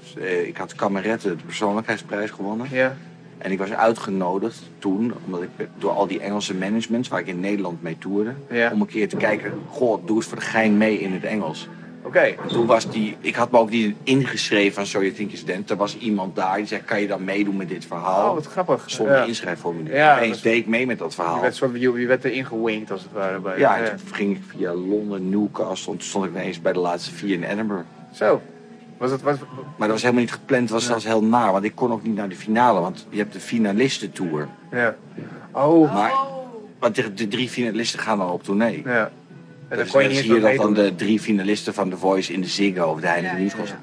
[SPEAKER 10] dus, eh, ik had Kamerette, de persoonlijkheidsprijs gewonnen.
[SPEAKER 1] Ja,
[SPEAKER 10] En ik was uitgenodigd toen, omdat ik eh, door al die Engelse managements waar ik in Nederland mee toerde,
[SPEAKER 1] Ja.
[SPEAKER 10] om een keer te kijken, goh, doe eens voor de gein mee in het Engels.
[SPEAKER 1] oké.
[SPEAKER 10] En toen was die, ik had me ook niet ingeschreven van So You Think Is Dent. Er was iemand daar die zei, kan je dan meedoen met dit verhaal?
[SPEAKER 1] Oh, wat grappig.
[SPEAKER 10] Zonder
[SPEAKER 1] ja.
[SPEAKER 10] inschrijfformulier.
[SPEAKER 1] Ja, dat
[SPEAKER 10] Opeens
[SPEAKER 1] is-
[SPEAKER 10] deed ik mee met dat verhaal.
[SPEAKER 1] Je werd, soort, je, je werd erin gewinkt als het ware. Bij,
[SPEAKER 10] Ja, en toen ging ik via Londen, Newcastle. En toen stond ik ineens bij de laatste vier in Edinburgh.
[SPEAKER 1] Zo. Was het, was,
[SPEAKER 10] Maar dat was helemaal niet gepland. Het was zelfs heel naar. Want ik kon ook niet naar de finale. Want je hebt de finalistentour.
[SPEAKER 1] ja. Oh,
[SPEAKER 10] Maar
[SPEAKER 5] Oh,
[SPEAKER 10] want de, de drie finalisten gaan dan op tournee.
[SPEAKER 1] Ja. En
[SPEAKER 10] Dus
[SPEAKER 1] dan kon je
[SPEAKER 10] dan
[SPEAKER 1] niet
[SPEAKER 10] zie je dat
[SPEAKER 1] eens
[SPEAKER 10] dan
[SPEAKER 1] wat
[SPEAKER 10] de drie finalisten van The Voice in de Ziggo of de Heineken
[SPEAKER 5] Ja, ja,
[SPEAKER 10] Musical.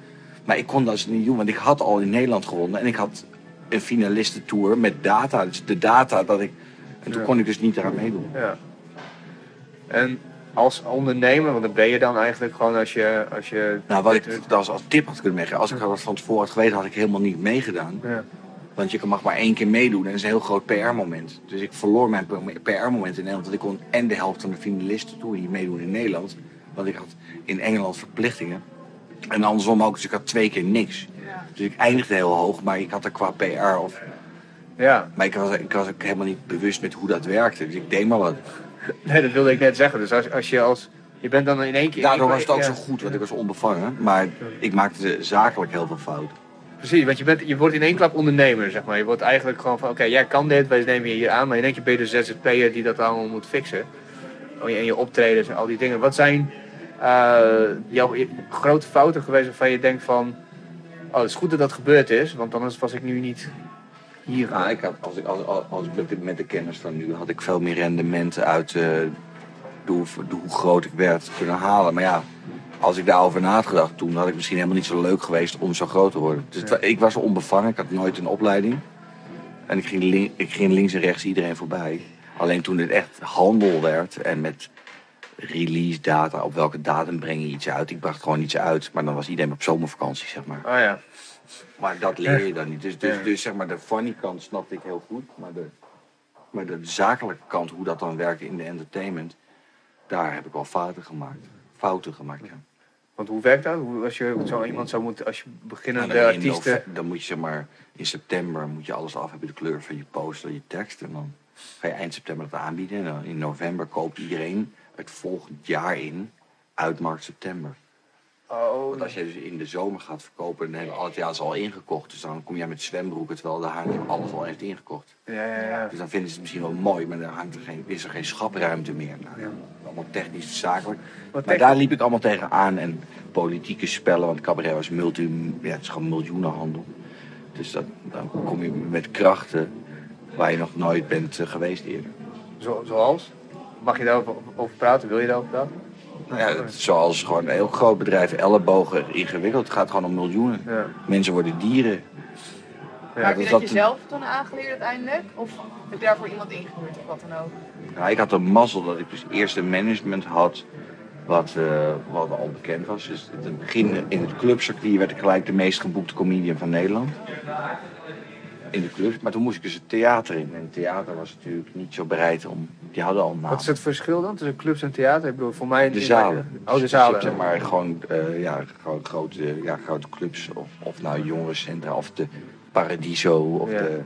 [SPEAKER 10] Maar ik kon dat dus niet doen. Want ik had al in Nederland gewonnen. En ik had een finalistentour met data. Dus de data dat ik... En toen
[SPEAKER 1] Ja.
[SPEAKER 10] kon ik dus niet eraan meedoen.
[SPEAKER 1] Ja. En als ondernemer, want dat ben je dan eigenlijk gewoon als je... Als je
[SPEAKER 10] Nou, wat ik als, als tip had kunnen meegeven, als ik dat van tevoren had geweten, had ik helemaal niet meegedaan.
[SPEAKER 1] Ja.
[SPEAKER 10] Want je mag maar één keer meedoen en dat is een heel groot PR-moment. Dus ik verloor mijn PR-moment in Nederland, want ik kon en de helft van de finalisten toe die meedoen in Nederland. Want ik had in Engeland verplichtingen. En andersom ook, dus ik had twee keer niks. Dus ik eindigde heel hoog, maar ik had er qua PR of...
[SPEAKER 1] ja.
[SPEAKER 10] Maar ik was, ik was ook helemaal niet bewust met hoe dat werkte, dus ik deed maar wat.
[SPEAKER 1] Nee, dat wilde ik net zeggen. Dus als, als je als... Je bent dan in één keer...
[SPEAKER 10] Daardoor was het ook
[SPEAKER 1] ja.
[SPEAKER 10] zo goed, want ik was onbevangen. Maar ik maakte zakelijk heel veel fouten.
[SPEAKER 1] Precies, want je, bent, je wordt in één klap ondernemer, zeg maar. Je wordt eigenlijk gewoon van, oké, jij kan dit, wij nemen je hier aan. Maar in één keer ben je de ZZP'er die dat allemaal moet fixen. Oh, je- En je optredens en al die dingen. Wat zijn eh, jouw i- grote fouten geweest waarvan je denkt van... Oh, het is goed dat dat gebeurd is, want anders was ik nu niet hier.
[SPEAKER 10] Nou, ik had, als ik, als, als, als ik met de- met de kennis van nu had ik veel meer rendement uit eh, de, hoe, de hoe groot ik werd kunnen halen. Maar ja, als ik daarover na had gedacht, toen had ik misschien helemaal niet zo leuk geweest om zo groot te worden. Dus het wa- ik was onbevangen, ik had nooit een opleiding. En ik ging, lin- ik ging links en rechts iedereen voorbij. Alleen toen het echt handel werd en met release data, op welke datum breng je iets uit. Ik bracht gewoon iets uit, maar dan was iedereen op zomervakantie, zeg maar.
[SPEAKER 1] Oh ja.
[SPEAKER 10] Maar dat leer je dan niet. Dus, dus,
[SPEAKER 1] Ja.
[SPEAKER 10] dus zeg maar, de funny kant snapte ik heel goed. Maar de, maar de zakelijke kant, hoe dat dan werkt in de entertainment, daar heb ik al fouten gemaakt. Fouten gemaakt, ja.
[SPEAKER 1] Want hoe werkt dat? Hoe, als je zo iemand zou moeten, als je
[SPEAKER 10] Nou,
[SPEAKER 1] beginnende
[SPEAKER 10] dan, in
[SPEAKER 1] artiesten...
[SPEAKER 10] nove- dan moet je zeg maar, in september moet je alles af hebben. De kleur van je poster, je tekst. En dan ga je eind september dat aanbieden. En dan in november koopt iedereen het volgend jaar in uit maart september.
[SPEAKER 1] Oh,
[SPEAKER 10] Want als je dus in de zomer gaat verkopen, dan hebben al het jaar ze al ingekocht. Dus dan kom jij met zwembroeken, terwijl de haar alles al heeft ingekocht.
[SPEAKER 1] ja, ja, ja.
[SPEAKER 10] Dus dan vinden ze het misschien wel mooi, maar dan hangt er geen, is er geen schapruimte meer. Nou, ja, Allemaal technisch, zakelijk. Maar
[SPEAKER 1] technisch-
[SPEAKER 10] daar liep ik allemaal tegen aan. En politieke spellen, want cabaret was multi, ja, het is gewoon miljoenenhandel. Dus dat, dan kom je met krachten waar je nog nooit bent eh, geweest eerder.
[SPEAKER 1] Zo, zoals? Mag je daarover over praten? Wil je daarover praten?
[SPEAKER 10] Nou ja, het is zoals gewoon een heel groot bedrijf, ellebogen, ingewikkeld. Het gaat gewoon om miljoenen.
[SPEAKER 1] Ja.
[SPEAKER 10] Mensen worden dieren.
[SPEAKER 1] Ja,
[SPEAKER 5] maar heb je
[SPEAKER 10] dus
[SPEAKER 5] dat
[SPEAKER 10] dat-
[SPEAKER 5] jezelf toen aangeleerd uiteindelijk? Of heb je daarvoor iemand ingehuurd of wat dan ook?
[SPEAKER 10] Nou, ik had een mazzel dat ik dus eerst een management had wat, eh, wat al bekend was. Dus in het begin in het clubcircuit werd ik gelijk de meest geboekte comedian van Nederland. In de clubs. Maar toen moest ik dus het theater in. En het theater was natuurlijk niet zo bereid om... Die hadden al een naam.
[SPEAKER 1] Wat is het verschil dan tussen clubs en theater? Ik bedoel, voor mij...
[SPEAKER 10] De zalen.
[SPEAKER 1] Oh, de
[SPEAKER 10] Dus
[SPEAKER 1] zalen.
[SPEAKER 10] je hebt, zeg maar gewoon, eh, ja, gewoon grote, ja, grote clubs. Of, of nou jongerencentra. Of de Paradiso. Of
[SPEAKER 1] Ja.
[SPEAKER 10] de...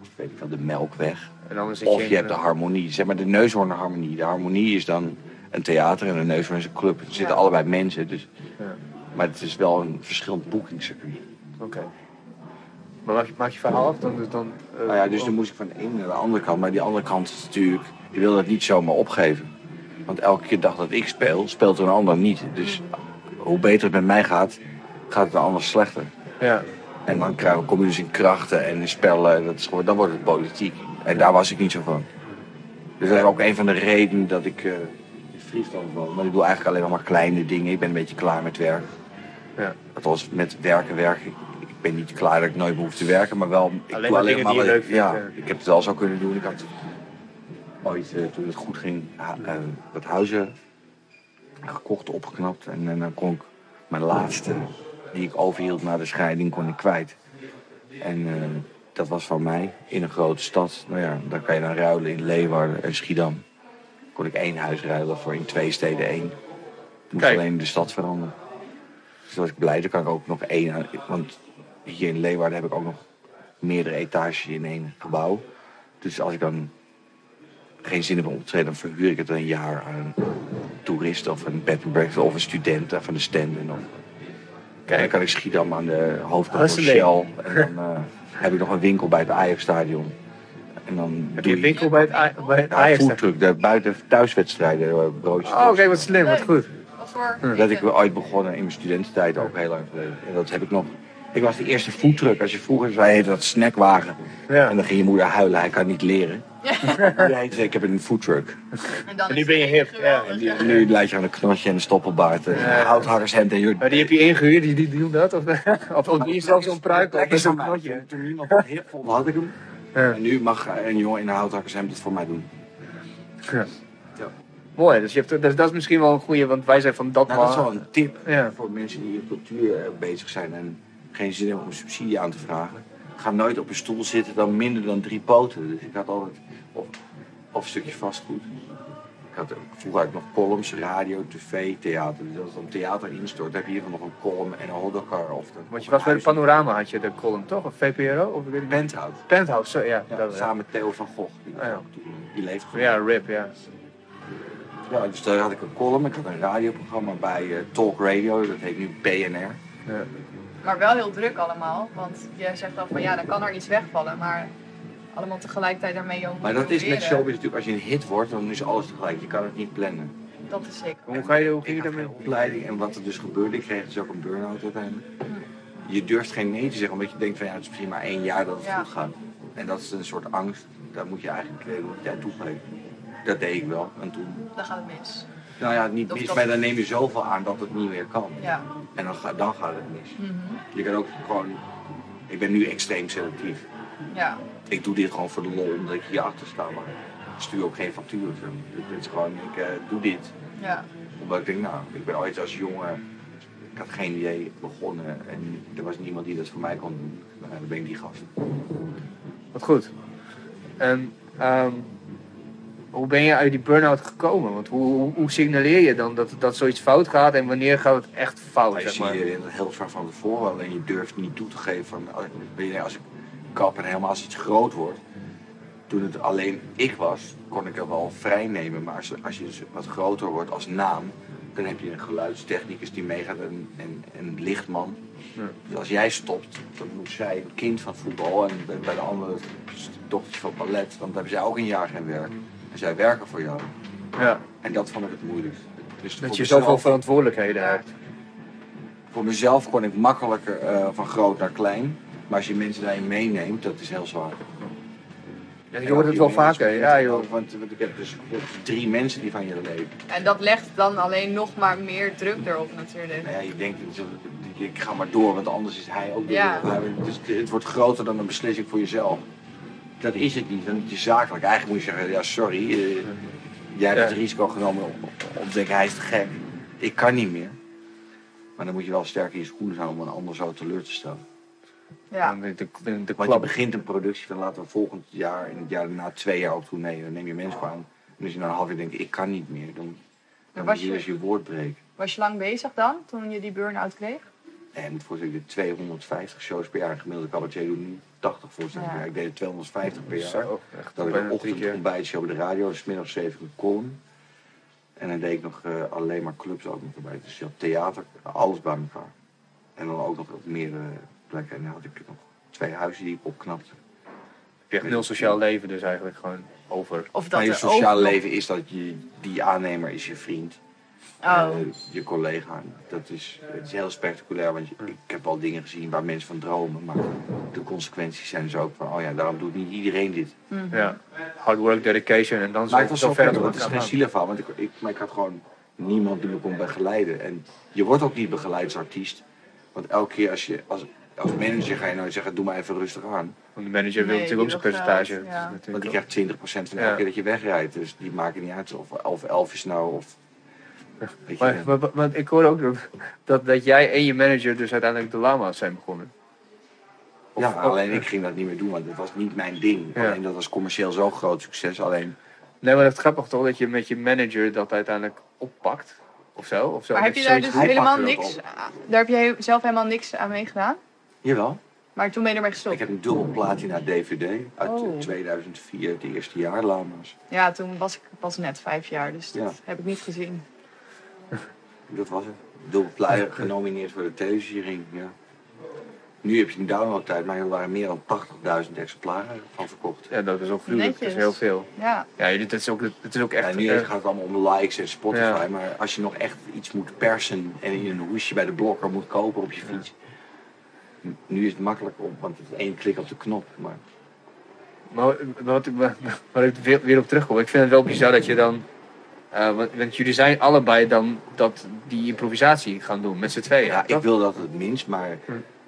[SPEAKER 10] Of weet ik wel, de Melkweg.
[SPEAKER 1] En dan zit je
[SPEAKER 10] Of
[SPEAKER 1] in eh,
[SPEAKER 10] je hebt de
[SPEAKER 1] een-
[SPEAKER 10] harmonie, zeg maar de neushoornharmonie. De harmonie is dan een theater en de neushoorn is een club. Er zitten allebei mensen, dus...
[SPEAKER 1] Ja. Eh,
[SPEAKER 10] Maar het is wel een verschillend boekingscircuit.
[SPEAKER 1] Oké. Maar maak je, maak je verhaal af? Dan, dus dan, eh,
[SPEAKER 10] Nou ja, dus dan moest ik van de ene naar de andere kant. Maar die andere kant is natuurlijk... Je wil dat niet zomaar opgeven. Want elke keer dag dat ik speel, speelt er een ander niet. Dus hoe beter het met mij gaat, gaat het de ander slechter.
[SPEAKER 1] Ja.
[SPEAKER 10] En dan krijg- kom je dus in krachten en in spellen. En dat is gewoon, dan wordt het politiek. En daar was ik niet zo van. Dus dat is ook een van de redenen dat ik eh, in Friesland woon. Maar ik doe eigenlijk alleen nog maar kleine dingen. Ik ben een beetje klaar met werk.
[SPEAKER 1] Ja.
[SPEAKER 10] Althans, met werken, werken. Ik ben niet klaar dat ik nooit meer hoef te werken, maar wel... Ik
[SPEAKER 1] Alleen
[SPEAKER 10] doe
[SPEAKER 1] maar dingen die je
[SPEAKER 10] wat ik-
[SPEAKER 1] leuk vindt,
[SPEAKER 10] Ja,
[SPEAKER 1] ja.
[SPEAKER 10] ik heb het wel zo kunnen doen. Ik had ooit, eh, toen het goed ging, ha- eh, wat huizen gekocht, opgeknapt. En, eh, dan kon ik mijn laatste, die ik overhield na de scheiding, kon ik kwijt. En eh, dat was van mij, in een grote stad. Nou ja, dan kan je dan ruilen in Leeuwarden en Schiedam. Kon ik één huis ruilen voor in twee steden één. Moest
[SPEAKER 1] Kijk.
[SPEAKER 10] alleen de stad veranderen. Dus daar was ik blij, dan kan ik ook nog één... aan- Want hier in Leeuwarden heb ik ook nog meerdere etages in één gebouw. Dus als ik dan geen zin heb om op te treden, dan verhuur ik het een jaar aan een toerist of een bed and breakfast of een student daar van de stand. En dan,
[SPEAKER 1] Kijk.
[SPEAKER 10] dan kan ik Schiedam aan de hoofdkant van
[SPEAKER 1] Hartstikke
[SPEAKER 10] Shell. En dan eh, heb ik nog een winkel bij het Ajax-stadion. En dan
[SPEAKER 1] Heb
[SPEAKER 10] doe
[SPEAKER 1] je een winkel bij het, A- bij het
[SPEAKER 10] Ja,
[SPEAKER 1] Ajax?
[SPEAKER 10] foodtruck, daar buiten thuiswedstrijden, eh, broodjes.
[SPEAKER 1] Oh, oké, wat slim, wat goed.
[SPEAKER 5] Wat voor
[SPEAKER 10] Dat
[SPEAKER 5] eten?
[SPEAKER 10] ik ooit begonnen in mijn studententijd, ook heel lang geleden. En dat heb ik nog. Ik was de eerste foodtruck. Als je vroeger zei, heette dat snackwagen.
[SPEAKER 1] Ja.
[SPEAKER 10] En dan ging je moeder huilen, hij kan niet leren. Nu heet het, ik heb een foodtruck.
[SPEAKER 5] En dan
[SPEAKER 1] En
[SPEAKER 5] is
[SPEAKER 1] nu ben je
[SPEAKER 5] het
[SPEAKER 1] hip,
[SPEAKER 5] geweldig,
[SPEAKER 1] ja.
[SPEAKER 10] En die- nu leid je aan een knotje en een stoppelbaard. en
[SPEAKER 1] Ja.
[SPEAKER 10] een houthakkershemd en je...
[SPEAKER 1] Maar die heb je ingehuurd, die, die doen dat? Of, of, of die is zelfs zo'n pruik? Of
[SPEAKER 10] Lekker
[SPEAKER 1] zo'n
[SPEAKER 10] zo'n knotje.
[SPEAKER 1] knotje?
[SPEAKER 10] En Toen niemand het hip vond, had ik hem.
[SPEAKER 1] Ja.
[SPEAKER 10] En nu mag een jongen in een houthakkershemd het voor mij doen.
[SPEAKER 1] Mooi, dus, je hebt, dus dat is misschien wel een goeie, want wij zijn van dat
[SPEAKER 10] Nou, dat is
[SPEAKER 1] maar-
[SPEAKER 10] wel een tip
[SPEAKER 1] Ja.
[SPEAKER 10] voor mensen die in cultuur eh, bezig zijn en geen zin hebben om subsidie aan te vragen. Ga nooit op een stoel zitten dan minder dan drie poten. Dus ik had altijd of, of een stukje vastgoed. Ik had eh, vroeger had ik nog columns, radio, tv, theater. Dus als het om theater instort, heb je hier nog een column en een hoddelkar. Of de,
[SPEAKER 1] Want je was bij het Panorama, had je de column toch? Of VPRO? Of ik weet niet.
[SPEAKER 10] Penthouse.
[SPEAKER 1] Penthouse, zo, ja.
[SPEAKER 10] Ja,
[SPEAKER 1] dat wel.
[SPEAKER 10] samen met Theo van Gogh. Die,
[SPEAKER 1] Ah, ja.
[SPEAKER 10] die leeft gewoon.
[SPEAKER 1] ja, RIP, ja.
[SPEAKER 10] Ja, dus daar had ik een column. Ik had een radioprogramma bij eh, Talk Radio, dat heet nu BNR.
[SPEAKER 5] Maar wel heel druk allemaal. Want jij zegt al van ja, dan kan er iets wegvallen. Maar allemaal tegelijkertijd daarmee ook.
[SPEAKER 10] Maar dat is met
[SPEAKER 5] proberen,
[SPEAKER 10] showbiz natuurlijk, als je een hit wordt, dan is alles tegelijk. Je kan het niet plannen.
[SPEAKER 5] Dat is zeker.
[SPEAKER 1] Hoe ga je, hoe ging
[SPEAKER 10] Ik
[SPEAKER 1] je
[SPEAKER 10] had
[SPEAKER 1] daarmee?
[SPEAKER 10] geen opleiding en wat er dus gebeurde, ik kreeg dus ook een burn-out uiteindelijk. Je durft geen nee te zeggen, omdat je denkt van ja, het is misschien maar één jaar dat het
[SPEAKER 5] Ja.
[SPEAKER 10] goed gaat. En dat is een soort angst, daar moet je eigenlijk eh, moet je aan toegeven. Dat deed ik wel. En toen,
[SPEAKER 5] Dan gaat het mis.
[SPEAKER 10] nou ja, niet
[SPEAKER 5] Of
[SPEAKER 10] mis,
[SPEAKER 5] dat-
[SPEAKER 10] maar dan neem je zoveel aan dat het niet meer kan.
[SPEAKER 5] Ja.
[SPEAKER 10] En dan, ga- dan gaat het mis.
[SPEAKER 5] Mhm.
[SPEAKER 10] Je kan ook gewoon, ik ben nu extreem selectief.
[SPEAKER 5] Ja.
[SPEAKER 10] Ik doe dit gewoon voor de lol, omdat ik hierachter sta, maar ik stuur ook geen factuur. Het is gewoon, ik eh, doe dit
[SPEAKER 5] Ja.
[SPEAKER 10] omdat ik denk, nou, ik ben ooit als jongen, ik had geen idee, begonnen en er was niemand die dat voor mij kon doen. Nou, dan ben ik die gast.
[SPEAKER 1] Wat goed. En ehm, hoe ben je uit die burn-out gekomen? Want hoe, hoe- hoe signaleer je dan dat, dat zoiets fout gaat en wanneer gaat het echt fout?
[SPEAKER 10] Maar je
[SPEAKER 1] Zeg maar?
[SPEAKER 10] ziet je heel ver van tevoren, alleen je durft niet toe te geven van, als- weet je, als ik kap en helemaal als iets groot wordt. Toen het alleen ik was, kon ik er wel vrij nemen, maar als, als je dus wat groter wordt als naam, dan heb je een geluidstechnicus die meegaat en en- en een lichtman. Dus als jij stopt, dan moet zij een kind van voetbal en bij- bij de andere dochters van ballet, want dan hebben zij ook een jaar geen werk. En zij werken voor jou.
[SPEAKER 1] Ja.
[SPEAKER 10] En dat vond ik het moeilijk. Dus
[SPEAKER 1] Dat
[SPEAKER 10] voor
[SPEAKER 1] je zoveel
[SPEAKER 10] mezelf-
[SPEAKER 1] verantwoordelijkheden hebt.
[SPEAKER 10] voor mezelf kon ik makkelijker eh, van groot naar klein. Maar als je mensen daarin meeneemt, dat is heel zwaar.
[SPEAKER 1] Ja, je hoort het wel vaker. Ja, joh.
[SPEAKER 10] Want, want ik heb dus drie mensen die van je leven.
[SPEAKER 5] En dat legt dan alleen nog maar meer druk erop natuurlijk.
[SPEAKER 10] Nou ja, je denkt, ik ga maar door, want anders is hij ook
[SPEAKER 5] Ja.
[SPEAKER 10] door. Dus het wordt groter dan een beslissing voor jezelf. Dat is het niet, dan is je zakelijk. Eigenlijk moet je zeggen, ja sorry, eh, jij hebt
[SPEAKER 1] Ja.
[SPEAKER 10] het risico genomen om, om te denken, hij is te gek. Ik kan niet meer. Maar dan moet je wel sterk in je schoenen zijn om een ander zo teleur te stellen.
[SPEAKER 5] Ja.
[SPEAKER 1] De, de, de, de
[SPEAKER 10] Want je
[SPEAKER 1] klap.
[SPEAKER 10] begint een productie van laten we volgend jaar en het jaar daarna twee jaar op tournee. Dan neem je mensen voor aan. En als je na een half jaar denkt, ik kan niet meer. Dan, dan
[SPEAKER 5] was
[SPEAKER 10] moet je
[SPEAKER 5] je-
[SPEAKER 10] eerst je woord breken.
[SPEAKER 5] Was je lang bezig dan, toen je die burn-out kreeg?
[SPEAKER 10] En moet voorstellen, ik deed 250 shows per jaar. Een gemiddelde cabaretier doet nu 80 voorstellingen per
[SPEAKER 5] Ja.
[SPEAKER 10] jaar. Ik deed er 250 per jaar.
[SPEAKER 1] Zo, echt
[SPEAKER 10] Dat ik
[SPEAKER 1] bijna
[SPEAKER 10] een
[SPEAKER 1] drie
[SPEAKER 10] ochtend
[SPEAKER 1] keer.
[SPEAKER 10] ontbijt show op de radio, dus middags 7 uur column. En dan deed ik nog eh, alleen maar clubs ook nog erbij. Dus je had theater, alles bij elkaar. En dan ook nog op meerdere plekken. En dan had ik nog twee huizen die ik opknapte.
[SPEAKER 1] Je hebt nul sociaal leven dus eigenlijk gewoon over.
[SPEAKER 5] Of dat
[SPEAKER 10] Maar je
[SPEAKER 5] er
[SPEAKER 10] sociaal
[SPEAKER 5] ook nog-
[SPEAKER 10] leven is dat je, die aannemer is je vriend,
[SPEAKER 5] Oh.
[SPEAKER 10] eh, je collega. Dat is, het is heel spectaculair, want je- ik heb al dingen gezien waar mensen van dromen, maar de consequenties zijn dus ook van, oh ja, daarom doet niet iedereen dit.
[SPEAKER 5] Mhm.
[SPEAKER 1] Ja. Hard work, dedication en dan
[SPEAKER 10] Maar
[SPEAKER 1] zo,
[SPEAKER 10] het was
[SPEAKER 1] zo
[SPEAKER 10] zo
[SPEAKER 1] verder.
[SPEAKER 10] verder, want het is
[SPEAKER 1] gaan
[SPEAKER 10] geen
[SPEAKER 1] gaan.
[SPEAKER 10] zielig verhaal, want ik, ik, maar ik had gewoon niemand die me kon begeleiden. En je wordt ook niet begeleid als artiest, want elke keer als je, als, als manager ga je nou zeggen, doe maar even rustig aan.
[SPEAKER 1] Want de manager wil
[SPEAKER 5] Nee,
[SPEAKER 1] natuurlijk ook
[SPEAKER 5] die
[SPEAKER 1] zijn
[SPEAKER 5] wil
[SPEAKER 1] percentage.
[SPEAKER 5] geld, ja.
[SPEAKER 1] Dat is
[SPEAKER 10] Want je
[SPEAKER 1] natuurlijk
[SPEAKER 10] krijgt 20% van elke
[SPEAKER 1] Ja.
[SPEAKER 10] keer dat je wegrijdt, dus die maken niet uit of, of elf is nou, of... Weet je,
[SPEAKER 1] Maar, maar, maar- want ik hoor ook dat- dat, dat jij en je manager dus uiteindelijk de lama's zijn begonnen.
[SPEAKER 10] ja, alleen ik ging dat niet meer doen, want dat was niet mijn ding.
[SPEAKER 1] Ja.
[SPEAKER 10] Alleen dat was commercieel zo'n groot succes. Alleen,
[SPEAKER 1] Nee, maar het is grappig toch dat je met je manager dat uiteindelijk oppakt? Of zo? Of zo
[SPEAKER 5] Maar heb
[SPEAKER 1] Dat
[SPEAKER 5] je daar
[SPEAKER 1] zoiets-
[SPEAKER 5] dus
[SPEAKER 10] hij
[SPEAKER 5] helemaal
[SPEAKER 10] pakte dat
[SPEAKER 5] niks...
[SPEAKER 10] op.
[SPEAKER 5] Daar heb je he- zelf helemaal niks aan meegedaan?
[SPEAKER 10] jawel,
[SPEAKER 5] Maar toen ben je ermee gestopt?
[SPEAKER 10] ik heb een dubbel platina DVD uit eh,
[SPEAKER 5] Oh.
[SPEAKER 10] 2004, het eerste jaar Lama's.
[SPEAKER 5] Ja, toen was ik pas net vijf jaar, dus dat
[SPEAKER 10] Ja.
[SPEAKER 5] heb ik niet gezien.
[SPEAKER 10] Dat was het. Dubbel platina, genomineerd voor de televisiering, ja. Nu heb je een downloadtijd, maar er waren meer dan 80.000 exemplaren van verkocht.
[SPEAKER 1] Ja, dat is ook gruwelijk. Dat is
[SPEAKER 5] Netjes.
[SPEAKER 1] heel veel.
[SPEAKER 5] Ja,
[SPEAKER 1] Ja, jullie- dat is ook, dat is ook
[SPEAKER 10] Ja,
[SPEAKER 1] echt...
[SPEAKER 10] nu
[SPEAKER 1] eh,
[SPEAKER 10] gaat het allemaal om likes en Spotify,
[SPEAKER 1] Ja.
[SPEAKER 10] maar als je nog echt iets moet persen en in een hoesje bij de blokker moet kopen op je fiets, n- nu is het makkelijk om, want het is één klik op de knop. Maar
[SPEAKER 1] Maar wat, wat, waar ik weer, weer op terugkom, ik vind het wel bizar dat je dan. eh, want, want jullie zijn allebei dan dat die improvisatie gaan doen met z'n tweeën.
[SPEAKER 10] Ja, ik
[SPEAKER 1] toch? Hm.
[SPEAKER 10] wil dat het minst, maar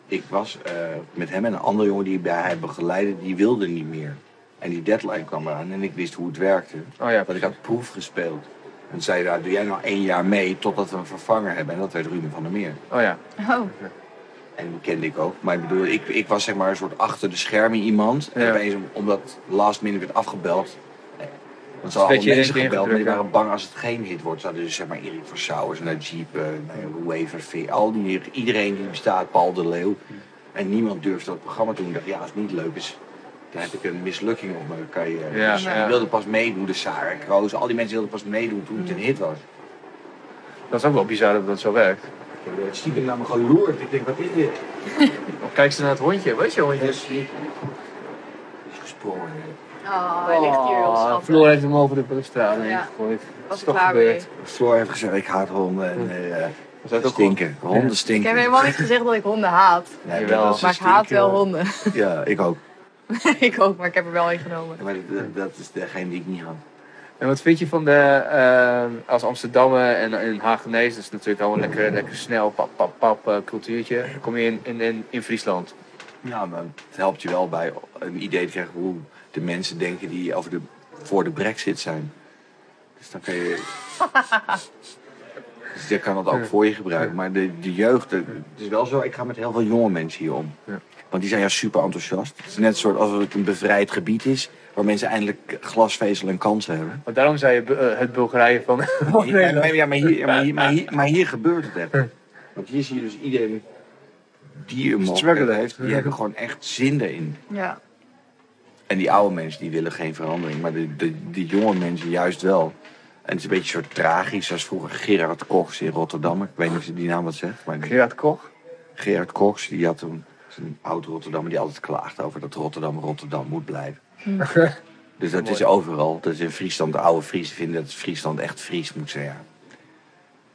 [SPEAKER 10] ik was eh, met hem en een andere jongen die bij hij begeleidde, die wilde niet meer. En die deadline kwam eraan en ik wist hoe het werkte.
[SPEAKER 1] Oh ja,
[SPEAKER 10] Want ik
[SPEAKER 1] precies.
[SPEAKER 10] had proef gespeeld. En zei daar, doe jij nou één jaar mee totdat we een vervanger hebben. En dat werd Ruben van der Meer.
[SPEAKER 1] Oh ja.
[SPEAKER 5] oh,
[SPEAKER 10] En die kende ik ook. Maar ik bedoel, ik, ik was zeg maar een soort achter de schermen iemand. En
[SPEAKER 1] Ja.
[SPEAKER 10] opeens, omdat last minute werd afgebeld. eh, Want ze
[SPEAKER 1] Dus
[SPEAKER 10] hadden
[SPEAKER 1] werd
[SPEAKER 10] allemaal
[SPEAKER 1] je in één
[SPEAKER 10] mensen
[SPEAKER 1] keer
[SPEAKER 10] gebeld, maar die
[SPEAKER 1] ingedrukt,
[SPEAKER 10] waren bang als het geen hit wordt. Ze hadden dus zeg maar Erik van Sauers, Najib, eh, nou ja, Waver, V, al die, iedereen die bestaat, Paul de Leeuw. En niemand durfde dat programma te doen. Ik dacht, ja, als het niet leuk is, dan heb ik een mislukking op mijn carrière.
[SPEAKER 1] Ja,
[SPEAKER 10] dus
[SPEAKER 1] ja.
[SPEAKER 10] die wilden pas meedoen, de Sarah, Kroos, al die mensen wilden pas meedoen toen het een hit was.
[SPEAKER 1] Dat is ook wel bizar dat dat zo werkt.
[SPEAKER 10] Ik werd stiekem naar me geloerd. Ik denk, wat is dit?
[SPEAKER 1] (laughs) Of kijk ze naar het hondje? Wat is je hondje?
[SPEAKER 10] Is gesprongen. eh, hè.
[SPEAKER 5] Oh, hij ligt hier heel schattig.
[SPEAKER 1] Ah, Floor heeft hem over de balustrade heen
[SPEAKER 5] Ja.
[SPEAKER 1] gegooid.
[SPEAKER 5] Was ik
[SPEAKER 1] toch
[SPEAKER 5] klaar
[SPEAKER 1] gebeurd.
[SPEAKER 5] mee.
[SPEAKER 10] Floor heeft gezegd, ik haat honden en eh,
[SPEAKER 1] Was dat ook goed?
[SPEAKER 10] stinken. Honden
[SPEAKER 5] Ik
[SPEAKER 10] stinken.
[SPEAKER 5] heb helemaal niet gezegd dat ik honden haat.
[SPEAKER 10] (laughs) Nee,
[SPEAKER 1] Jawel.
[SPEAKER 10] dat eh, ze
[SPEAKER 5] Maar ik haat
[SPEAKER 10] stinken.
[SPEAKER 5] wel honden.
[SPEAKER 10] (laughs)
[SPEAKER 5] (laughs)
[SPEAKER 10] Ja, ik ook.
[SPEAKER 5] ik ook, maar ik heb er wel een genomen.
[SPEAKER 10] Ja, Maar dat, dat is degene die ik niet haat.
[SPEAKER 1] En wat vind je van de, eh, als Amsterdammer en, en Hagenees, dat is natuurlijk allemaal lekker, lekker snel, pap, pap, pap, eh, cultuurtje. Dan kom je in, in, in, in Friesland.
[SPEAKER 10] Ja, maar het helpt je wel bij een idee te krijgen hoe de mensen denken die over de, voor de brexit zijn. Dus dan kan je...
[SPEAKER 5] Oh.
[SPEAKER 10] dus je kan dat ook voor je gebruiken. Maar de, de jeugd, de- het is wel zo, ik ga met heel veel jonge mensen hier om.
[SPEAKER 1] Ja.
[SPEAKER 10] Want die zijn ja super enthousiast. Het is net soort alsof het een bevrijd gebied is, waar mensen eindelijk glasvezel en kansen hebben.
[SPEAKER 1] Want daarom zei je Bu- eh, het Bulgarije van...
[SPEAKER 10] Hier- maar, ja, maar, hier, maar, hier, maar, hier, maar hier gebeurt het echt. Want hier zie je dus iedereen die een mogelijkheid
[SPEAKER 1] Struggelen.
[SPEAKER 10] heeft, die hebben gewoon echt zin erin.
[SPEAKER 5] Ja.
[SPEAKER 10] En die oude mensen die willen geen verandering, maar de, de, de jonge mensen juist wel. En het is een beetje zo tragisch als vroeger Gerard Cox in Rotterdam. Ik weet niet of ze die naam wat zegt, maar die-
[SPEAKER 1] Gerard Koch.
[SPEAKER 10] Gerard Cox die had toen een oud Rotterdammer die altijd klaagde over dat Rotterdam Rotterdam moet blijven. dus dat is overal. Dat is in Friesland de oude Friesen vinden dat Friesland echt Fries moet zijn. Ja.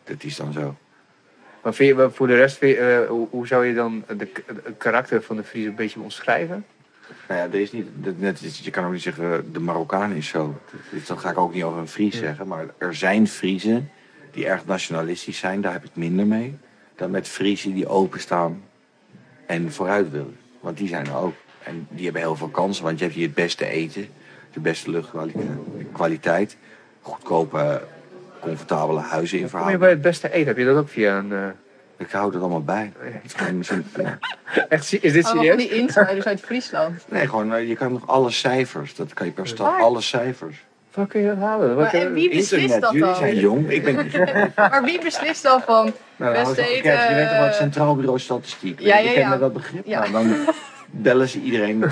[SPEAKER 10] Dat is dan zo.
[SPEAKER 1] Maar vind je, maar voor de rest, vind je, eh, hoe, hoe zou je dan de, k- het karakter van de Fries een beetje omschrijven?
[SPEAKER 10] Nou ja, er is niet, dat- net is, je kan ook niet zeggen, eh, de Marokkaan is zo. Dus dan ga ik ook niet over een Fries zeggen. Maar er zijn Friezen die erg nationalistisch zijn. Daar heb ik minder mee. Dan met Friezen die openstaan en vooruit willen. Want die zijn er ook. En die hebben heel veel kansen. Want je hebt hier het beste eten. De beste luchtkwaliteit. Goedkope, comfortabele huizen in
[SPEAKER 1] Kom je bij
[SPEAKER 10] verhouding.
[SPEAKER 1] het beste eten? Heb je dat ook via een... eh,
[SPEAKER 10] Ik hou dat allemaal bij. En zo'n-
[SPEAKER 1] (laughs) Echt, zie- is dit
[SPEAKER 5] Allemaal van
[SPEAKER 1] serieus?
[SPEAKER 5] die insiders uit Friesland.
[SPEAKER 10] (laughs) Nee, gewoon, eh, je kan nog alle cijfers. Dat kan je per stad.
[SPEAKER 5] Waar?
[SPEAKER 10] Alle cijfers.
[SPEAKER 1] Waar kun je dat halen? Wat,
[SPEAKER 5] Maar en
[SPEAKER 1] eh,
[SPEAKER 5] wie beslist
[SPEAKER 10] Internet,
[SPEAKER 5] dat
[SPEAKER 10] jullie zijn
[SPEAKER 5] dan?
[SPEAKER 10] jong. Ik ben
[SPEAKER 5] (laughs) Maar wie beslist dan van...
[SPEAKER 10] nou,
[SPEAKER 5] Beste
[SPEAKER 10] hou eens op,
[SPEAKER 5] eten,
[SPEAKER 10] Kijk, je weet toch wel het
[SPEAKER 5] eh,
[SPEAKER 10] Centraal Bureau Statistiek.
[SPEAKER 5] Ja, ja,
[SPEAKER 10] Je kent
[SPEAKER 5] ja.
[SPEAKER 10] dat begrip.
[SPEAKER 5] Ja.
[SPEAKER 10] Nou,
[SPEAKER 5] (laughs)
[SPEAKER 10] dan bellen ze iedereen.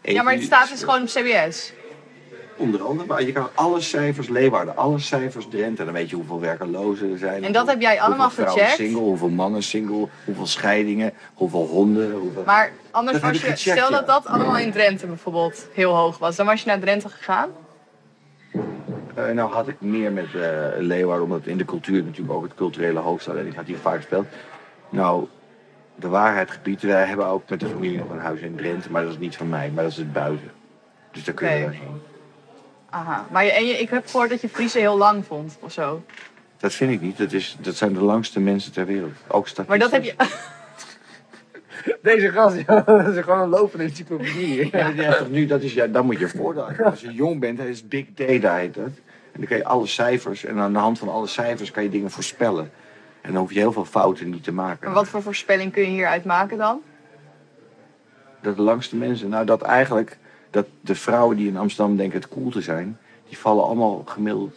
[SPEAKER 10] E
[SPEAKER 5] Ja, maar het staat dus gewoon op CBS.
[SPEAKER 10] Onder andere, maar je kan alle cijfers Leeuwarden, alle cijfers Drenthe. Dan weet je hoeveel werkelozen er zijn.
[SPEAKER 5] En dat heb jij allemaal
[SPEAKER 10] hoeveel vrouwen
[SPEAKER 5] gecheckt?
[SPEAKER 10] single, hoeveel mannen single, hoeveel scheidingen, hoeveel honden. Hoeveel...
[SPEAKER 5] Maar anders
[SPEAKER 10] Dat heb
[SPEAKER 5] was
[SPEAKER 10] ik
[SPEAKER 5] je...
[SPEAKER 10] gecheckt,
[SPEAKER 5] Stel
[SPEAKER 10] ja.
[SPEAKER 5] dat dat allemaal in Drenthe bijvoorbeeld heel hoog was. Dan was je naar Drenthe gegaan.
[SPEAKER 10] Eh, nou had ik meer met eh Leeuwarden, omdat in de cultuur natuurlijk ook het culturele hoofdstad. En ik had hier vaak gespeeld. Nou, de waarheid gebiedt, wij hebben ook met de familie nog een huis in Drenthe. Maar dat is niet van mij, maar dat is het buiten. Dus daar kun je
[SPEAKER 5] Oké.
[SPEAKER 10] wel heen.
[SPEAKER 5] Aha. Maar je, en je, ik heb gehoord dat je Friese heel lang vond of zo.
[SPEAKER 10] Dat vind ik niet. Dat, is, dat zijn de langste mensen ter wereld. Ook statistisch.
[SPEAKER 5] Maar dat heb je...
[SPEAKER 1] Deze gast, joh, dat is gewoon een lopende encyclopedie.
[SPEAKER 10] Ja, ja, toch nu, dat is, ja, dan moet je voordelen. Als je jong bent, dat is big data heet dat. En dan kan je alle cijfers, en aan de hand van alle cijfers kan je dingen voorspellen. En dan hoef je heel veel fouten niet te maken.
[SPEAKER 5] Maar (laughs) wat voor voorspelling kun je hieruit maken dan?
[SPEAKER 10] Dat de langste mensen, nou dat eigenlijk, dat de vrouwen die in Amsterdam denken het cool te zijn, die vallen allemaal gemiddeld,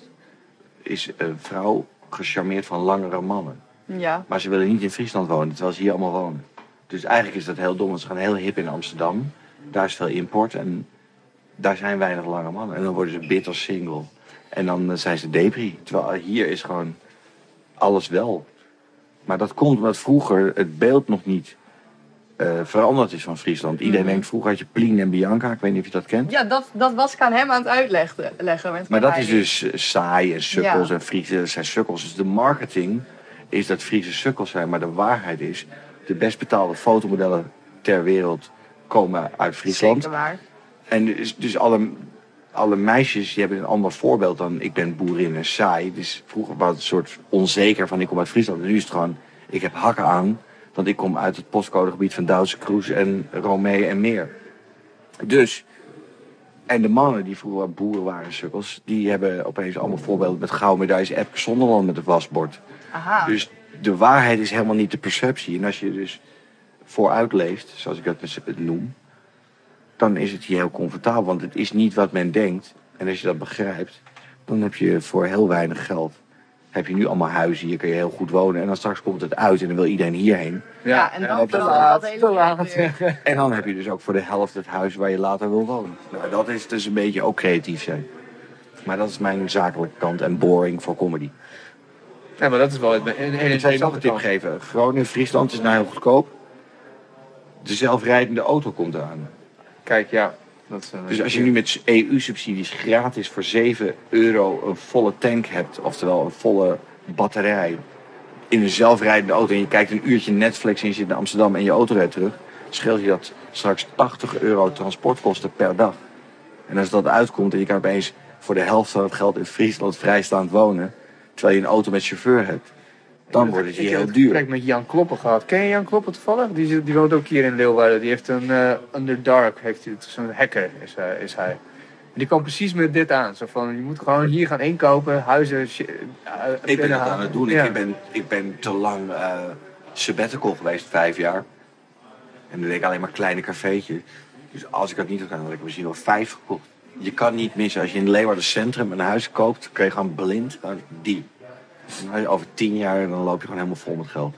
[SPEAKER 10] is een vrouw gecharmeerd van langere mannen.
[SPEAKER 5] (laughs) Ja.
[SPEAKER 10] Maar ze willen niet in Friesland wonen, terwijl ze hier allemaal wonen. Dus eigenlijk is dat heel dom, want ze gaan heel hip in Amsterdam. Daar is veel import en daar zijn weinig lange mannen. En dan worden ze bitter single. En dan eh, zijn ze depri. Terwijl hier is gewoon alles wel. Maar dat komt omdat vroeger het beeld nog niet eh, veranderd is van Friesland. Iedereen denkt, vroeger had je Plien en Bianca. Ik weet niet of je dat kent.
[SPEAKER 5] Ja, dat, dat was ik aan hem aan het uitleggen. leggen, het
[SPEAKER 10] Maar
[SPEAKER 5] kon
[SPEAKER 10] dat
[SPEAKER 5] hij
[SPEAKER 10] is
[SPEAKER 5] niet.
[SPEAKER 10] dus eh, saai en sukkels
[SPEAKER 5] Ja.
[SPEAKER 10] en Friese zijn sukkels. Dus de marketing is dat Friese sukkels zijn. Maar de waarheid is, de best betaalde fotomodellen ter wereld komen uit Friesland.
[SPEAKER 5] Zeker waar.
[SPEAKER 10] En dus, dus alle, alle meisjes die hebben een ander voorbeeld dan ik ben boerin en saai. Dus vroeger was het een soort onzeker van ik kom uit Friesland. En nu is het gewoon, ik heb hakken aan. Want ik kom uit het postcodegebied van Duitse Kroes en Romee en meer. Dus, en de mannen die vroeger boeren waren, sukkels, die hebben opeens allemaal voorbeelden met gouden medailles. Epke Zonderland met een wasbord.
[SPEAKER 1] Ah.
[SPEAKER 5] Aha.
[SPEAKER 10] Dus de waarheid is helemaal niet de perceptie. En als je dus vooruit leeft, zoals ik dat met- noem, dan is het hier heel comfortabel. Want het is niet wat men denkt. En als je dat begrijpt, dan heb je voor heel weinig geld. Heb je nu allemaal huizen, hier kun je heel goed wonen. En dan straks komt het uit en dan wil iedereen hierheen.
[SPEAKER 5] ja, en dan
[SPEAKER 10] te
[SPEAKER 5] verandert
[SPEAKER 10] laat,
[SPEAKER 5] dat hele wereld weer.
[SPEAKER 10] En dan heb je dus ook voor de helft het huis waar je later wil wonen. Nou, dat is dus een beetje ook creatief zijn. Maar dat is mijn zakelijke kant en boring voor comedy.
[SPEAKER 1] Ja, maar dat is wel een een hele
[SPEAKER 10] Ik zou je nog een tip
[SPEAKER 1] interessante
[SPEAKER 10] geven. Groningen, Friesland is nou heel goedkoop. De zelfrijdende auto komt eraan.
[SPEAKER 1] kant. Kijk, ja. Dat is een-
[SPEAKER 10] Dus als je nu met EU-subsidies gratis voor 7 euro een volle tank hebt, oftewel een volle batterij, in een zelfrijdende auto en je kijkt een uurtje Netflix en je zit in Amsterdam en je auto rijdt terug, scheelt je dat straks 80 euro transportkosten per dag. En als dat uitkomt en je kan opeens voor de helft van het geld in Friesland vrijstaand wonen, terwijl je een auto met chauffeur hebt, dan wordt het
[SPEAKER 1] Ik
[SPEAKER 10] hier
[SPEAKER 1] heb
[SPEAKER 10] heel
[SPEAKER 1] het
[SPEAKER 10] duur.
[SPEAKER 1] gesprek met Jan Kloppen gehad. Ken je Jan Kloppen toevallig? Die, zit- die woont ook hier in Leeuwarden. Die heeft een eh, Underdark, heeft hij, het. zo'n hacker is, hij- is hij. En die kwam precies met dit aan. Zo van, je moet gewoon hier gaan inkopen, huizen, shit, eh,
[SPEAKER 10] Ik ben het
[SPEAKER 1] binnenhalen.
[SPEAKER 10] aan het doen. Ik-
[SPEAKER 1] Ja.
[SPEAKER 10] Ik, ben, ik ben te lang eh sabbatical geweest, vijf jaar. En dan deed ik alleen maar kleine cafeetjes. Dus als ik dat niet had gedaan, had ik misschien wel vijf gekocht. Je kan niet missen. Als je in Leeuwarden Centrum een huis koopt, kun je gewoon blind naar die. En dan over tien jaar dan loop je gewoon helemaal vol met geld.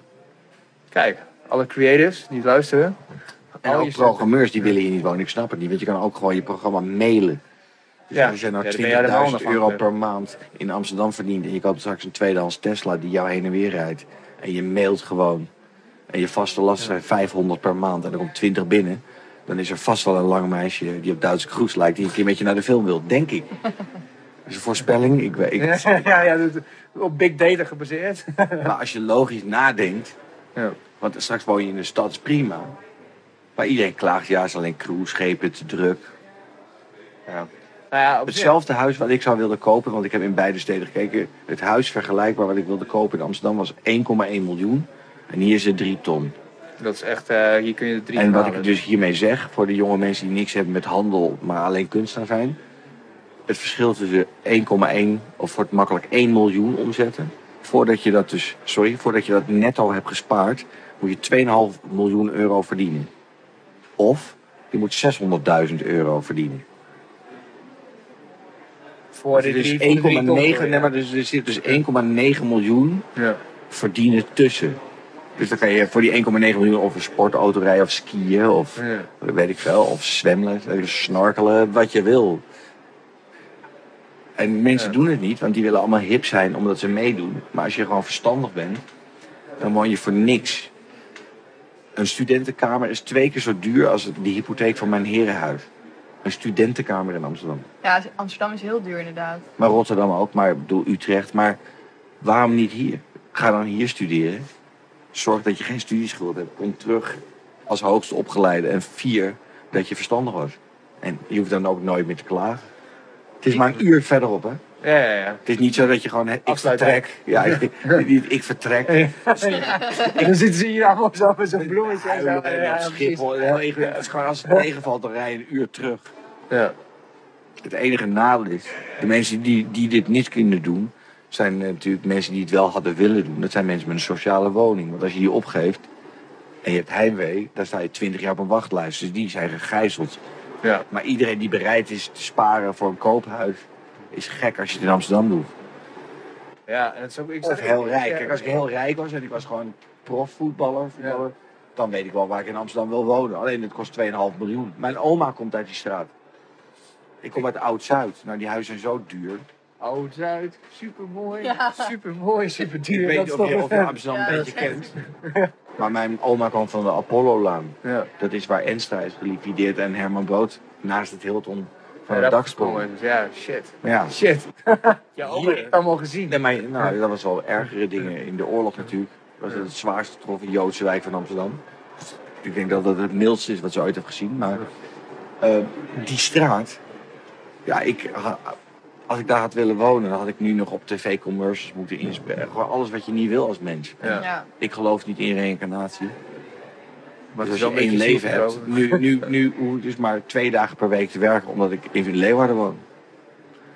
[SPEAKER 1] Kijk, alle creatives die luisteren.
[SPEAKER 10] En
[SPEAKER 1] Al
[SPEAKER 10] ook
[SPEAKER 1] je centen.
[SPEAKER 10] programmeurs die willen hier niet wonen, ik snap het niet. Want je kan ook gewoon je programma mailen. Dus
[SPEAKER 1] Ja,
[SPEAKER 10] als jij nou
[SPEAKER 1] ja, daar ben je helemaal
[SPEAKER 10] 20.000
[SPEAKER 1] onafhankelijk.
[SPEAKER 10] euro
[SPEAKER 1] (laughs)
[SPEAKER 10] per maand in Amsterdam verdient en je koopt straks een tweedehands Tesla die jou heen en weer rijdt en je mailt gewoon en je vaste lasten zijn 500 per maand en er komt 20 binnen, dan is er vast wel een lang meisje die op Duitse kroes lijkt die een keer met je naar de film wil, denk ik. Dat is een voorspelling. Ik, weet- ik,
[SPEAKER 1] ja, ja, dat is op big data
[SPEAKER 10] (laughs)
[SPEAKER 1] gebaseerd. (laughs) Nou
[SPEAKER 10] maar als je logisch nadenkt,
[SPEAKER 1] Ja.
[SPEAKER 10] want straks woon je in een stad, is prima. Maar iedereen klaagt, ja, is alleen cruiseschepen te druk.
[SPEAKER 1] Nou ja, op zich-
[SPEAKER 10] Hetzelfde huis wat ik zou willen kopen, want ik heb in beide steden gekeken. Het huis vergelijkbaar wat ik wilde kopen in Amsterdam was 1,1 miljoen. En hier is het 3 ton.
[SPEAKER 1] Dat is echt, eh, hier kun je drie
[SPEAKER 10] En wat
[SPEAKER 1] halen.
[SPEAKER 10] ik dus hiermee zeg, voor de jonge mensen die niks hebben met handel, maar alleen kunstenaar zijn. Het verschil tussen 1,1 of wordt makkelijk 1 miljoen omzetten. Voordat je dat dus, sorry, voordat je dat netto hebt gespaard, moet je 2,5 miljoen euro verdienen. Of je moet 600.000 euro verdienen.
[SPEAKER 1] voor
[SPEAKER 10] Dus
[SPEAKER 1] de
[SPEAKER 10] er is
[SPEAKER 1] drie- voor de drie
[SPEAKER 10] 1,9
[SPEAKER 1] koppen,
[SPEAKER 10] nee,
[SPEAKER 1] ja.
[SPEAKER 10] maar dus er zit dus 1,9 miljoen
[SPEAKER 1] Ja.
[SPEAKER 10] verdienen tussen. Dus dan kan je voor die 1,9 miljoen of een sportauto rijden of skiën of
[SPEAKER 1] Ja.
[SPEAKER 10] weet ik veel, of zwemmen, eh, snorkelen, wat je wil. En mensen doen het niet, want die willen allemaal hip zijn omdat ze meedoen. Maar als je gewoon verstandig bent, dan woon je voor niks. Een studentenkamer is twee keer zo duur als de hypotheek van mijn herenhuis. Een studentenkamer in Amsterdam.
[SPEAKER 5] Ja, dus Amsterdam is heel duur inderdaad.
[SPEAKER 10] Maar Rotterdam ook, maar ik bedoel Utrecht. Maar waarom niet hier? Ga dan hier studeren. Zorg dat je geen studieschuld hebt. Kom terug als hoogste opgeleide. En vier, dat je verstandig was. En je hoeft dan ook nooit meer te klagen. Het is maar een uur verderop, hè?
[SPEAKER 1] Ja, ja, ja.
[SPEAKER 10] Het is niet zo dat je gewoon... hè, Ik
[SPEAKER 1] Afsluit,
[SPEAKER 10] vertrek. Ja,
[SPEAKER 1] (laughs)
[SPEAKER 10] ik, ik- ik vertrek.
[SPEAKER 1] dan zitten ze hier allemaal zo met zo'n bloemetje. en zo.
[SPEAKER 10] Ja, op Schiphol. Heel ingewikkeld. Het is gewoon als het tegenvalt, dan rij je een uur terug.
[SPEAKER 1] Ja.
[SPEAKER 10] Het enige nadeel is, de mensen die, die dit niet kunnen doen, zijn eh, natuurlijk mensen die het wel hadden willen doen. Dat zijn mensen met een sociale woning. Want als je die opgeeft en je hebt heimwee, dan sta je twintig jaar op een wachtlijst. Dus die zijn gegijzeld.
[SPEAKER 1] Ja.
[SPEAKER 10] Maar iedereen die bereid is te sparen voor een koophuis, is gek als je het in Amsterdam doet.
[SPEAKER 1] Ja, en het is ook... Ik
[SPEAKER 10] Of
[SPEAKER 1] zeg-
[SPEAKER 10] heel
[SPEAKER 1] ik-
[SPEAKER 10] rijk.
[SPEAKER 1] ja.
[SPEAKER 10] Kijk, als ik heel rijk was en ik was gewoon profvoetballer, voetballer, dan weet ik wel waar ik in Amsterdam wil wonen. Alleen het kost 2,5 miljoen. Mijn oma komt uit die straat. Ik kom uit Oud-Zuid. Nou, die huizen zijn zo duur.
[SPEAKER 1] Oud-Zuid, supermooi,
[SPEAKER 5] Ja.
[SPEAKER 1] supermooi,
[SPEAKER 10] Ik
[SPEAKER 1] superduur.
[SPEAKER 10] weet
[SPEAKER 1] dat
[SPEAKER 10] niet
[SPEAKER 1] is
[SPEAKER 10] of je,
[SPEAKER 1] toch-
[SPEAKER 10] of je Amsterdam
[SPEAKER 5] Ja,
[SPEAKER 10] een
[SPEAKER 5] dat
[SPEAKER 10] beetje kent. Maar mijn oma kwam van de Apollo-laan.
[SPEAKER 1] Ja.
[SPEAKER 10] Dat is waar Enstra is geliquideerd en Herman Brood naast het Hilton van het
[SPEAKER 1] Ja, dat
[SPEAKER 10] dak
[SPEAKER 1] is
[SPEAKER 10] sprong.
[SPEAKER 1] mooi. Ja, shit.
[SPEAKER 10] Maar Ja,
[SPEAKER 1] Shit. (laughs) Ja,
[SPEAKER 10] oma
[SPEAKER 1] hier,
[SPEAKER 10] heeft het
[SPEAKER 1] allemaal gezien.
[SPEAKER 10] nee, maar, nou, dat was wel ergere dingen. In de oorlog natuurlijk was het het zwaarst getroffen Joodse wijk van Amsterdam. Ik denk dat dat het mildste is wat ze ooit hebben gezien. Maar eh, die straat, ja, ik, ha- als ik daar had willen wonen, dan had ik nu nog op tv-commercials moeten inspelen. Gewoon alles wat je niet wil als mens.
[SPEAKER 1] Ja.
[SPEAKER 5] Ja.
[SPEAKER 10] Ik geloof niet in reïncarnatie.
[SPEAKER 1] Maar
[SPEAKER 10] dus
[SPEAKER 1] het is
[SPEAKER 10] als
[SPEAKER 1] wel
[SPEAKER 10] je
[SPEAKER 1] een
[SPEAKER 10] één
[SPEAKER 1] beetje
[SPEAKER 10] leven
[SPEAKER 1] zielig
[SPEAKER 10] hebt. Nu, nu, nu hoef ik dus maar twee dagen per week te werken, omdat ik in Leeuwarden woon.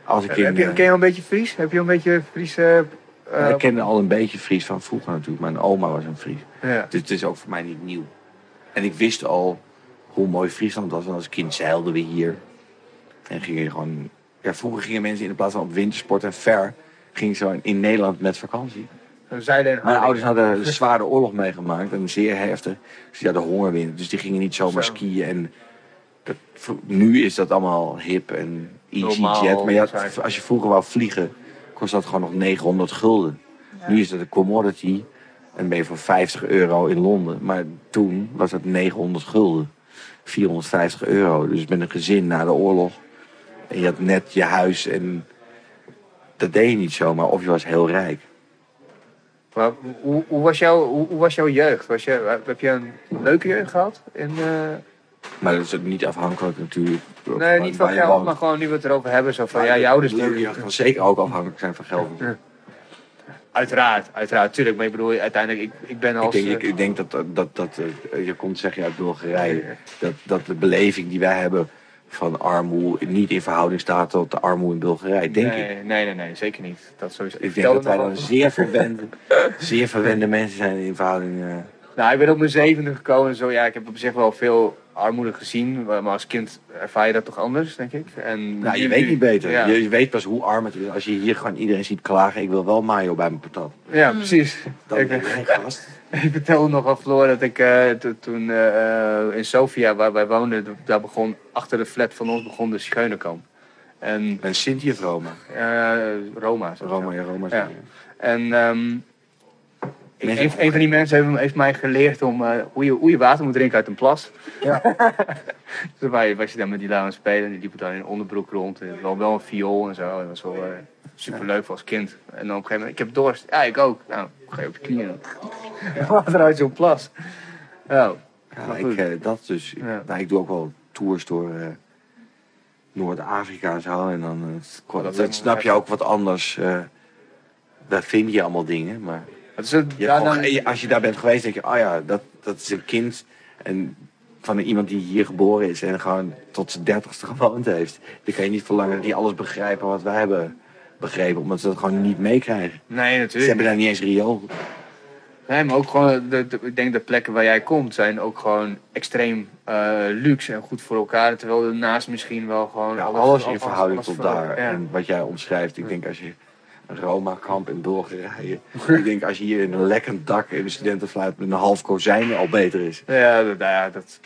[SPEAKER 10] Als ik in,
[SPEAKER 1] Heb je,
[SPEAKER 10] eh,
[SPEAKER 1] ken je al een beetje Fries? Heb je al een beetje Friese... eh,
[SPEAKER 10] ik kende al een beetje Fries van vroeger natuurlijk. Mijn oma was een Fries.
[SPEAKER 1] ja.
[SPEAKER 10] Dus het is ook voor mij niet nieuw. En ik wist al hoe mooi Friesland was. Want als kind zeilden we hier. En gingen je gewoon... Ja, vroeger gingen mensen in de plaats van op wintersport en ver... gingen ze in Nederland met vakantie.
[SPEAKER 1] Een zijde en
[SPEAKER 10] Mijn
[SPEAKER 1] harding.
[SPEAKER 10] ouders hadden een zware oorlog meegemaakt en zeer heftig. Dus die hadden hongerwind, dus die gingen niet zomaar
[SPEAKER 1] Zo.
[SPEAKER 10] skiën. En dat, vro- nu is dat allemaal hip en
[SPEAKER 1] Normaal,
[SPEAKER 10] EasyJet. Maar ja,
[SPEAKER 1] zaken.
[SPEAKER 10] als je vroeger wou vliegen, kost dat gewoon nog 900 gulden. Nu is dat een commodity en ben je voor 50 euro in Londen. Maar toen was dat 900 gulden. 450 euro. Dus met een gezin na de oorlog. En je had net je huis en dat deed je niet zomaar. Of je was heel rijk.
[SPEAKER 1] Maar hoe, hoe, was jouw, hoe, hoe was jouw jeugd? Was je, heb je een leuke jeugd gehad? En, eh,
[SPEAKER 10] Maar dat is ook niet afhankelijk natuurlijk.
[SPEAKER 1] nee, niet van
[SPEAKER 10] jou,
[SPEAKER 1] geld, maar gewoon nu we het erover hebben. Zo van, ja, je ouders
[SPEAKER 10] Leuke
[SPEAKER 1] natuurlijk.
[SPEAKER 10] jeugd kan zeker ook afhankelijk zijn van geld.
[SPEAKER 1] Uiteraard, uiteraard, tuurlijk. Maar (laughs) ik bedoel, uiteindelijk, ik, ik ben
[SPEAKER 10] Ik
[SPEAKER 1] als...
[SPEAKER 10] denk,
[SPEAKER 1] eh,
[SPEAKER 10] ik, ik denk dat, dat, dat, dat eh, je komt zeggen uit Bulgarije, dat, dat de beleving die wij hebben van armoede niet in verhouding staat tot de armoede in Bulgarije, denk
[SPEAKER 1] nee,
[SPEAKER 10] ik.
[SPEAKER 1] nee, nee, nee, zeker niet. Dat sowieso.
[SPEAKER 10] Ik denk
[SPEAKER 1] vertelde
[SPEAKER 10] dat wij
[SPEAKER 1] nog
[SPEAKER 10] dan
[SPEAKER 1] wel- (laughs)
[SPEAKER 10] zeer verwende, zeer verwende mensen zijn in verhouding. eh.
[SPEAKER 1] Nou, ik ben op mijn zevende gekomen en zo. Ja, ik heb op zich wel veel armoede gezien. Maar als kind ervaar je dat toch anders, denk ik. En
[SPEAKER 10] nou, je
[SPEAKER 1] nu-
[SPEAKER 10] weet niet beter.
[SPEAKER 1] Ja,
[SPEAKER 10] Je, je weet pas hoe arm het is als je hier gewoon iedereen ziet klagen. Ik wil wel mayo bij mijn patat.
[SPEAKER 1] ja precies.
[SPEAKER 10] Dan
[SPEAKER 1] Ik-
[SPEAKER 10] ben je geen gast.
[SPEAKER 1] (laughs) Ik vertelde nog aan Floor dat ik eh, to- toen eh, eh, in Sofia, waar wij woonden, d- daar begon, achter de flat van ons begon de Zigeunerkamp. En
[SPEAKER 10] En Sinti of Roma?
[SPEAKER 1] eh, Roma. zo.
[SPEAKER 10] Roma, ja, Roma.
[SPEAKER 1] Ja.
[SPEAKER 10] Ja.
[SPEAKER 1] En ehm, ik-
[SPEAKER 10] Mensen-
[SPEAKER 1] een, een van die mensen heeft, heeft mij geleerd om, eh, hoe, je, hoe je water moet drinken uit een plas. dus wij, was je dan met die lui aan het spelen en die liepen dan in onderbroek rond. En wel, wel een viool en zo. En dat was wel eh, superleuk voor als kind. En dan op een gegeven moment, ik heb dorst. Ja, ik ook. Nou, ga je op je knieën. (laughs) Water uit zo'n plas. Nou,
[SPEAKER 10] Ja,
[SPEAKER 1] Maar
[SPEAKER 10] ik,
[SPEAKER 1] goed.
[SPEAKER 10] eh, dat dus. Ik,
[SPEAKER 1] Ja.
[SPEAKER 10] nou, ik doe ook wel tours door eh, Noord-Afrika en zo. En dan eh, ko-
[SPEAKER 1] dat
[SPEAKER 10] dat,
[SPEAKER 1] lijkt me
[SPEAKER 10] snap je
[SPEAKER 1] wel
[SPEAKER 10] ook wat anders. eh, daar vind je allemaal dingen. Maar
[SPEAKER 1] wat is het?
[SPEAKER 10] je
[SPEAKER 1] Ja,
[SPEAKER 10] hebt gewoon
[SPEAKER 1] nou,
[SPEAKER 10] ge- je- als je daar bent geweest, denk je, oh ja, dat, dat is een kind. En van iemand die hier geboren is en gewoon tot zijn dertigste gewoond heeft. Dan kan je niet verlangen dat die alles begrijpen wat wij hebben begrepen. Omdat ze dat gewoon niet meekrijgen.
[SPEAKER 1] nee,
[SPEAKER 10] Ze
[SPEAKER 1] natuurlijk.
[SPEAKER 10] hebben daar niet eens riool.
[SPEAKER 1] Nee, maar ook gewoon, de, de- ik denk de plekken waar jij komt zijn ook gewoon extreem eh, luxe en goed voor elkaar. Terwijl ernaast misschien wel gewoon.
[SPEAKER 10] Ja, alles in
[SPEAKER 1] alles-
[SPEAKER 10] verhouding
[SPEAKER 1] alles
[SPEAKER 10] tot
[SPEAKER 1] voor-
[SPEAKER 10] daar.
[SPEAKER 1] ja.
[SPEAKER 10] En wat jij omschrijft, ik denk als je een Roma-kamp in Bulgarije. ik denk als je hier in een lekkend dak in een studentenfluit met een half kozijn al beter is.
[SPEAKER 1] Ja, dat, nou ja, dat.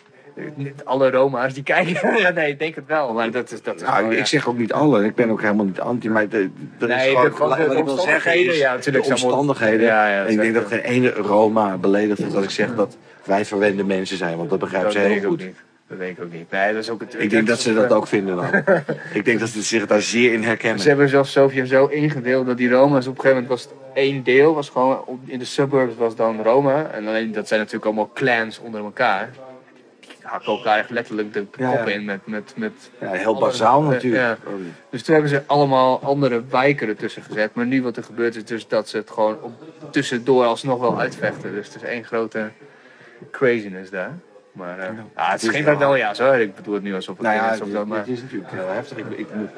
[SPEAKER 1] Niet alle Roma's die (laughs) kijken. ja, nee, ik denk het wel. Maar dat is. Dat is
[SPEAKER 10] Nou,
[SPEAKER 1] wel,
[SPEAKER 10] ik,
[SPEAKER 1] Ah, ja.
[SPEAKER 10] ik zeg ook niet alle, ik ben ook helemaal niet anti, maar de, er is
[SPEAKER 1] Nee, de-
[SPEAKER 10] gewoon,
[SPEAKER 1] gewoon de
[SPEAKER 10] wat ik wil zeggen
[SPEAKER 1] omstandigheden,
[SPEAKER 10] is
[SPEAKER 1] ja, natuurlijk,
[SPEAKER 10] de
[SPEAKER 1] zijn wel-
[SPEAKER 10] omstandigheden.
[SPEAKER 1] Ja, ja,
[SPEAKER 10] en ik denk
[SPEAKER 1] zeker.
[SPEAKER 10] dat geen ene Roma beledigd is dat ik zeg dat wij verwende mensen zijn, want dat begrijpen
[SPEAKER 1] dat
[SPEAKER 10] ze
[SPEAKER 1] denk
[SPEAKER 10] heel
[SPEAKER 1] ik ook
[SPEAKER 10] goed.
[SPEAKER 1] niet. Dat denk ik ook niet. Nee, dat is ook het,
[SPEAKER 10] Ik denk dat ze dat ook vinden
[SPEAKER 1] (laughs)
[SPEAKER 10] dan. ik denk dat ze zich daar zeer in herkennen.
[SPEAKER 1] Ze hebben zelfs Sofia zo ingedeeld dat die Roma's op een gegeven moment was het één deel, was gewoon op- in de suburbs was dan Roma. En alleen dat zijn natuurlijk allemaal clans onder elkaar. Die hakken elkaar echt letterlijk de
[SPEAKER 10] Ja,
[SPEAKER 1] kop
[SPEAKER 10] ja.
[SPEAKER 1] in met, met, met.
[SPEAKER 10] Ja, heel bazaal
[SPEAKER 1] Eh,
[SPEAKER 10] natuurlijk. Oh,
[SPEAKER 1] Dus toen hebben ze allemaal andere wijken ertussen gezet. Maar nu wat er gebeurt is dus dat ze het gewoon op, tussendoor alsnog wel uitvechten. Dus het is één grote craziness daar. Maar eh, ah, het is
[SPEAKER 10] Het is
[SPEAKER 1] geen
[SPEAKER 10] wel-
[SPEAKER 1] Magnolia, hoor. Ik bedoel het nu alsof het
[SPEAKER 10] Dus- Nou
[SPEAKER 1] ding
[SPEAKER 10] ja,
[SPEAKER 1] is of zo,
[SPEAKER 10] het,
[SPEAKER 1] maar...
[SPEAKER 10] het is natuurlijk heel heftig. Ik, ik, moet-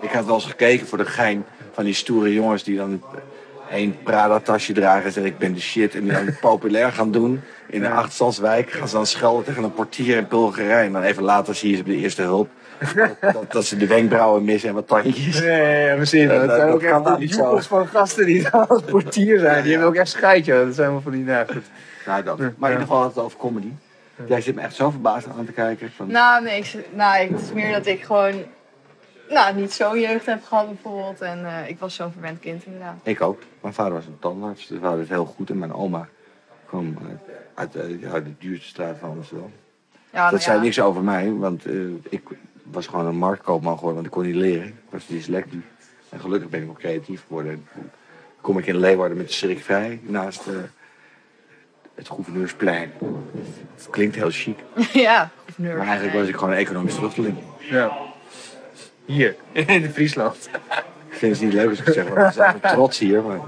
[SPEAKER 10] ik had wel eens gekeken voor de gein van die stoere jongens die dan één Prada-tasje dragen en zeggen ik ben de shit. En die dan (laughs) populair gaan doen in een achterstandswijk. Gaan ze dan schelden tegen een portier in Bulgarije. En dan even later zie je ze bij de eerste
[SPEAKER 1] (laughs)
[SPEAKER 10] hulp. dat, dat, dat ze de wenkbrauwen missen en wat tandjes.
[SPEAKER 1] Nee, ja, precies.
[SPEAKER 10] Dat-
[SPEAKER 1] Dat,
[SPEAKER 10] dat-
[SPEAKER 1] zijn
[SPEAKER 10] eh, dat
[SPEAKER 1] ook
[SPEAKER 10] kan
[SPEAKER 1] echt
[SPEAKER 10] daar
[SPEAKER 1] die
[SPEAKER 10] niet zo.
[SPEAKER 1] joekels van gasten die daar als portier zijn. Die hebben ook echt scheid, joh. Dat zijn wel van die nou, goed.
[SPEAKER 10] Nou, dat. Maar in ieder geval had het over comedy. Jij zit me echt zo verbaasd aan te kijken. Van,
[SPEAKER 5] Nou, nee, ik, zit- nou, het is meer dat ik gewoon nou, niet zo'n jeugd heb gehad bijvoorbeeld. En eh, ik was zo'n verwend kind inderdaad. (laughs)
[SPEAKER 10] Ik ook. Mijn vader was een tandarts, dus we hadden het heel goed. En mijn oma kwam eh, uit eh, ja, de duurste straat van Amsterdam.
[SPEAKER 5] Ja,
[SPEAKER 10] Dat
[SPEAKER 5] nou
[SPEAKER 10] zei
[SPEAKER 5] ja.
[SPEAKER 10] niks over mij, want eh, ik was gewoon een marktkoopman geworden, want ik kon niet leren. Ik was dyslectisch. En gelukkig ben ik nog creatief geworden. En toen kom ik in Leeuwarden met de schrik vrij, naast eh, het Gouverneursplein. Het klinkt heel chic,
[SPEAKER 5] ja, of nerd.
[SPEAKER 10] maar eigenlijk was ik gewoon een economisch vluchteling.
[SPEAKER 1] Ja. Hier, (laughs) in Friesland.
[SPEAKER 10] Ik vind het niet leuk als ik het zeg, want we zijn trots hier. Maar...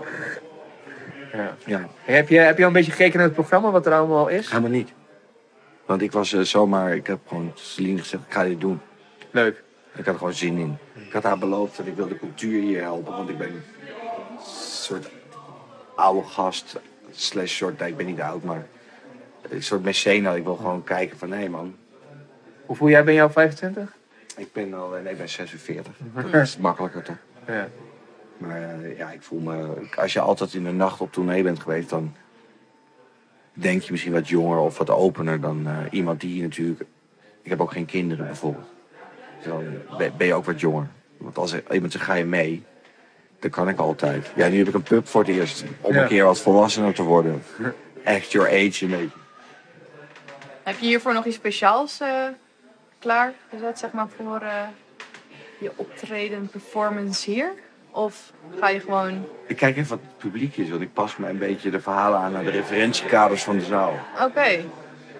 [SPEAKER 1] Ja.
[SPEAKER 10] Ja.
[SPEAKER 1] Heb je, heb je al een beetje gekeken naar het programma, wat er allemaal is?
[SPEAKER 10] Helemaal niet. Want ik was eh, zomaar, ik heb gewoon tegen Celine gezegd, ik ga dit doen.
[SPEAKER 1] Leuk.
[SPEAKER 10] Ik had er gewoon zin in. Ik had haar beloofd dat ik wil de cultuur hier helpen, want ik ben een soort oude gast, slash soort, nou, ik ben niet oud, maar een soort mecena. Ik wil gewoon kijken van, hé man,
[SPEAKER 1] Hoe voel jij, ben je al 25?
[SPEAKER 10] ik ben al, eh, nee, ik ben 46. Dat is makkelijker toch?
[SPEAKER 1] Ja.
[SPEAKER 10] Maar eh, ja, ik voel me, als je altijd in de nacht op tournee bent geweest, dan denk je misschien wat jonger of wat opener dan eh, iemand die natuurlijk, ik heb ook geen kinderen bijvoorbeeld. Dus dan ben- ben je ook wat jonger. Want als er iemand zegt, ga je mee, Dat kan ik altijd. Ja, nu heb ik een pub voor het eerst. Om een keer wat volwassener te worden. Act your age een beetje.
[SPEAKER 5] Heb je hiervoor nog iets speciaals eh klaargezet, zeg maar, voor eh, je optreden, performance hier? Of ga je gewoon...
[SPEAKER 10] Ik kijk even wat het publiek is, want ik pas me een beetje de verhalen aan naar de referentiekaders van de zaal.
[SPEAKER 5] Oké. Dus je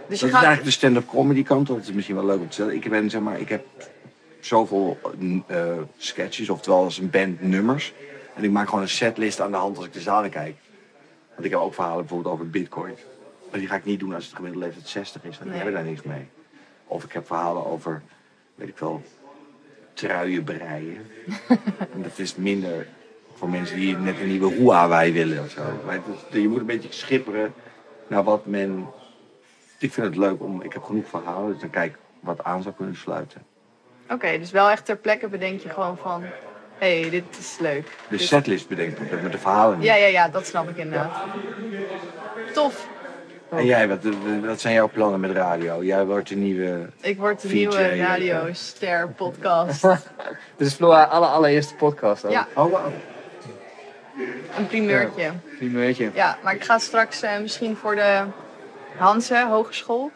[SPEAKER 10] dat is
[SPEAKER 5] gaat...
[SPEAKER 10] eigenlijk de stand-up comedy kant, dat is misschien wel leuk om te zeggen. Ik, ben, zeg maar, ik heb zoveel eh, sketches, oftewel als een band nummers. En ik maak gewoon een setlist aan de hand als ik de zalen kijk. Want ik heb ook verhalen bijvoorbeeld over bitcoin. Maar die ga ik niet doen als het gemiddelde leeftijd 60 is, want die
[SPEAKER 5] Nee.
[SPEAKER 10] hebben daar niks mee. Of ik heb verhalen over, weet ik wel, truien breien. (laughs) en dat is minder voor mensen die net een nieuwe Huawei willen of zo. Maar het is- je moet een beetje schipperen naar wat men ik vind het leuk om, ik heb genoeg verhalen, dus dan kijk ik wat aan zou kunnen sluiten.
[SPEAKER 5] Oké, dus wel echt ter plekke bedenk je gewoon van... Hé, hey, dit is leuk.
[SPEAKER 10] De
[SPEAKER 5] Dus-
[SPEAKER 10] setlist bedenk ik, met de verhalen. niet.
[SPEAKER 5] Ja, ja, ja, dat snap ik inderdaad. Tof.
[SPEAKER 10] En jij, wat, wat zijn jouw plannen met radio? Jij wordt de nieuwe.
[SPEAKER 5] Ik word de
[SPEAKER 10] VJ,
[SPEAKER 5] nieuwe
[SPEAKER 10] ja.
[SPEAKER 5] radioster podcast.
[SPEAKER 1] Dit is Floor aller, allereerste podcast ook.
[SPEAKER 5] Ja,
[SPEAKER 10] Oh, wauw.
[SPEAKER 5] een primeurtje.
[SPEAKER 1] Primeurtje.
[SPEAKER 5] Ja, maar ik ga straks eh, misschien voor de Hanse Hogeschool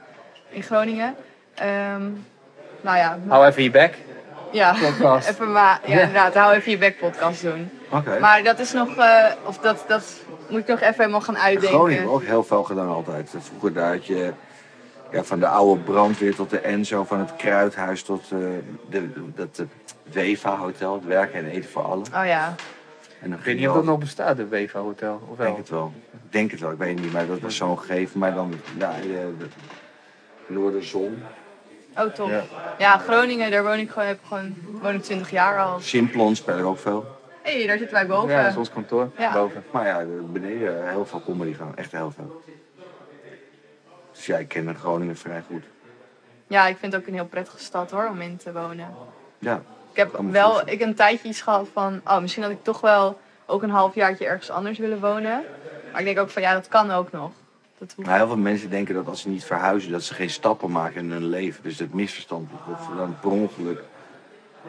[SPEAKER 5] in Groningen. Ehm, nou ja, m-
[SPEAKER 1] Hou even je bek.
[SPEAKER 5] ja.
[SPEAKER 1] podcast.
[SPEAKER 5] (laughs) even maar, ja, inderdaad, hou even je back podcast doen.
[SPEAKER 10] Oké.
[SPEAKER 5] Maar dat is nog, eh, of dat, dat moet ik nog even helemaal gaan
[SPEAKER 10] In Groningen hebben we
[SPEAKER 5] uitdenken.
[SPEAKER 10] ook heel veel gedaan altijd. Vroeger daar had je ja, van de oude brandweer tot de Enzo, van het Kruidhuis tot eh, de, dat eh, Weva Hotel, het werken en eten voor allen.
[SPEAKER 5] Oh ja,
[SPEAKER 10] En dan
[SPEAKER 1] Ik weet niet of dat nog bestaat, het Weva Hotel.
[SPEAKER 10] Ik
[SPEAKER 1] Of
[SPEAKER 10] denk
[SPEAKER 1] wel?
[SPEAKER 10] het wel. Ik denk het wel, ik weet het niet, maar dat was zo'n gegeven. Maar dan, ja, eh, de Noorderzon.
[SPEAKER 5] oh tof.
[SPEAKER 10] Ja.
[SPEAKER 5] Ja. Groningen, daar woon ik gewoon, heb ik gewoon, woon ik 20 jaar al.
[SPEAKER 10] Simplon spelen ook veel.
[SPEAKER 5] Hé, hey, daar zitten wij boven.
[SPEAKER 1] Ja, dat is ons kantoor.
[SPEAKER 5] Ja.
[SPEAKER 1] Boven.
[SPEAKER 10] Maar ja, beneden heel veel comedy gaan. Echt heel veel. Dus ja, ik ken Groningen vrij goed.
[SPEAKER 5] Ja, ik vind het ook een heel prettige stad hoor, om in te wonen.
[SPEAKER 10] Ja.
[SPEAKER 5] Ik heb
[SPEAKER 10] Kan me
[SPEAKER 5] wel
[SPEAKER 10] voorstellen.
[SPEAKER 5] ik heb een tijdje iets gehad van, oh, misschien had ik toch wel ook een halfjaartje ergens anders willen wonen. Maar ik denk ook van, ja, dat kan ook nog. Dat hoeft.
[SPEAKER 10] Maar heel veel mensen denken dat als ze niet verhuizen, dat ze geen stappen maken in hun leven. Dus dat misverstand is dat ze dan per ongeluk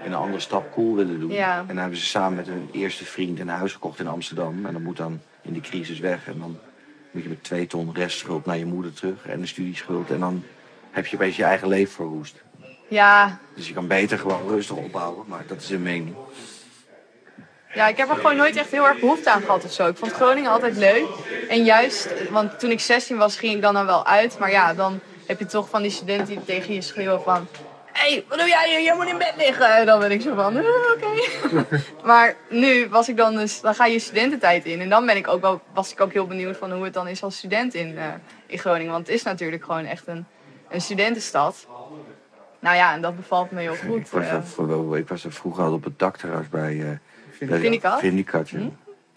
[SPEAKER 10] een andere stap cool willen doen.
[SPEAKER 5] Ja.
[SPEAKER 10] En dan hebben ze samen met hun eerste vriend een huis gekocht in Amsterdam. En dat moet dan in de crisis weg. En dan moet je met twee ton restschuld naar je moeder terug en een studieschuld. En dan heb je opeens je eigen leven verwoest.
[SPEAKER 5] Ja,
[SPEAKER 10] Dus je kan beter gewoon rustig opbouwen, maar dat is een mening.
[SPEAKER 5] ja, ik heb er gewoon nooit echt heel erg behoefte aan gehad of zo. Ik vond Groningen altijd leuk. En juist, want toen ik 16 was, ging ik dan dan wel uit. Maar ja, dan heb je toch van die studenten die tegen je schreeuwen van... Hé, hey, wat doe jij hier? Jij moet in bed liggen. En dan ben ik zo van, "Eh, oké. (laughs) maar nu was ik dan, dus, dan ga je studententijd in. En dan ben ik ook wel, was ik ook heel benieuwd van hoe het dan is als student in, eh, in Groningen. Want het is natuurlijk gewoon echt een, een studentenstad. Nou ja, en dat bevalt me heel goed.
[SPEAKER 10] Ik was,
[SPEAKER 5] Eh,
[SPEAKER 10] daar vro- ik was daar vroeger al op het dakterras bij... eh bij-
[SPEAKER 5] Vindicat? Hm?
[SPEAKER 10] Vindicat, ja.
[SPEAKER 5] daar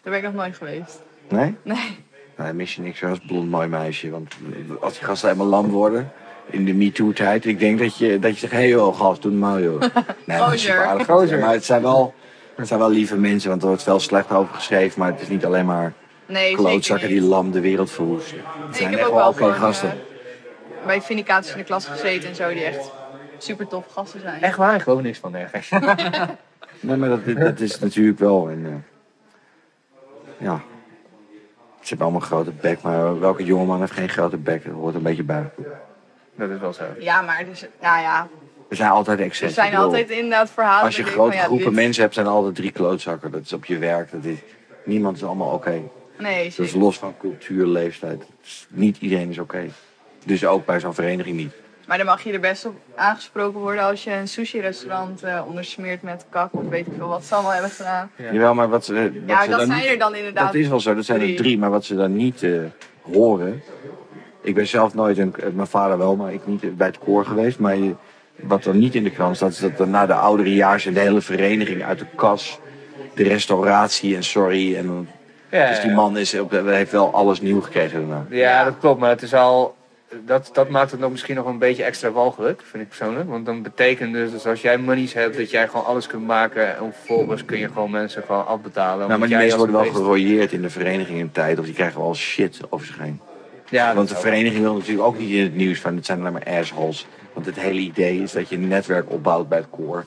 [SPEAKER 5] ben ik nog nooit geweest.
[SPEAKER 10] Nee?
[SPEAKER 5] Nee.
[SPEAKER 10] Nou, dan mis je niks als blond mooi meisje. Want als die gasten helemaal lam worden in de MeToo-tijd... Ik denk dat je, dat je zegt, hé hey, joh, gast, doe normaal
[SPEAKER 5] (laughs)
[SPEAKER 10] joh. Nee, maar,
[SPEAKER 5] Gozer.
[SPEAKER 10] super aardig, gasten. maar het zijn wel... Het zijn wel lieve mensen, want er wordt wel slecht over geschreven, maar het is niet alleen maar
[SPEAKER 5] Nee,
[SPEAKER 10] klootzakken
[SPEAKER 5] zeker
[SPEAKER 10] die
[SPEAKER 5] niet.
[SPEAKER 10] lam de wereld verwoesten. Het
[SPEAKER 5] Nee, ik
[SPEAKER 10] zijn
[SPEAKER 5] heb
[SPEAKER 10] echt
[SPEAKER 5] ook
[SPEAKER 10] wel
[SPEAKER 5] wel
[SPEAKER 10] oké
[SPEAKER 5] gewoon,
[SPEAKER 10] gasten.
[SPEAKER 5] eh, bij Vindicaties in de klas gezeten en zo, die echt super tof gasten zijn.
[SPEAKER 1] Echt waar, ik geloof niks
[SPEAKER 5] (laughs)
[SPEAKER 1] van nergens.
[SPEAKER 10] Nee, maar dat, dat is natuurlijk wel. En, eh, ja. Ze hebben allemaal grote bek, maar welke jongeman heeft geen grote bek? Dat hoort een beetje bij.
[SPEAKER 1] Dat is wel zo.
[SPEAKER 5] Ja, maar dus, nou ja,
[SPEAKER 10] Er zijn altijd
[SPEAKER 5] er
[SPEAKER 10] excessen. Ik
[SPEAKER 5] zijn
[SPEAKER 10] bedoel,
[SPEAKER 5] altijd inderdaad verhalen.
[SPEAKER 10] Als je
[SPEAKER 5] dat ik denk
[SPEAKER 10] grote
[SPEAKER 5] van, ja,
[SPEAKER 10] groepen
[SPEAKER 5] dit-
[SPEAKER 10] mensen hebt, zijn er altijd drie klootzakken. Dat is op je werk, dat is... Niemand is allemaal oké.
[SPEAKER 5] Nee,
[SPEAKER 10] Dus
[SPEAKER 5] zeker.
[SPEAKER 10] los van cultuur, leeftijd. Het is- Niet iedereen is oké. Dus ook bij zo'n vereniging niet.
[SPEAKER 5] Maar dan mag je er best op aangesproken worden als je een sushi-restaurant eh, ondersmeert met kak of weet ik veel wat ze allemaal hebben gedaan.
[SPEAKER 1] Ja.
[SPEAKER 10] Jawel, maar wat ze, wat
[SPEAKER 5] Ja,
[SPEAKER 10] ze
[SPEAKER 5] dat
[SPEAKER 10] dan
[SPEAKER 5] zijn
[SPEAKER 10] niet-
[SPEAKER 5] er dan inderdaad.
[SPEAKER 10] Dat is wel zo, dat zijn er
[SPEAKER 5] drie.
[SPEAKER 10] drie, maar wat ze dan niet eh, horen. Ik ben zelf nooit, een, eh, mijn vader wel, maar ik niet eh, bij het koor geweest. Maar je- wat dan niet in de krant staat, is dat dan na de ouderejaars en de hele vereniging uit de kas, de restauratie en sorry. En, dan-
[SPEAKER 1] Ja, Nou,
[SPEAKER 10] dus die man is, op de- heeft wel alles nieuw gekregen Nou, daarna.
[SPEAKER 1] Ja, dat klopt, maar het is al. Dat, dat maakt het nog misschien nog een beetje extra walgelijk, vind ik persoonlijk. Want dan betekent dus dat als jij monies hebt, dat jij gewoon alles kunt maken. En vervolgens kun je gewoon mensen gewoon afbetalen.
[SPEAKER 10] Nou, maar
[SPEAKER 1] omdat
[SPEAKER 10] die
[SPEAKER 1] jij
[SPEAKER 10] mensen worden wel
[SPEAKER 1] als een
[SPEAKER 10] gerooieerd in de vereniging in tijd, of die krijgen wel shit over zich heen.
[SPEAKER 1] beest- Ja, dat
[SPEAKER 10] Want de
[SPEAKER 1] ook.
[SPEAKER 10] vereniging wil natuurlijk ook niet in het nieuws van het zijn alleen maar assholes. Want het hele idee is dat je een netwerk opbouwt bij het koor.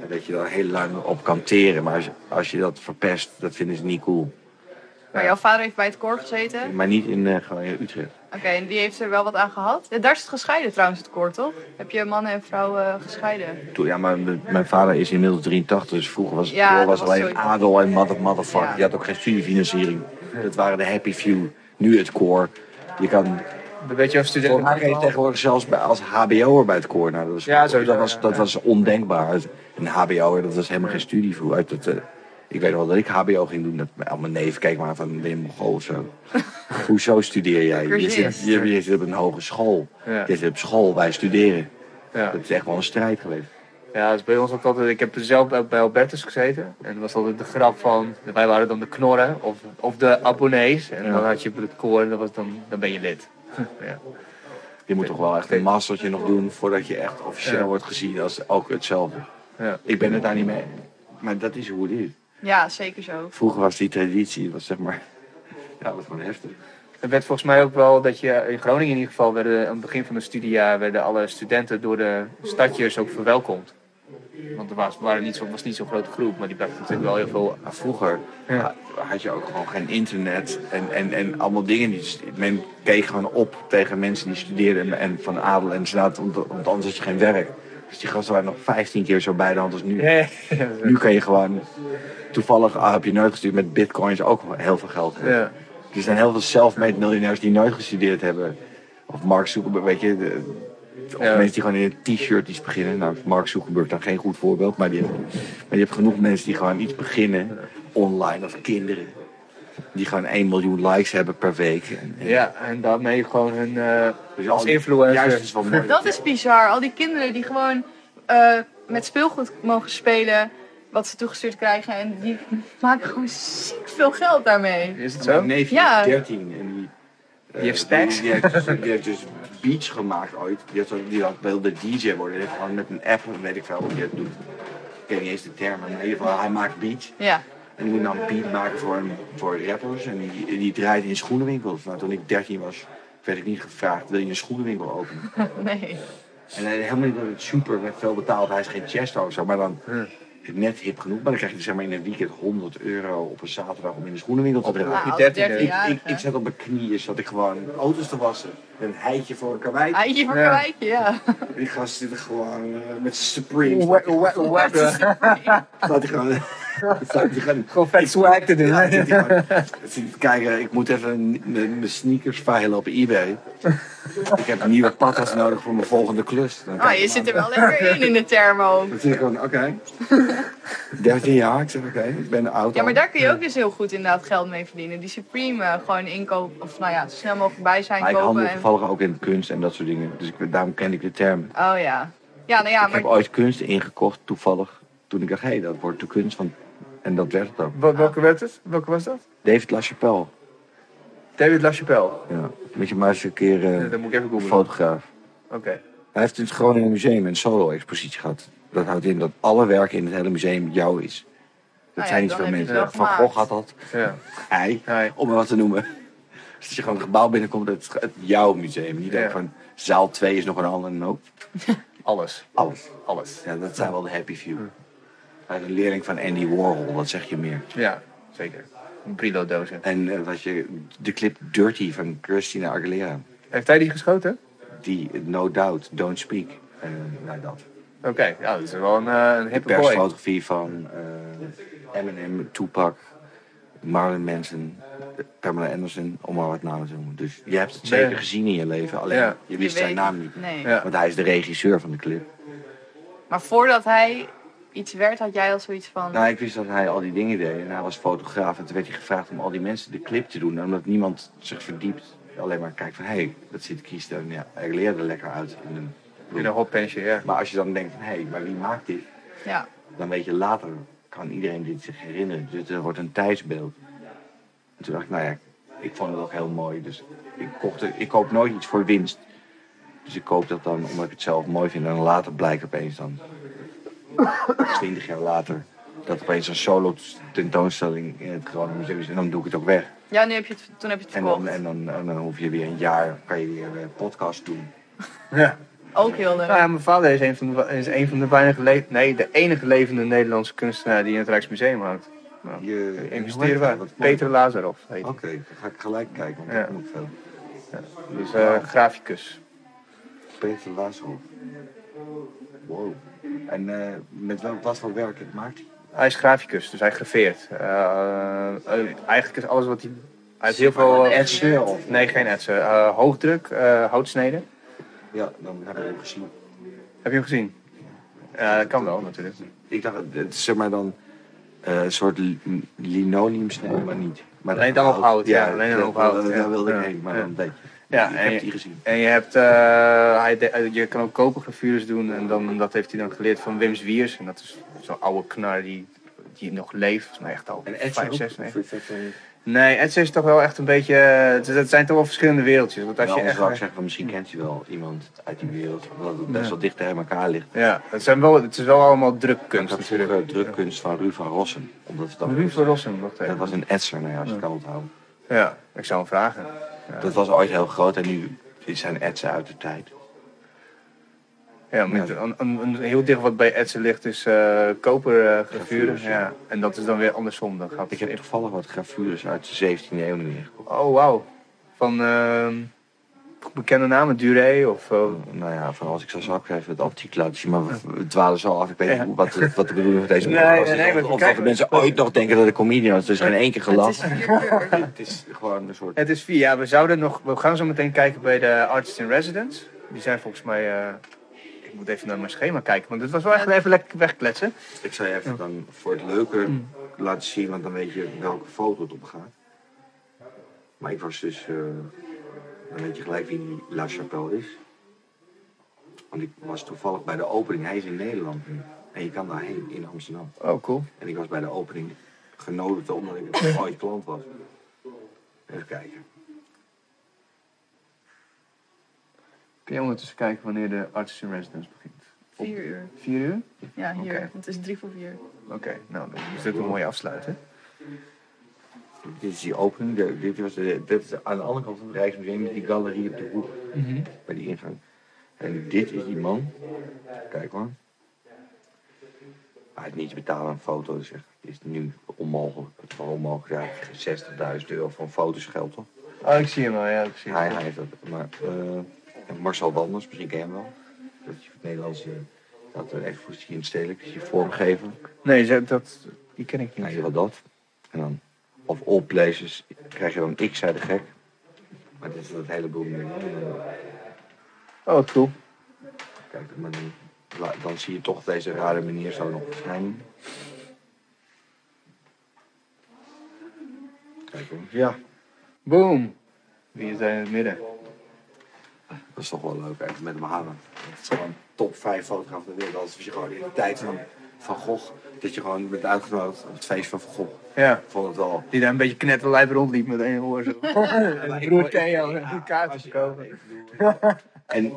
[SPEAKER 10] En dat je daar heel lang op kan teren. Maar als, als je dat verpest, dat vinden ze niet cool.
[SPEAKER 5] Maar jouw vader heeft bij het koor gezeten.
[SPEAKER 10] Maar niet in, eh, gewoon in Utrecht.
[SPEAKER 5] Oké, en die heeft er wel wat aan gehad. Ja, daar is het gescheiden trouwens, het koor, toch? Heb je mannen en vrouwen eh, gescheiden?
[SPEAKER 10] Toen, ja, maar m- mijn vader is inmiddels 83, dus vroeger was het
[SPEAKER 5] Ja,
[SPEAKER 10] koor
[SPEAKER 5] dat
[SPEAKER 10] was
[SPEAKER 5] was
[SPEAKER 10] alleen
[SPEAKER 5] sowieso.
[SPEAKER 10] adel en mother, motherfucker.
[SPEAKER 5] Ja.
[SPEAKER 10] Je had ook geen studiefinanciering. Dat waren de happy few. Nu het koor. Je kan
[SPEAKER 1] Dan weet je of
[SPEAKER 10] Volgens
[SPEAKER 1] studenten...
[SPEAKER 10] mij kreeg je tegenwoordig zelfs bij, als HBO'er bij het koor. Nou, dat was,
[SPEAKER 1] Ja, sowieso,
[SPEAKER 10] dat was,
[SPEAKER 1] ja,
[SPEAKER 10] dat
[SPEAKER 1] ja.
[SPEAKER 10] was ondenkbaar. Het- Een HBO'er, dat was helemaal geen studie voor. Uit het, eh, ik weet nog wel dat ik HBO ging doen. Dat mijn, al mijn neef keek maar van, ben je Mongool of
[SPEAKER 5] (laughs)
[SPEAKER 10] zo? Hoezo studeer jij? Je zit,
[SPEAKER 5] Precies.
[SPEAKER 10] je, je zit op een hogeschool.
[SPEAKER 1] Ja.
[SPEAKER 10] Je zit op school, wij studeren.
[SPEAKER 1] Ja.
[SPEAKER 10] Dat is echt wel een strijd geweest.
[SPEAKER 1] Ja, dat is bij ons ook altijd. Ik heb er zelf ook bij Albertus gezeten. En dat was altijd de grap van. Wij waren dan de knorren of, of de abonnees. En dan had je het koor en dat was dan, dan ben je
[SPEAKER 10] (laughs)
[SPEAKER 1] lid.
[SPEAKER 10] Je moet toch wel echt een mastertje nog doen voordat je echt officieel
[SPEAKER 1] Ja.
[SPEAKER 10] wordt gezien als ook hetzelfde.
[SPEAKER 1] Ja.
[SPEAKER 10] Ik ben het daar niet mee. Maar dat is hoe het is.
[SPEAKER 5] Ja, zeker zo.
[SPEAKER 10] Vroeger was die traditie, dat was zeg maar... Ja, dat was gewoon heftig.
[SPEAKER 1] Het werd volgens mij ook wel dat je in Groningen in ieder geval werden, aan het begin van het studiejaar werden alle studenten door de stadjes ook verwelkomd. Want er was, waren niet zo, was niet zo'n grote groep, maar die brachten natuurlijk wel heel veel.
[SPEAKER 10] Maar vroeger
[SPEAKER 1] Ja.
[SPEAKER 10] ha- had je ook gewoon geen internet en, en, en allemaal dingen. Die, men keek gewoon op tegen mensen die studeerden en, en van adel en straat, want, want anders had je geen werk. Dus die gasten waren nog 15 keer zo bij de hand als nu. (laughs) Nu kan je gewoon, toevallig ah, heb je nooit gestudeerd met bitcoins ook heel veel geld. hebben.
[SPEAKER 1] Ja.
[SPEAKER 10] Er zijn heel veel self-made miljonairs die nooit gestudeerd hebben. Of Mark Zuckerberg, weet je. de- of
[SPEAKER 1] Ja.
[SPEAKER 10] mensen die gewoon in een t-shirt iets beginnen. Nou, Mark Zuckerberg dan geen goed voorbeeld. Maar, die heeft, maar je hebt genoeg mensen die gewoon iets beginnen. Online of kinderen. Die gewoon 1 miljoen likes hebben per week. En, en-
[SPEAKER 1] ja, en daarmee gewoon hun. eh,
[SPEAKER 10] dus
[SPEAKER 1] als
[SPEAKER 10] al die-
[SPEAKER 1] influencer.
[SPEAKER 10] Juist is wel mooi.
[SPEAKER 5] Dat is bizar. Al die kinderen die gewoon eh, met speelgoed mogen spelen, wat ze toegestuurd krijgen. En die (laughs) maken gewoon ziek veel geld daarmee.
[SPEAKER 1] is het
[SPEAKER 10] Mijn
[SPEAKER 1] zo?
[SPEAKER 10] neefje
[SPEAKER 5] Ja.
[SPEAKER 10] is 13 en die... eh,
[SPEAKER 1] heeft stacks.
[SPEAKER 10] Die, die heeft, die heeft dus beats gemaakt ooit. Die, had, die had- wilde DJ worden. Die heeft gewoon met een app, weet ik veel hoe je dat doet. Ik ken niet eens de termen, maar in ieder geval, hij maakt beats.
[SPEAKER 5] Ja,
[SPEAKER 10] En die moet dan beat maken voor, een- voor rappers. En die, die draait in schoenenwinkels. Nou, toen ik 13 was, werd ik niet gevraagd, wil je een schoenenwinkel openen?
[SPEAKER 5] (laughs) nee.
[SPEAKER 10] En hij- helemaal niet dat het super werd veel betaald. Hij is geen chesto of zo, maar dan net hip genoeg. Maar dan krijg je dus, zeg maar in een weekend 100 euro op een zaterdag om in de schoenenwinkel te draaien.
[SPEAKER 5] Nou, als
[SPEAKER 1] 13e.
[SPEAKER 5] 13
[SPEAKER 10] Ik,
[SPEAKER 5] jaar.
[SPEAKER 10] ik, ik zat op mijn knieën, zat ik gewoon auto's te wassen. Een heitje voor een karwei.
[SPEAKER 5] Eitje voor
[SPEAKER 1] Ja.
[SPEAKER 5] kwijtje, ja.
[SPEAKER 10] Die gast zit er gewoon eh, met zijn Supreme.
[SPEAKER 1] Oeh, oeh, oeh, oeh.
[SPEAKER 10] Staat hij gewoon... (laughs) Staat hij gewoon...
[SPEAKER 1] Gewoon vet swag te doen.
[SPEAKER 10] Ja, zit hij gewoon- zit hij te kijken, ik moet even m- m- mijn sneakers veilen op eBay. Ik heb nieuwe patas nodig voor mijn volgende klus. Dan
[SPEAKER 5] Ah,
[SPEAKER 10] kijk
[SPEAKER 5] je
[SPEAKER 10] ik
[SPEAKER 5] zit
[SPEAKER 10] maar.
[SPEAKER 5] er wel lekker in, in de
[SPEAKER 10] (laughs)
[SPEAKER 5] thermo.
[SPEAKER 10] Dan zit ik gewoon, oké.
[SPEAKER 5] (laughs)
[SPEAKER 10] 13 jaar, ik zeg oké, ik ben oud.
[SPEAKER 5] Ja, maar
[SPEAKER 10] al.
[SPEAKER 5] daar kun je ook dus heel goed inderdaad geld mee verdienen. Die Supreme eh, gewoon inkopen, of nou ja, zo snel mogelijk bij zijn
[SPEAKER 10] Maar ik handel
[SPEAKER 5] kopen. En... Oh
[SPEAKER 10] toevallig ook in kunst en dat soort dingen. Dus ik, daarom ken ik de term.
[SPEAKER 5] Oh, ja. Ja, nou ja,
[SPEAKER 10] Ik heb
[SPEAKER 5] maar
[SPEAKER 10] ooit kunst ingekocht, toevallig. Toen ik dacht, hé, dat wordt de kunst. Van... En dat werd het ook.
[SPEAKER 1] Wel- Welke werd het? Welke was dat?
[SPEAKER 10] David LaChapelle.
[SPEAKER 1] David LaChapelle.
[SPEAKER 10] Ja. Weet je maar eens een keer eh,
[SPEAKER 1] Dat moet ik even
[SPEAKER 10] een
[SPEAKER 1] googlen.
[SPEAKER 10] fotograaf.
[SPEAKER 1] Oké.
[SPEAKER 10] Hij heeft in het Groningen Museum een solo-expositie gehad. Dat houdt in dat alle werken in het hele museum jou is. Dat
[SPEAKER 5] Nou ja,
[SPEAKER 10] zijn niet
[SPEAKER 5] dan
[SPEAKER 10] veel
[SPEAKER 5] heb je het
[SPEAKER 10] mensen. Van
[SPEAKER 5] wel gemaakt.
[SPEAKER 10] Gogh had dat.
[SPEAKER 1] Ja.
[SPEAKER 10] Hij,
[SPEAKER 1] Hij.
[SPEAKER 10] om maar wat te noemen. Dus als je gewoon een gebouw binnenkomt, het, het jouw museum. Niet
[SPEAKER 1] Ja.
[SPEAKER 10] ook van zaal 2 is nog een ander. Nope.
[SPEAKER 1] (laughs) Alles.
[SPEAKER 10] Alles.
[SPEAKER 1] Alles.
[SPEAKER 10] Ja, dat zijn wel de happy few. Hij is een leerling van Andy Warhol, dat zeg je meer.
[SPEAKER 1] Ja, zeker. Een Brillo-dozen.
[SPEAKER 10] En eh, wat je, de clip Dirty van Christina Aguilera.
[SPEAKER 1] Heeft hij die geschoten?
[SPEAKER 10] Die eh, No Doubt, Don't Speak. eh nou, dat.
[SPEAKER 1] Oké, ja, dat is wel een, eh, een
[SPEAKER 10] De
[SPEAKER 1] hippe boy.
[SPEAKER 10] persfotografie van eh, Eminem, Tupac, Marlon Manson, eh, Pamela Anderson, om maar wat namen te noemen. Dus je hebt het zeker
[SPEAKER 1] Ja.
[SPEAKER 10] gezien in je leven, alleen
[SPEAKER 1] Ja.
[SPEAKER 10] je wist
[SPEAKER 5] Je
[SPEAKER 10] zijn
[SPEAKER 5] weet-
[SPEAKER 10] naam niet.
[SPEAKER 5] nee.
[SPEAKER 1] Ja.
[SPEAKER 10] Want hij is de regisseur van de clip.
[SPEAKER 5] Maar voordat hij iets werd, had jij al zoiets van...
[SPEAKER 10] Nou, ik wist dat hij al die dingen deed en hij was fotograaf. En toen werd hij gevraagd om al die mensen de clip te doen, omdat niemand zich verdiept. Alleen maar kijkt van, hé, hey, dat zit Christo. En Ja, hij leerde er lekker uit. in een-
[SPEAKER 1] In een hotpensje, ja.
[SPEAKER 10] Maar als je dan denkt van, hé, hey, maar wie maakt dit?
[SPEAKER 5] Ja,
[SPEAKER 10] dan weet je later kan iedereen dit zich herinneren. Dus er wordt een tijdsbeeld. En toen dacht ik, nou ja, ik vond het ook heel mooi. Dus ik, kocht het- ik koop nooit iets voor winst. Dus ik koop dat dan omdat ik het zelf mooi vind. En dan later blijkt opeens dan, twintig jaar later, dat opeens een solo tentoonstelling in het Groningen Museum is. En dan doe ik het ook weg.
[SPEAKER 5] ja nu heb je het, toen heb je het
[SPEAKER 10] En
[SPEAKER 5] verkocht.
[SPEAKER 10] eh, dan, en, dan, en dan hoef je weer een jaar, kan je weer een podcast doen.
[SPEAKER 1] Ja.
[SPEAKER 5] Ook heel leuk.
[SPEAKER 1] Nou ja, mijn vader is een van de, is een van de weinige le- nee, de enige levende Nederlandse kunstenaar die in het Rijksmuseum hangt. Nou,
[SPEAKER 10] Je
[SPEAKER 1] Investeren
[SPEAKER 10] waar?
[SPEAKER 1] we. Peter Lazarov heet
[SPEAKER 10] Oké,
[SPEAKER 1] hij.
[SPEAKER 10] dan ga ik gelijk kijken, want
[SPEAKER 1] Ja.
[SPEAKER 10] dat moet wel.
[SPEAKER 1] Dus eh, graficus.
[SPEAKER 10] Peter Laashoff. Wow. En eh, met wel, wat voor werk het maakt hij?
[SPEAKER 1] Hij is graficus, dus hij graveert. Eh, eh, eigenlijk is alles wat hij... Hij heeft heel veel... eh,
[SPEAKER 10] Etsen of?
[SPEAKER 1] Nee, geen etsen. Eh, hoogdruk, eh, houtsneden.
[SPEAKER 10] Ja, dan heb ik hem gezien.
[SPEAKER 1] Heb je hem gezien? Ja, dat kan wel natuurlijk.
[SPEAKER 10] Ik dacht, het is zeg maar dan eh, een soort li- linoleum snijden, maar niet. Maar
[SPEAKER 1] Alleen dan op hout, ja, alleen dan
[SPEAKER 10] dat-
[SPEAKER 1] op hout,
[SPEAKER 10] Daar, daar
[SPEAKER 1] ja.
[SPEAKER 10] wilde ik
[SPEAKER 1] Ja,
[SPEAKER 10] heen, maar
[SPEAKER 1] ja.
[SPEAKER 10] dan weet je.
[SPEAKER 1] Ja,
[SPEAKER 10] ik
[SPEAKER 1] en
[SPEAKER 10] heb
[SPEAKER 1] je-
[SPEAKER 10] die gezien.
[SPEAKER 1] En je, hebt, eh, hij de- eh, je kan ook kopergravures doen en dan, dat heeft hij dan geleerd van Wim Zwiers. En dat is zo'n oude knar die, die nog leeft. Volgens mij echt al
[SPEAKER 10] En
[SPEAKER 1] 5,
[SPEAKER 10] Etsen
[SPEAKER 1] 6,
[SPEAKER 10] ook?
[SPEAKER 1] 9.
[SPEAKER 10] Of is dat, eh,
[SPEAKER 1] Nee, Etsy is toch wel echt een beetje... Het het zijn toch wel verschillende wereldjes. Want als
[SPEAKER 10] Nou,
[SPEAKER 1] je
[SPEAKER 10] anders wou ik
[SPEAKER 1] echt...
[SPEAKER 10] zeggen,
[SPEAKER 1] Hm.
[SPEAKER 10] van, misschien kent je wel iemand uit die wereld, omdat het best wel dicht tegen elkaar ligt.
[SPEAKER 1] Ja, het, zijn wel, het is wel allemaal
[SPEAKER 10] Ik
[SPEAKER 1] drukkunst
[SPEAKER 10] had
[SPEAKER 1] natuurlijk.
[SPEAKER 10] vroeger drukkunst van Ruud van Rossum, omdat het dan
[SPEAKER 1] Ruud van Rossum, wacht
[SPEAKER 10] Dat
[SPEAKER 1] even.
[SPEAKER 10] was een etser, nou ja, als je het kan onthouden.
[SPEAKER 1] Ja, ik zou hem vragen.
[SPEAKER 10] Dat was ooit heel groot en nu zijn etsen uit de tijd.
[SPEAKER 1] Ja, maar
[SPEAKER 10] Ja.
[SPEAKER 1] Een, een, een- heel dicht wat bij Etsen ligt is eh kopergravuren.
[SPEAKER 10] Gravures, ja.
[SPEAKER 1] ja. En dat is dan weer andersom. Dan gaat
[SPEAKER 10] Ik heb toevallig wat gravures uit de 17e eeuw neergekocht.
[SPEAKER 1] Oh, wauw. Van ehm, bekende namen, Duré of... eh,
[SPEAKER 10] Nou ja, van als ik zo zou even het antiek laten zien, maar we we dwalen zo af. Ik weet niet hoe- wat, de- wat de bedoeling van deze
[SPEAKER 1] Nee,
[SPEAKER 10] podcast
[SPEAKER 1] nee, nee,
[SPEAKER 10] is. Of,
[SPEAKER 1] maar
[SPEAKER 10] of dat
[SPEAKER 1] kijk,
[SPEAKER 10] de mensen ooit nog denken dat ik comedian is. Er is geen één keer gelachen.
[SPEAKER 5] Vier
[SPEAKER 10] Het is gewoon een soort...
[SPEAKER 1] Het is vier. Ja, we zouden nog... We gaan zo meteen kijken bij de Artists in Residence. Die zijn volgens mij... eh, ik moet even naar mijn schema kijken, want het was wel echt even lekker wegkletsen.
[SPEAKER 10] Ik zou je even dan voor het leuke laten zien, want dan weet je welke foto het op gaat. Maar ik was dus... eh, dan weet je gelijk wie La Chapelle is. Want ik was toevallig bij de opening. Hij is in Nederland nu. En je kan daarheen in Amsterdam.
[SPEAKER 1] Oh, cool.
[SPEAKER 10] En ik was bij de opening genodigd omdat ik
[SPEAKER 1] (laughs)
[SPEAKER 10] een ooit klant was. Even kijken.
[SPEAKER 1] Kun je ondertussen kijken wanneer de Artists in Residence begint?
[SPEAKER 5] uur.
[SPEAKER 1] Vier uur?
[SPEAKER 5] Ja, hier.
[SPEAKER 1] Oké.
[SPEAKER 5] Het is drie voor vier.
[SPEAKER 1] Oké, nou, dan is dit een mooie afsluiting.
[SPEAKER 10] Dit is die opening. De- dit, was de, dit is aan de andere kant van het Rijksmuseum, die galerie op de hoek.
[SPEAKER 1] Mhm. (laughs)
[SPEAKER 10] Bij die ingang. En dit is die man. Kijk hoor. Hij heeft niet te betalen aan foto's. zeg. Het is nu onmogelijk. Het is wel onmogelijk. Ja, 60.000 euro voor een fotosgeld toch?
[SPEAKER 1] Oh, ik zie hem al, ja, ik zie
[SPEAKER 10] Hij, hij heeft dat. Maar, eh, en Marcel Wanders, misschien ken je hem wel. Dat is het Nederlandse. Dat een expositie in het stedelijk. Dat is die vormgever.
[SPEAKER 1] Nee, ze- dat, die ken ik
[SPEAKER 10] Nou,
[SPEAKER 1] niet.
[SPEAKER 10] je wat dat. En dan, of all places, krijg je dan ik zei de gek. Maar dit is dat hele boel. meer.
[SPEAKER 1] Oh, cool.
[SPEAKER 10] Kijk, maar dan, la- dan zie je toch op deze rare manier zo nog verschijnen. Kijk hoor. Ja,
[SPEAKER 1] Boom. Wie is daar in het midden?
[SPEAKER 10] dat is toch wel leuk, even met hem hangen. Het is gewoon top 5 fotograaf van de wereld. Als je gewoon in de tijd van Van Gogh, dat je gewoon bent uitgenodigd op het feest van Van Gogh.
[SPEAKER 1] Ja.
[SPEAKER 10] Ik vond het wel
[SPEAKER 1] Die daar een beetje knetterlijp rondliep met één oor zo. En die broer Theo, een kaart verkopen.
[SPEAKER 10] En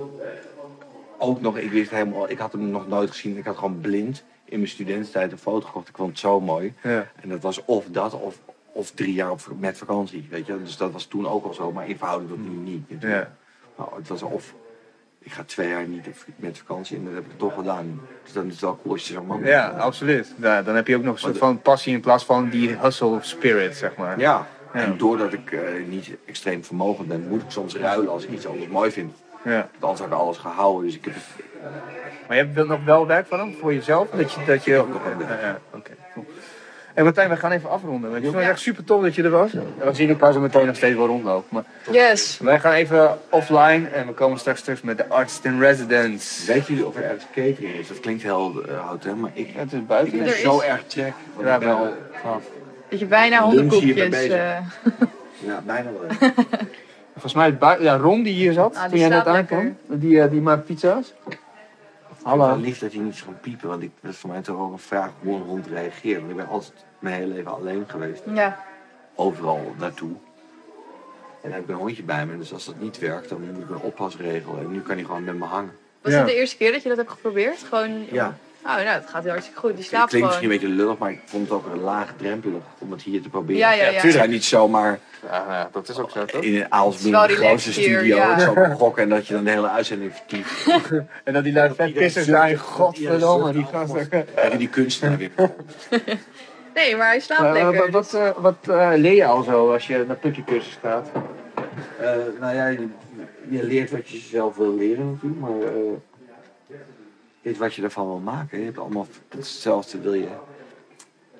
[SPEAKER 10] ook nog, ik wist helemaal, ik had hem nog nooit gezien. Ik had gewoon blind in mijn studententijd een foto gekocht. Ik vond het zo mooi.
[SPEAKER 1] Ja.
[SPEAKER 10] En dat was of dat of, of drie jaar op, met vakantie. Weet je? Dus dat was toen ook al zo, maar in verhouding tot nu
[SPEAKER 1] Hmm.
[SPEAKER 10] niet. natuurlijk. Nou, het was of ik ga twee jaar niet op- met vakantie en dat heb ik toch gedaan. Dus dan is het wel cool als je zo'n man
[SPEAKER 1] Ja, absoluut. Ja, dan heb je ook nog een soort van passie in plaats van die hustle spirit, zeg maar.
[SPEAKER 10] Ja. En doordat ik eh, niet extreem vermogend ben, moet ik soms ruilen als ik iets anders mooi vind.
[SPEAKER 1] Ja.
[SPEAKER 10] Want Anders had ik alles gehouden. Dus ik heb het
[SPEAKER 1] Maar je hebt wel nog wel werk van hem voor jezelf? Dat je, dat je...
[SPEAKER 10] heb nog wel werk.
[SPEAKER 1] Ja, ja. Oké, cool. En Martijn, we gaan even afronden. want Ik vond het echt super tof dat je er was. We zien elkaar zo meteen nog steeds wel rondlopen. Maar
[SPEAKER 5] Yes.
[SPEAKER 1] wij gaan even offline en we komen straks terug met de Artist in Residence.
[SPEAKER 10] Weet jullie of er ergens catering is? Dat klinkt heel eh, oud, hè? Maar ik,
[SPEAKER 1] Het is
[SPEAKER 10] ik ben
[SPEAKER 1] buiten.
[SPEAKER 5] Er is-
[SPEAKER 10] zo erg check. Want
[SPEAKER 1] Ja,
[SPEAKER 10] ik ben al
[SPEAKER 5] Dat je bijna honderd
[SPEAKER 10] Lunch hier
[SPEAKER 5] koekjes...
[SPEAKER 10] bij bezig.
[SPEAKER 5] eh,
[SPEAKER 10] ja, bijna wel.
[SPEAKER 5] (laughs)
[SPEAKER 1] Volgens mij het buiten. Ja, Ron die hier zat
[SPEAKER 5] Ah, die
[SPEAKER 1] toen jij net
[SPEAKER 5] staat
[SPEAKER 1] aankwam. Die, eh, die maakt pizza's.
[SPEAKER 10] Hallo.
[SPEAKER 1] Hallo.
[SPEAKER 10] lief dat hij niet is gaan piepen, want ik, dat is voor mij toch wel een vraag hoe een hond reageert. Want ik ben altijd mijn hele leven alleen geweest,
[SPEAKER 5] ja.
[SPEAKER 10] overal naartoe. En dan heb ik een hondje bij me, dus als dat niet werkt, dan moet ik een oppas regelen. En nu kan hij gewoon met me hangen.
[SPEAKER 5] Was
[SPEAKER 1] Ja.
[SPEAKER 5] het de eerste keer dat je dat hebt geprobeerd? Gewoon...
[SPEAKER 10] Ja.
[SPEAKER 5] Oh, nou, dat gaat heel hartstikke goed. Die
[SPEAKER 10] Het
[SPEAKER 5] slaapt
[SPEAKER 10] klinkt
[SPEAKER 5] gewoon.
[SPEAKER 10] misschien een beetje lullig, maar ik vond het ook laagdrempelig om het hier te proberen.
[SPEAKER 5] Ja, ja, ja.
[SPEAKER 10] Het zijn niet zomaar
[SPEAKER 9] Ja, dat is ook zo, toch?
[SPEAKER 10] in een Aalsmeer,
[SPEAKER 5] Het
[SPEAKER 10] een
[SPEAKER 5] is wel
[SPEAKER 10] grootste
[SPEAKER 5] relaxed hier,
[SPEAKER 10] studio.
[SPEAKER 5] ja.
[SPEAKER 10] Ik zou gokken en dat je dan de hele uitzending vertieft.
[SPEAKER 1] (laughs) En dat die lui vet pissers zijn, godverdomme, die gasten.
[SPEAKER 10] gasten. Heb je die kunstenaar weer?
[SPEAKER 5] Nee, maar hij slaapt
[SPEAKER 1] Maar,
[SPEAKER 5] lekker.
[SPEAKER 1] eh, wat eh, wat eh, leer je al zo als je naar plukjecursus gaat?
[SPEAKER 10] Eh, nou ja, je, je leert wat je zelf wil leren natuurlijk, maar eh, dit wat je ervan wil maken. Je hebt allemaal hetzelfde. Wil je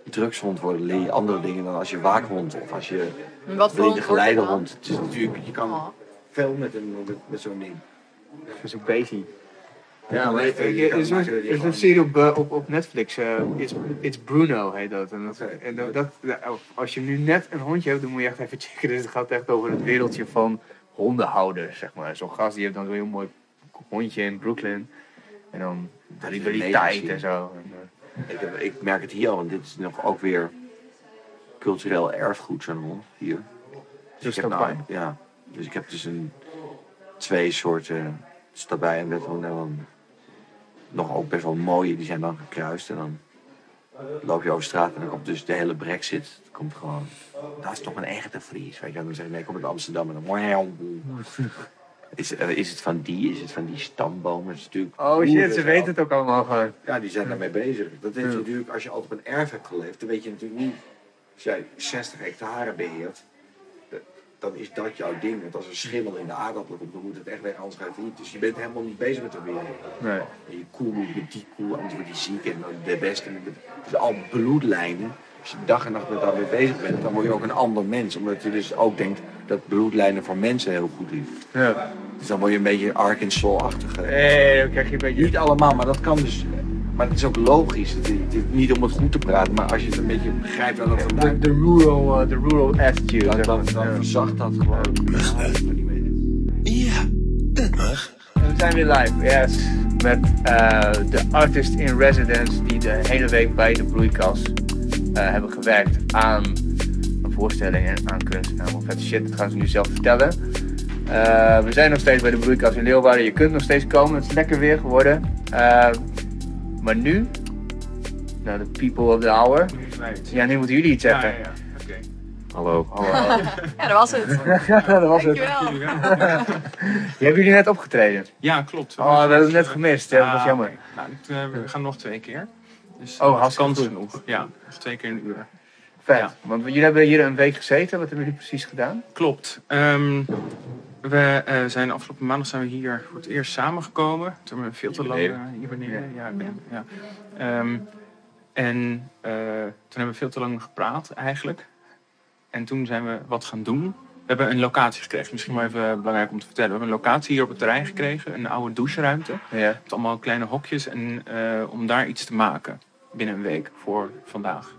[SPEAKER 10] drugshond worden, leer je andere dingen dan als je waakhond of als je
[SPEAKER 5] Wat voor
[SPEAKER 10] wil je de
[SPEAKER 5] hond wordt het dan?
[SPEAKER 10] geleidehond. Het is natuurlijk, je kan
[SPEAKER 5] Oh.
[SPEAKER 10] veel met, een, met, met zo'n ding.
[SPEAKER 1] Zo'n baby.
[SPEAKER 10] Ja, maar
[SPEAKER 1] Er is een- er is een serie op, eh, op, op Netflix, eh it's, it's Bruno heet dat. En, dat,
[SPEAKER 10] Oké.
[SPEAKER 1] en dat, dat- als je nu net een hondje hebt, dan moet je echt even checken. (laughs) Dus het gaat echt over het wereldje van hondenhouders, zeg maar. Zo'n gast die heeft dan zo'n heel mooi hondje in Brooklyn. En dan de
[SPEAKER 10] is
[SPEAKER 1] rivaliteit
[SPEAKER 10] een
[SPEAKER 1] en zo. En, eh,
[SPEAKER 10] Ik, heb- ik merk het hier al, want dit is nog ook weer cultureel erfgoed, zo'n hond hier.
[SPEAKER 1] Zo'n
[SPEAKER 10] ik heb nou-
[SPEAKER 1] stampij.
[SPEAKER 10] ja, dus ik heb dus een, twee soorten stabij en wethond en dan nog ook best wel mooie, die zijn dan gekruist en dan loop je over straat en dan komt dus de hele brexit, Het komt gewoon, dat is toch een echte Fries, weet je, wel. dan zeg je nee, ik kom uit Amsterdam en dan is, eh, is het van die, is het van die stamboom, het is natuurlijk
[SPEAKER 1] Oh shit,
[SPEAKER 10] boeren
[SPEAKER 1] ze
[SPEAKER 10] zo.
[SPEAKER 1] weten het ook allemaal gewoon.
[SPEAKER 10] Ja, die zijn daarmee bezig. Dat weet je natuurlijk, als je altijd op een erf hebt geleefd, dan weet je natuurlijk niet. Als jij 60 hectare beheert, d- dan is dat jouw ding. Want als er schimmel in de aardappel komt, dan moet het echt weg, anders gaat het niet. Dus je bent helemaal niet bezig met de wereld.
[SPEAKER 1] Nee.
[SPEAKER 10] En je koe moet met die koe, anders wordt die ziek en dan de beste. moet met- Dus al bloedlijnen, als je dag en nacht met daarmee bezig bent, dan word je ook een ander mens. Omdat je dus ook denkt dat bloedlijnen voor mensen heel goed is.
[SPEAKER 1] Ja.
[SPEAKER 10] Dus dan word je een beetje Arkansas-achtige.
[SPEAKER 1] Hey, dan krijg je een beetje...
[SPEAKER 10] Niet allemaal, maar dat kan dus. Maar het is ook logisch. Het is, het is niet om het goed te praten, maar als je het een beetje begrijpt waar dat vandaan
[SPEAKER 1] De, de rural, eh, de rural attitude.
[SPEAKER 10] komt,
[SPEAKER 1] zeg
[SPEAKER 10] dan,
[SPEAKER 1] maar.
[SPEAKER 10] dan
[SPEAKER 1] Ja.
[SPEAKER 10] verzacht dat gewoon.
[SPEAKER 8] Ja, dat mag.
[SPEAKER 1] We zijn weer live, yes. Met eh, de artist in residence die de hele week bij de broeikas eh, hebben gewerkt aan een voorstelling en aan kunst. Nou, wat vet shit, dat gaan ze nu zelf vertellen. Eh, we zijn nog steeds bij de broeikas in Leeuwarden. Je kunt nog steeds komen, het is lekker weer geworden. Eh, maar nu, nou, de people of the hour. Ja, nu moeten jullie iets zeggen.
[SPEAKER 9] Hallo.
[SPEAKER 1] Oh.
[SPEAKER 5] (laughs) Ja, dat was
[SPEAKER 1] (laughs)
[SPEAKER 5] het.
[SPEAKER 1] dat was het.
[SPEAKER 5] Dankjewel.
[SPEAKER 1] (laughs) Hebben jullie net opgetreden?
[SPEAKER 11] Ja, klopt.
[SPEAKER 1] Oh, we hebben het net gemist, ja, dat was
[SPEAKER 11] Ah,
[SPEAKER 1] jammer.
[SPEAKER 11] oké. Nou, dit, eh, we gaan nog twee keer. Dus
[SPEAKER 1] Oh, hartstikke
[SPEAKER 11] kans
[SPEAKER 1] goed.
[SPEAKER 11] genoeg. Ja, nog twee keer een uur.
[SPEAKER 1] Vet,
[SPEAKER 11] Ja.
[SPEAKER 1] want jullie hebben hier een week gezeten. Wat hebben jullie precies gedaan?
[SPEAKER 11] Klopt. Ehm, we eh, zijn afgelopen maandag zijn we hier voor het eerst samengekomen. Toen hebben we veel te lang eh, hier beneden. Ja, ik ben- ja. Ehm, en eh, toen hebben we veel te lang gepraat eigenlijk. En toen zijn we wat gaan doen. We hebben een locatie gekregen. Misschien wel even eh, belangrijk om te vertellen. We hebben een locatie hier op het terrein gekregen. Een oude doucheruimte.
[SPEAKER 1] Ja.
[SPEAKER 11] Met allemaal kleine hokjes. En eh, om daar iets te maken. Binnen een week voor vandaag.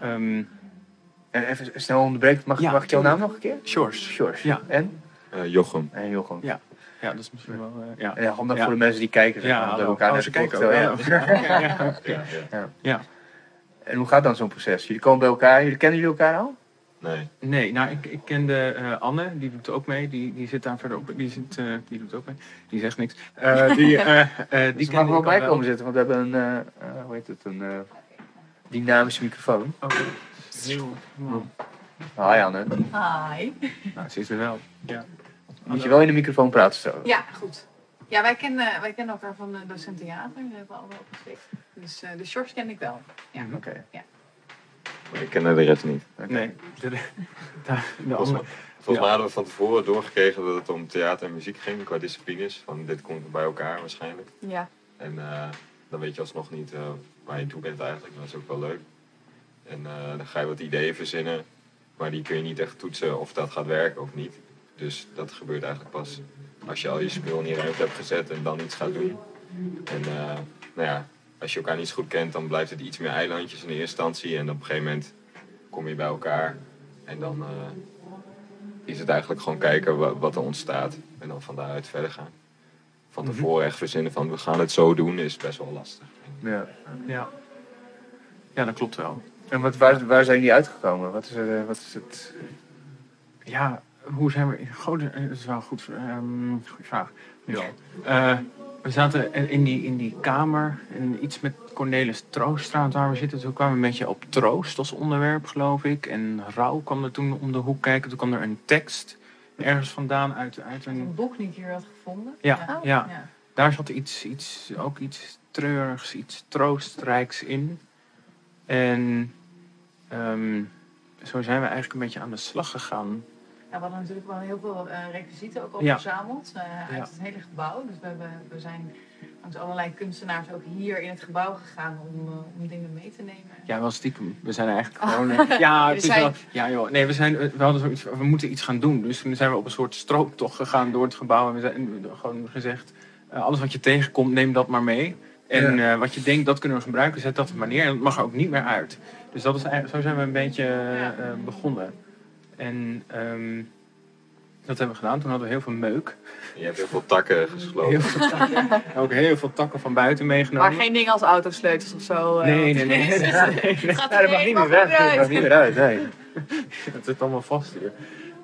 [SPEAKER 11] Ehm
[SPEAKER 1] En Eh, even snel onderbreken. Mag,
[SPEAKER 11] Ja,
[SPEAKER 1] mag ik jouw naam nog een keer?
[SPEAKER 11] Shores.
[SPEAKER 1] George.
[SPEAKER 11] Ja.
[SPEAKER 1] En?
[SPEAKER 2] Eh,
[SPEAKER 9] Jochem.
[SPEAKER 1] En Jochem.
[SPEAKER 11] Ja. Ja, dat is misschien wel... eh, ja.
[SPEAKER 1] En ja, handig
[SPEAKER 11] Ja.
[SPEAKER 1] voor de mensen die kijken. zeg maar, dat we
[SPEAKER 11] hallo.
[SPEAKER 1] elkaar
[SPEAKER 11] Oh,
[SPEAKER 1] net
[SPEAKER 11] ze kijken
[SPEAKER 1] volgen,
[SPEAKER 11] ook.
[SPEAKER 1] ja. (laughs)
[SPEAKER 11] Ja, ja, oké.
[SPEAKER 1] En hoe gaat dan zo'n proces? Jullie komen bij elkaar. Jullie, kennen jullie elkaar al?
[SPEAKER 10] Nee.
[SPEAKER 11] Nee, nou, ik, ik kende eh, Anne, die doet ook mee. Die, die zit daar verder op. Die, zit, eh, die doet ook mee. Die zegt niks. (laughs) Eh,
[SPEAKER 1] (laughs)
[SPEAKER 11] die eh eh,
[SPEAKER 1] Die
[SPEAKER 11] die
[SPEAKER 1] dus mag
[SPEAKER 11] kende
[SPEAKER 1] wel
[SPEAKER 11] ik al
[SPEAKER 1] bij komen zitten, want we hebben een, eh, eh, hoe heet het, een eh, dynamische microfoon.
[SPEAKER 11] Oké. Wow.
[SPEAKER 1] Hi Anne.
[SPEAKER 5] Hi.
[SPEAKER 11] Nou, ze is er wel.
[SPEAKER 1] Moet je wel in de microfoon praten zo.
[SPEAKER 5] Ja, goed. Ja, wij kennen, wij kennen elkaar van de docent theater. We hebben allemaal opgeschreven. Dus eh, de shorts ken ik wel. Ja.
[SPEAKER 1] Oké.
[SPEAKER 2] Ik ken de rest niet.
[SPEAKER 1] oké.
[SPEAKER 11] Nee. De, (laughs) de, de andere.
[SPEAKER 2] Volgens
[SPEAKER 11] Ja.
[SPEAKER 2] mij hadden we van tevoren doorgekregen dat het om theater en muziek ging qua disciplines. Van dit komt bij elkaar waarschijnlijk.
[SPEAKER 5] Ja.
[SPEAKER 2] En eh, dan weet je alsnog niet eh, waar je toe bent eigenlijk. Dat is ook wel leuk. En eh, dan ga je wat ideeën verzinnen. Maar die kun je niet echt toetsen of dat gaat werken of niet. Dus dat gebeurt eigenlijk pas als je al je spul in je ruimte hebt gezet en dan iets gaat doen. En eh, nou ja, als je elkaar niet zo goed kent, dan blijft het iets meer eilandjes in eerste instantie. En op een gegeven moment kom je bij elkaar. En dan eh, is het eigenlijk gewoon kijken wa- wat er ontstaat. En dan van daaruit verder gaan. Van
[SPEAKER 11] Mhm.
[SPEAKER 2] tevoren echt verzinnen van we gaan het zo doen is best wel lastig.
[SPEAKER 1] Ja.
[SPEAKER 11] Ja. ja, dat klopt wel.
[SPEAKER 1] En wat, waar, waar zijn jullie uitgekomen? Wat is, het, eh, wat is het?
[SPEAKER 11] eh, Ja, hoe zijn we... Goh, dat is wel goed. ehm goede vraag. Ja. We zaten in- in die, in die kamer, en iets met Cornelis Trooststraat waar we zitten. Toen kwamen we een beetje op troost als onderwerp, geloof ik. En rouw kwam er toen om de hoek kijken. Toen kwam er een tekst ergens vandaan uit, uit een...
[SPEAKER 7] Een boek die ik hier had gevonden.
[SPEAKER 11] Ja,
[SPEAKER 7] Oh,
[SPEAKER 11] ja. daar zat iets, iets, ook iets treurigs, iets troostrijks in. En ehm, zo zijn we eigenlijk een beetje aan de slag gegaan.
[SPEAKER 7] Ja, we hadden natuurlijk wel heel veel eh, requisieten ook al
[SPEAKER 11] Ja.
[SPEAKER 7] verzameld eh, uit
[SPEAKER 11] Ja.
[SPEAKER 7] het hele gebouw. Dus we, hebben, we zijn langs allerlei kunstenaars ook hier in het gebouw gegaan om, eh, om dingen mee te nemen.
[SPEAKER 11] Ja, wel stiekem. We zijn eigenlijk gewoon... eh,
[SPEAKER 7] (laughs)
[SPEAKER 11] ja, het
[SPEAKER 7] Oh. We
[SPEAKER 11] is
[SPEAKER 7] zijn-
[SPEAKER 11] wel... Ja, joh. Nee, we, zijn, eh, we hadden zoiets van, we moeten iets gaan doen. Dus toen zijn we op een soort strooptocht gegaan door het gebouw. En we zijn eh, gewoon gezegd, eh, alles wat je tegenkomt, neem dat maar mee. En eh, wat je denkt, dat kunnen we gebruiken. Zet dat er maar neer. En dat mag er ook niet meer uit. Dus dat is eigenlijk, zo zijn we een beetje eh, begonnen. En ehm, dat hebben we gedaan. Toen hadden we heel veel meuk.
[SPEAKER 2] Je hebt heel veel
[SPEAKER 11] (laughs)
[SPEAKER 2] takken gesloten.
[SPEAKER 11] Heel veel takken. ook heel veel takken van buiten meegenomen.
[SPEAKER 7] Maar geen dingen als autosleutels of zo. eh,
[SPEAKER 11] Nee, nee,
[SPEAKER 1] (laughs)
[SPEAKER 11] nee. nee, nee, nee.
[SPEAKER 7] Gaat
[SPEAKER 1] Ja, dat mag niet meer weg. Dat mag niet meer uit,
[SPEAKER 11] (laughs)
[SPEAKER 1] nee.
[SPEAKER 11] Het zit allemaal vast hier.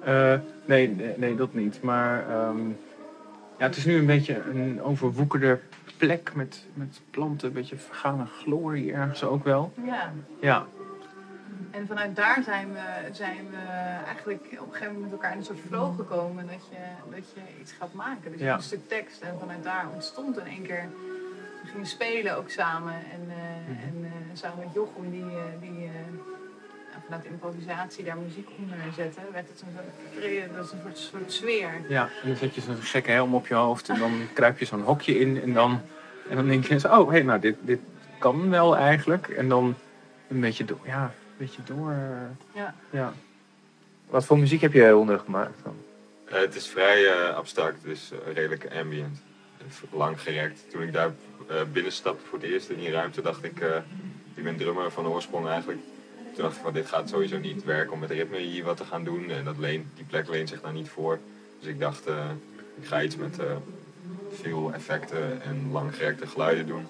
[SPEAKER 11] Eh, nee, nee, nee, dat niet. Maar ehm, ja, het is nu een beetje een overwoekerde plek met, met planten. Een beetje vergane glorie ergens ook wel.
[SPEAKER 7] Ja,
[SPEAKER 11] Ja,
[SPEAKER 7] en vanuit daar zijn we, zijn we eigenlijk op een gegeven moment met elkaar in een soort flow gekomen dat je, dat je iets gaat maken. Dus
[SPEAKER 11] Ja.
[SPEAKER 7] een stuk tekst en vanuit daar ontstond in één keer. We gingen spelen ook samen en, eh, en eh, samen met Jochem die, eh, die eh, nou, vanuit improvisatie daar muziek onder zette. Werd het een soort, dat is een soort, soort sfeer.
[SPEAKER 11] ja. En dan zet je zo'n gekke helm op je hoofd. En dan kruip je zo'n hokje in. En dan, en dan denk je eens, oh, hey, nou, dit, dit kan wel eigenlijk. En dan een beetje door. Ja, een beetje door. eh,
[SPEAKER 7] Ja.
[SPEAKER 11] ja.
[SPEAKER 1] Wat voor muziek heb je onder gemaakt dan?
[SPEAKER 2] Eh, het is vrij eh, abstract, dus eh, redelijk ambient. Lang gerekt. Toen ik daar eh, binnenstapte voor het eerst in die ruimte, dacht ik, eh, ik ben drummer van oorsprong eigenlijk. Toen dacht ik van dit gaat sowieso niet werken om met ritme hier wat te gaan doen. En dat leent, die plek leent zich daar niet voor. Dus ik dacht, eh, ik ga iets met eh, veel effecten en langgerekte geluiden doen.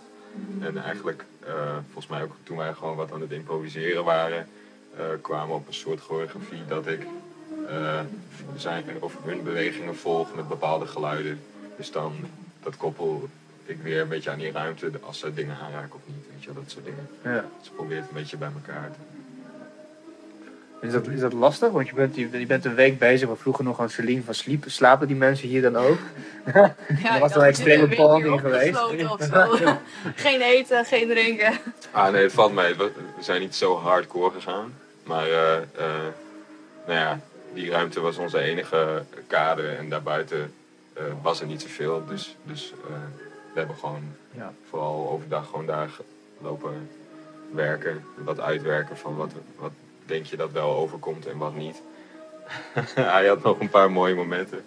[SPEAKER 2] En eigenlijk, eh, volgens mij ook toen wij gewoon wat aan het improviseren waren, eh, kwamen we op een soort choreografie dat ik eh, zijn, of hun bewegingen volg met bepaalde geluiden. Dus dan dat koppel ik weer een beetje aan die ruimte als ze dingen aanraken of niet. Weet je, wel, dat soort dingen.
[SPEAKER 1] Ja.
[SPEAKER 2] Ze probeert het een beetje bij elkaar te
[SPEAKER 1] Is dat, is dat lastig? Want je bent, je, je bent een week bezig, maar vroeger nog aan Celine van sliepen. Slapen die mensen hier (laughs) dan ook?
[SPEAKER 7] Ja,
[SPEAKER 1] Er was
[SPEAKER 7] ik
[SPEAKER 1] wel
[SPEAKER 7] dacht,
[SPEAKER 1] extreme
[SPEAKER 7] dit hebben we
[SPEAKER 1] poging
[SPEAKER 7] hier
[SPEAKER 1] geweest.
[SPEAKER 7] opgesloten
[SPEAKER 11] (laughs)
[SPEAKER 7] Of zo. geen eten, geen drinken.
[SPEAKER 2] Ah nee, het valt mee. We we zijn niet zo hardcore gegaan. Maar eh, eh, nou ja, die ruimte was onze enige kader en daarbuiten eh, was er niet zoveel. Dus, dus eh, we hebben gewoon
[SPEAKER 11] Ja.
[SPEAKER 2] vooral overdag gewoon daar ge- lopen werken. Wat uitwerken van wat, wat denk je dat wel overkomt en wat niet. (laughs) Hij had nog een paar mooie momenten.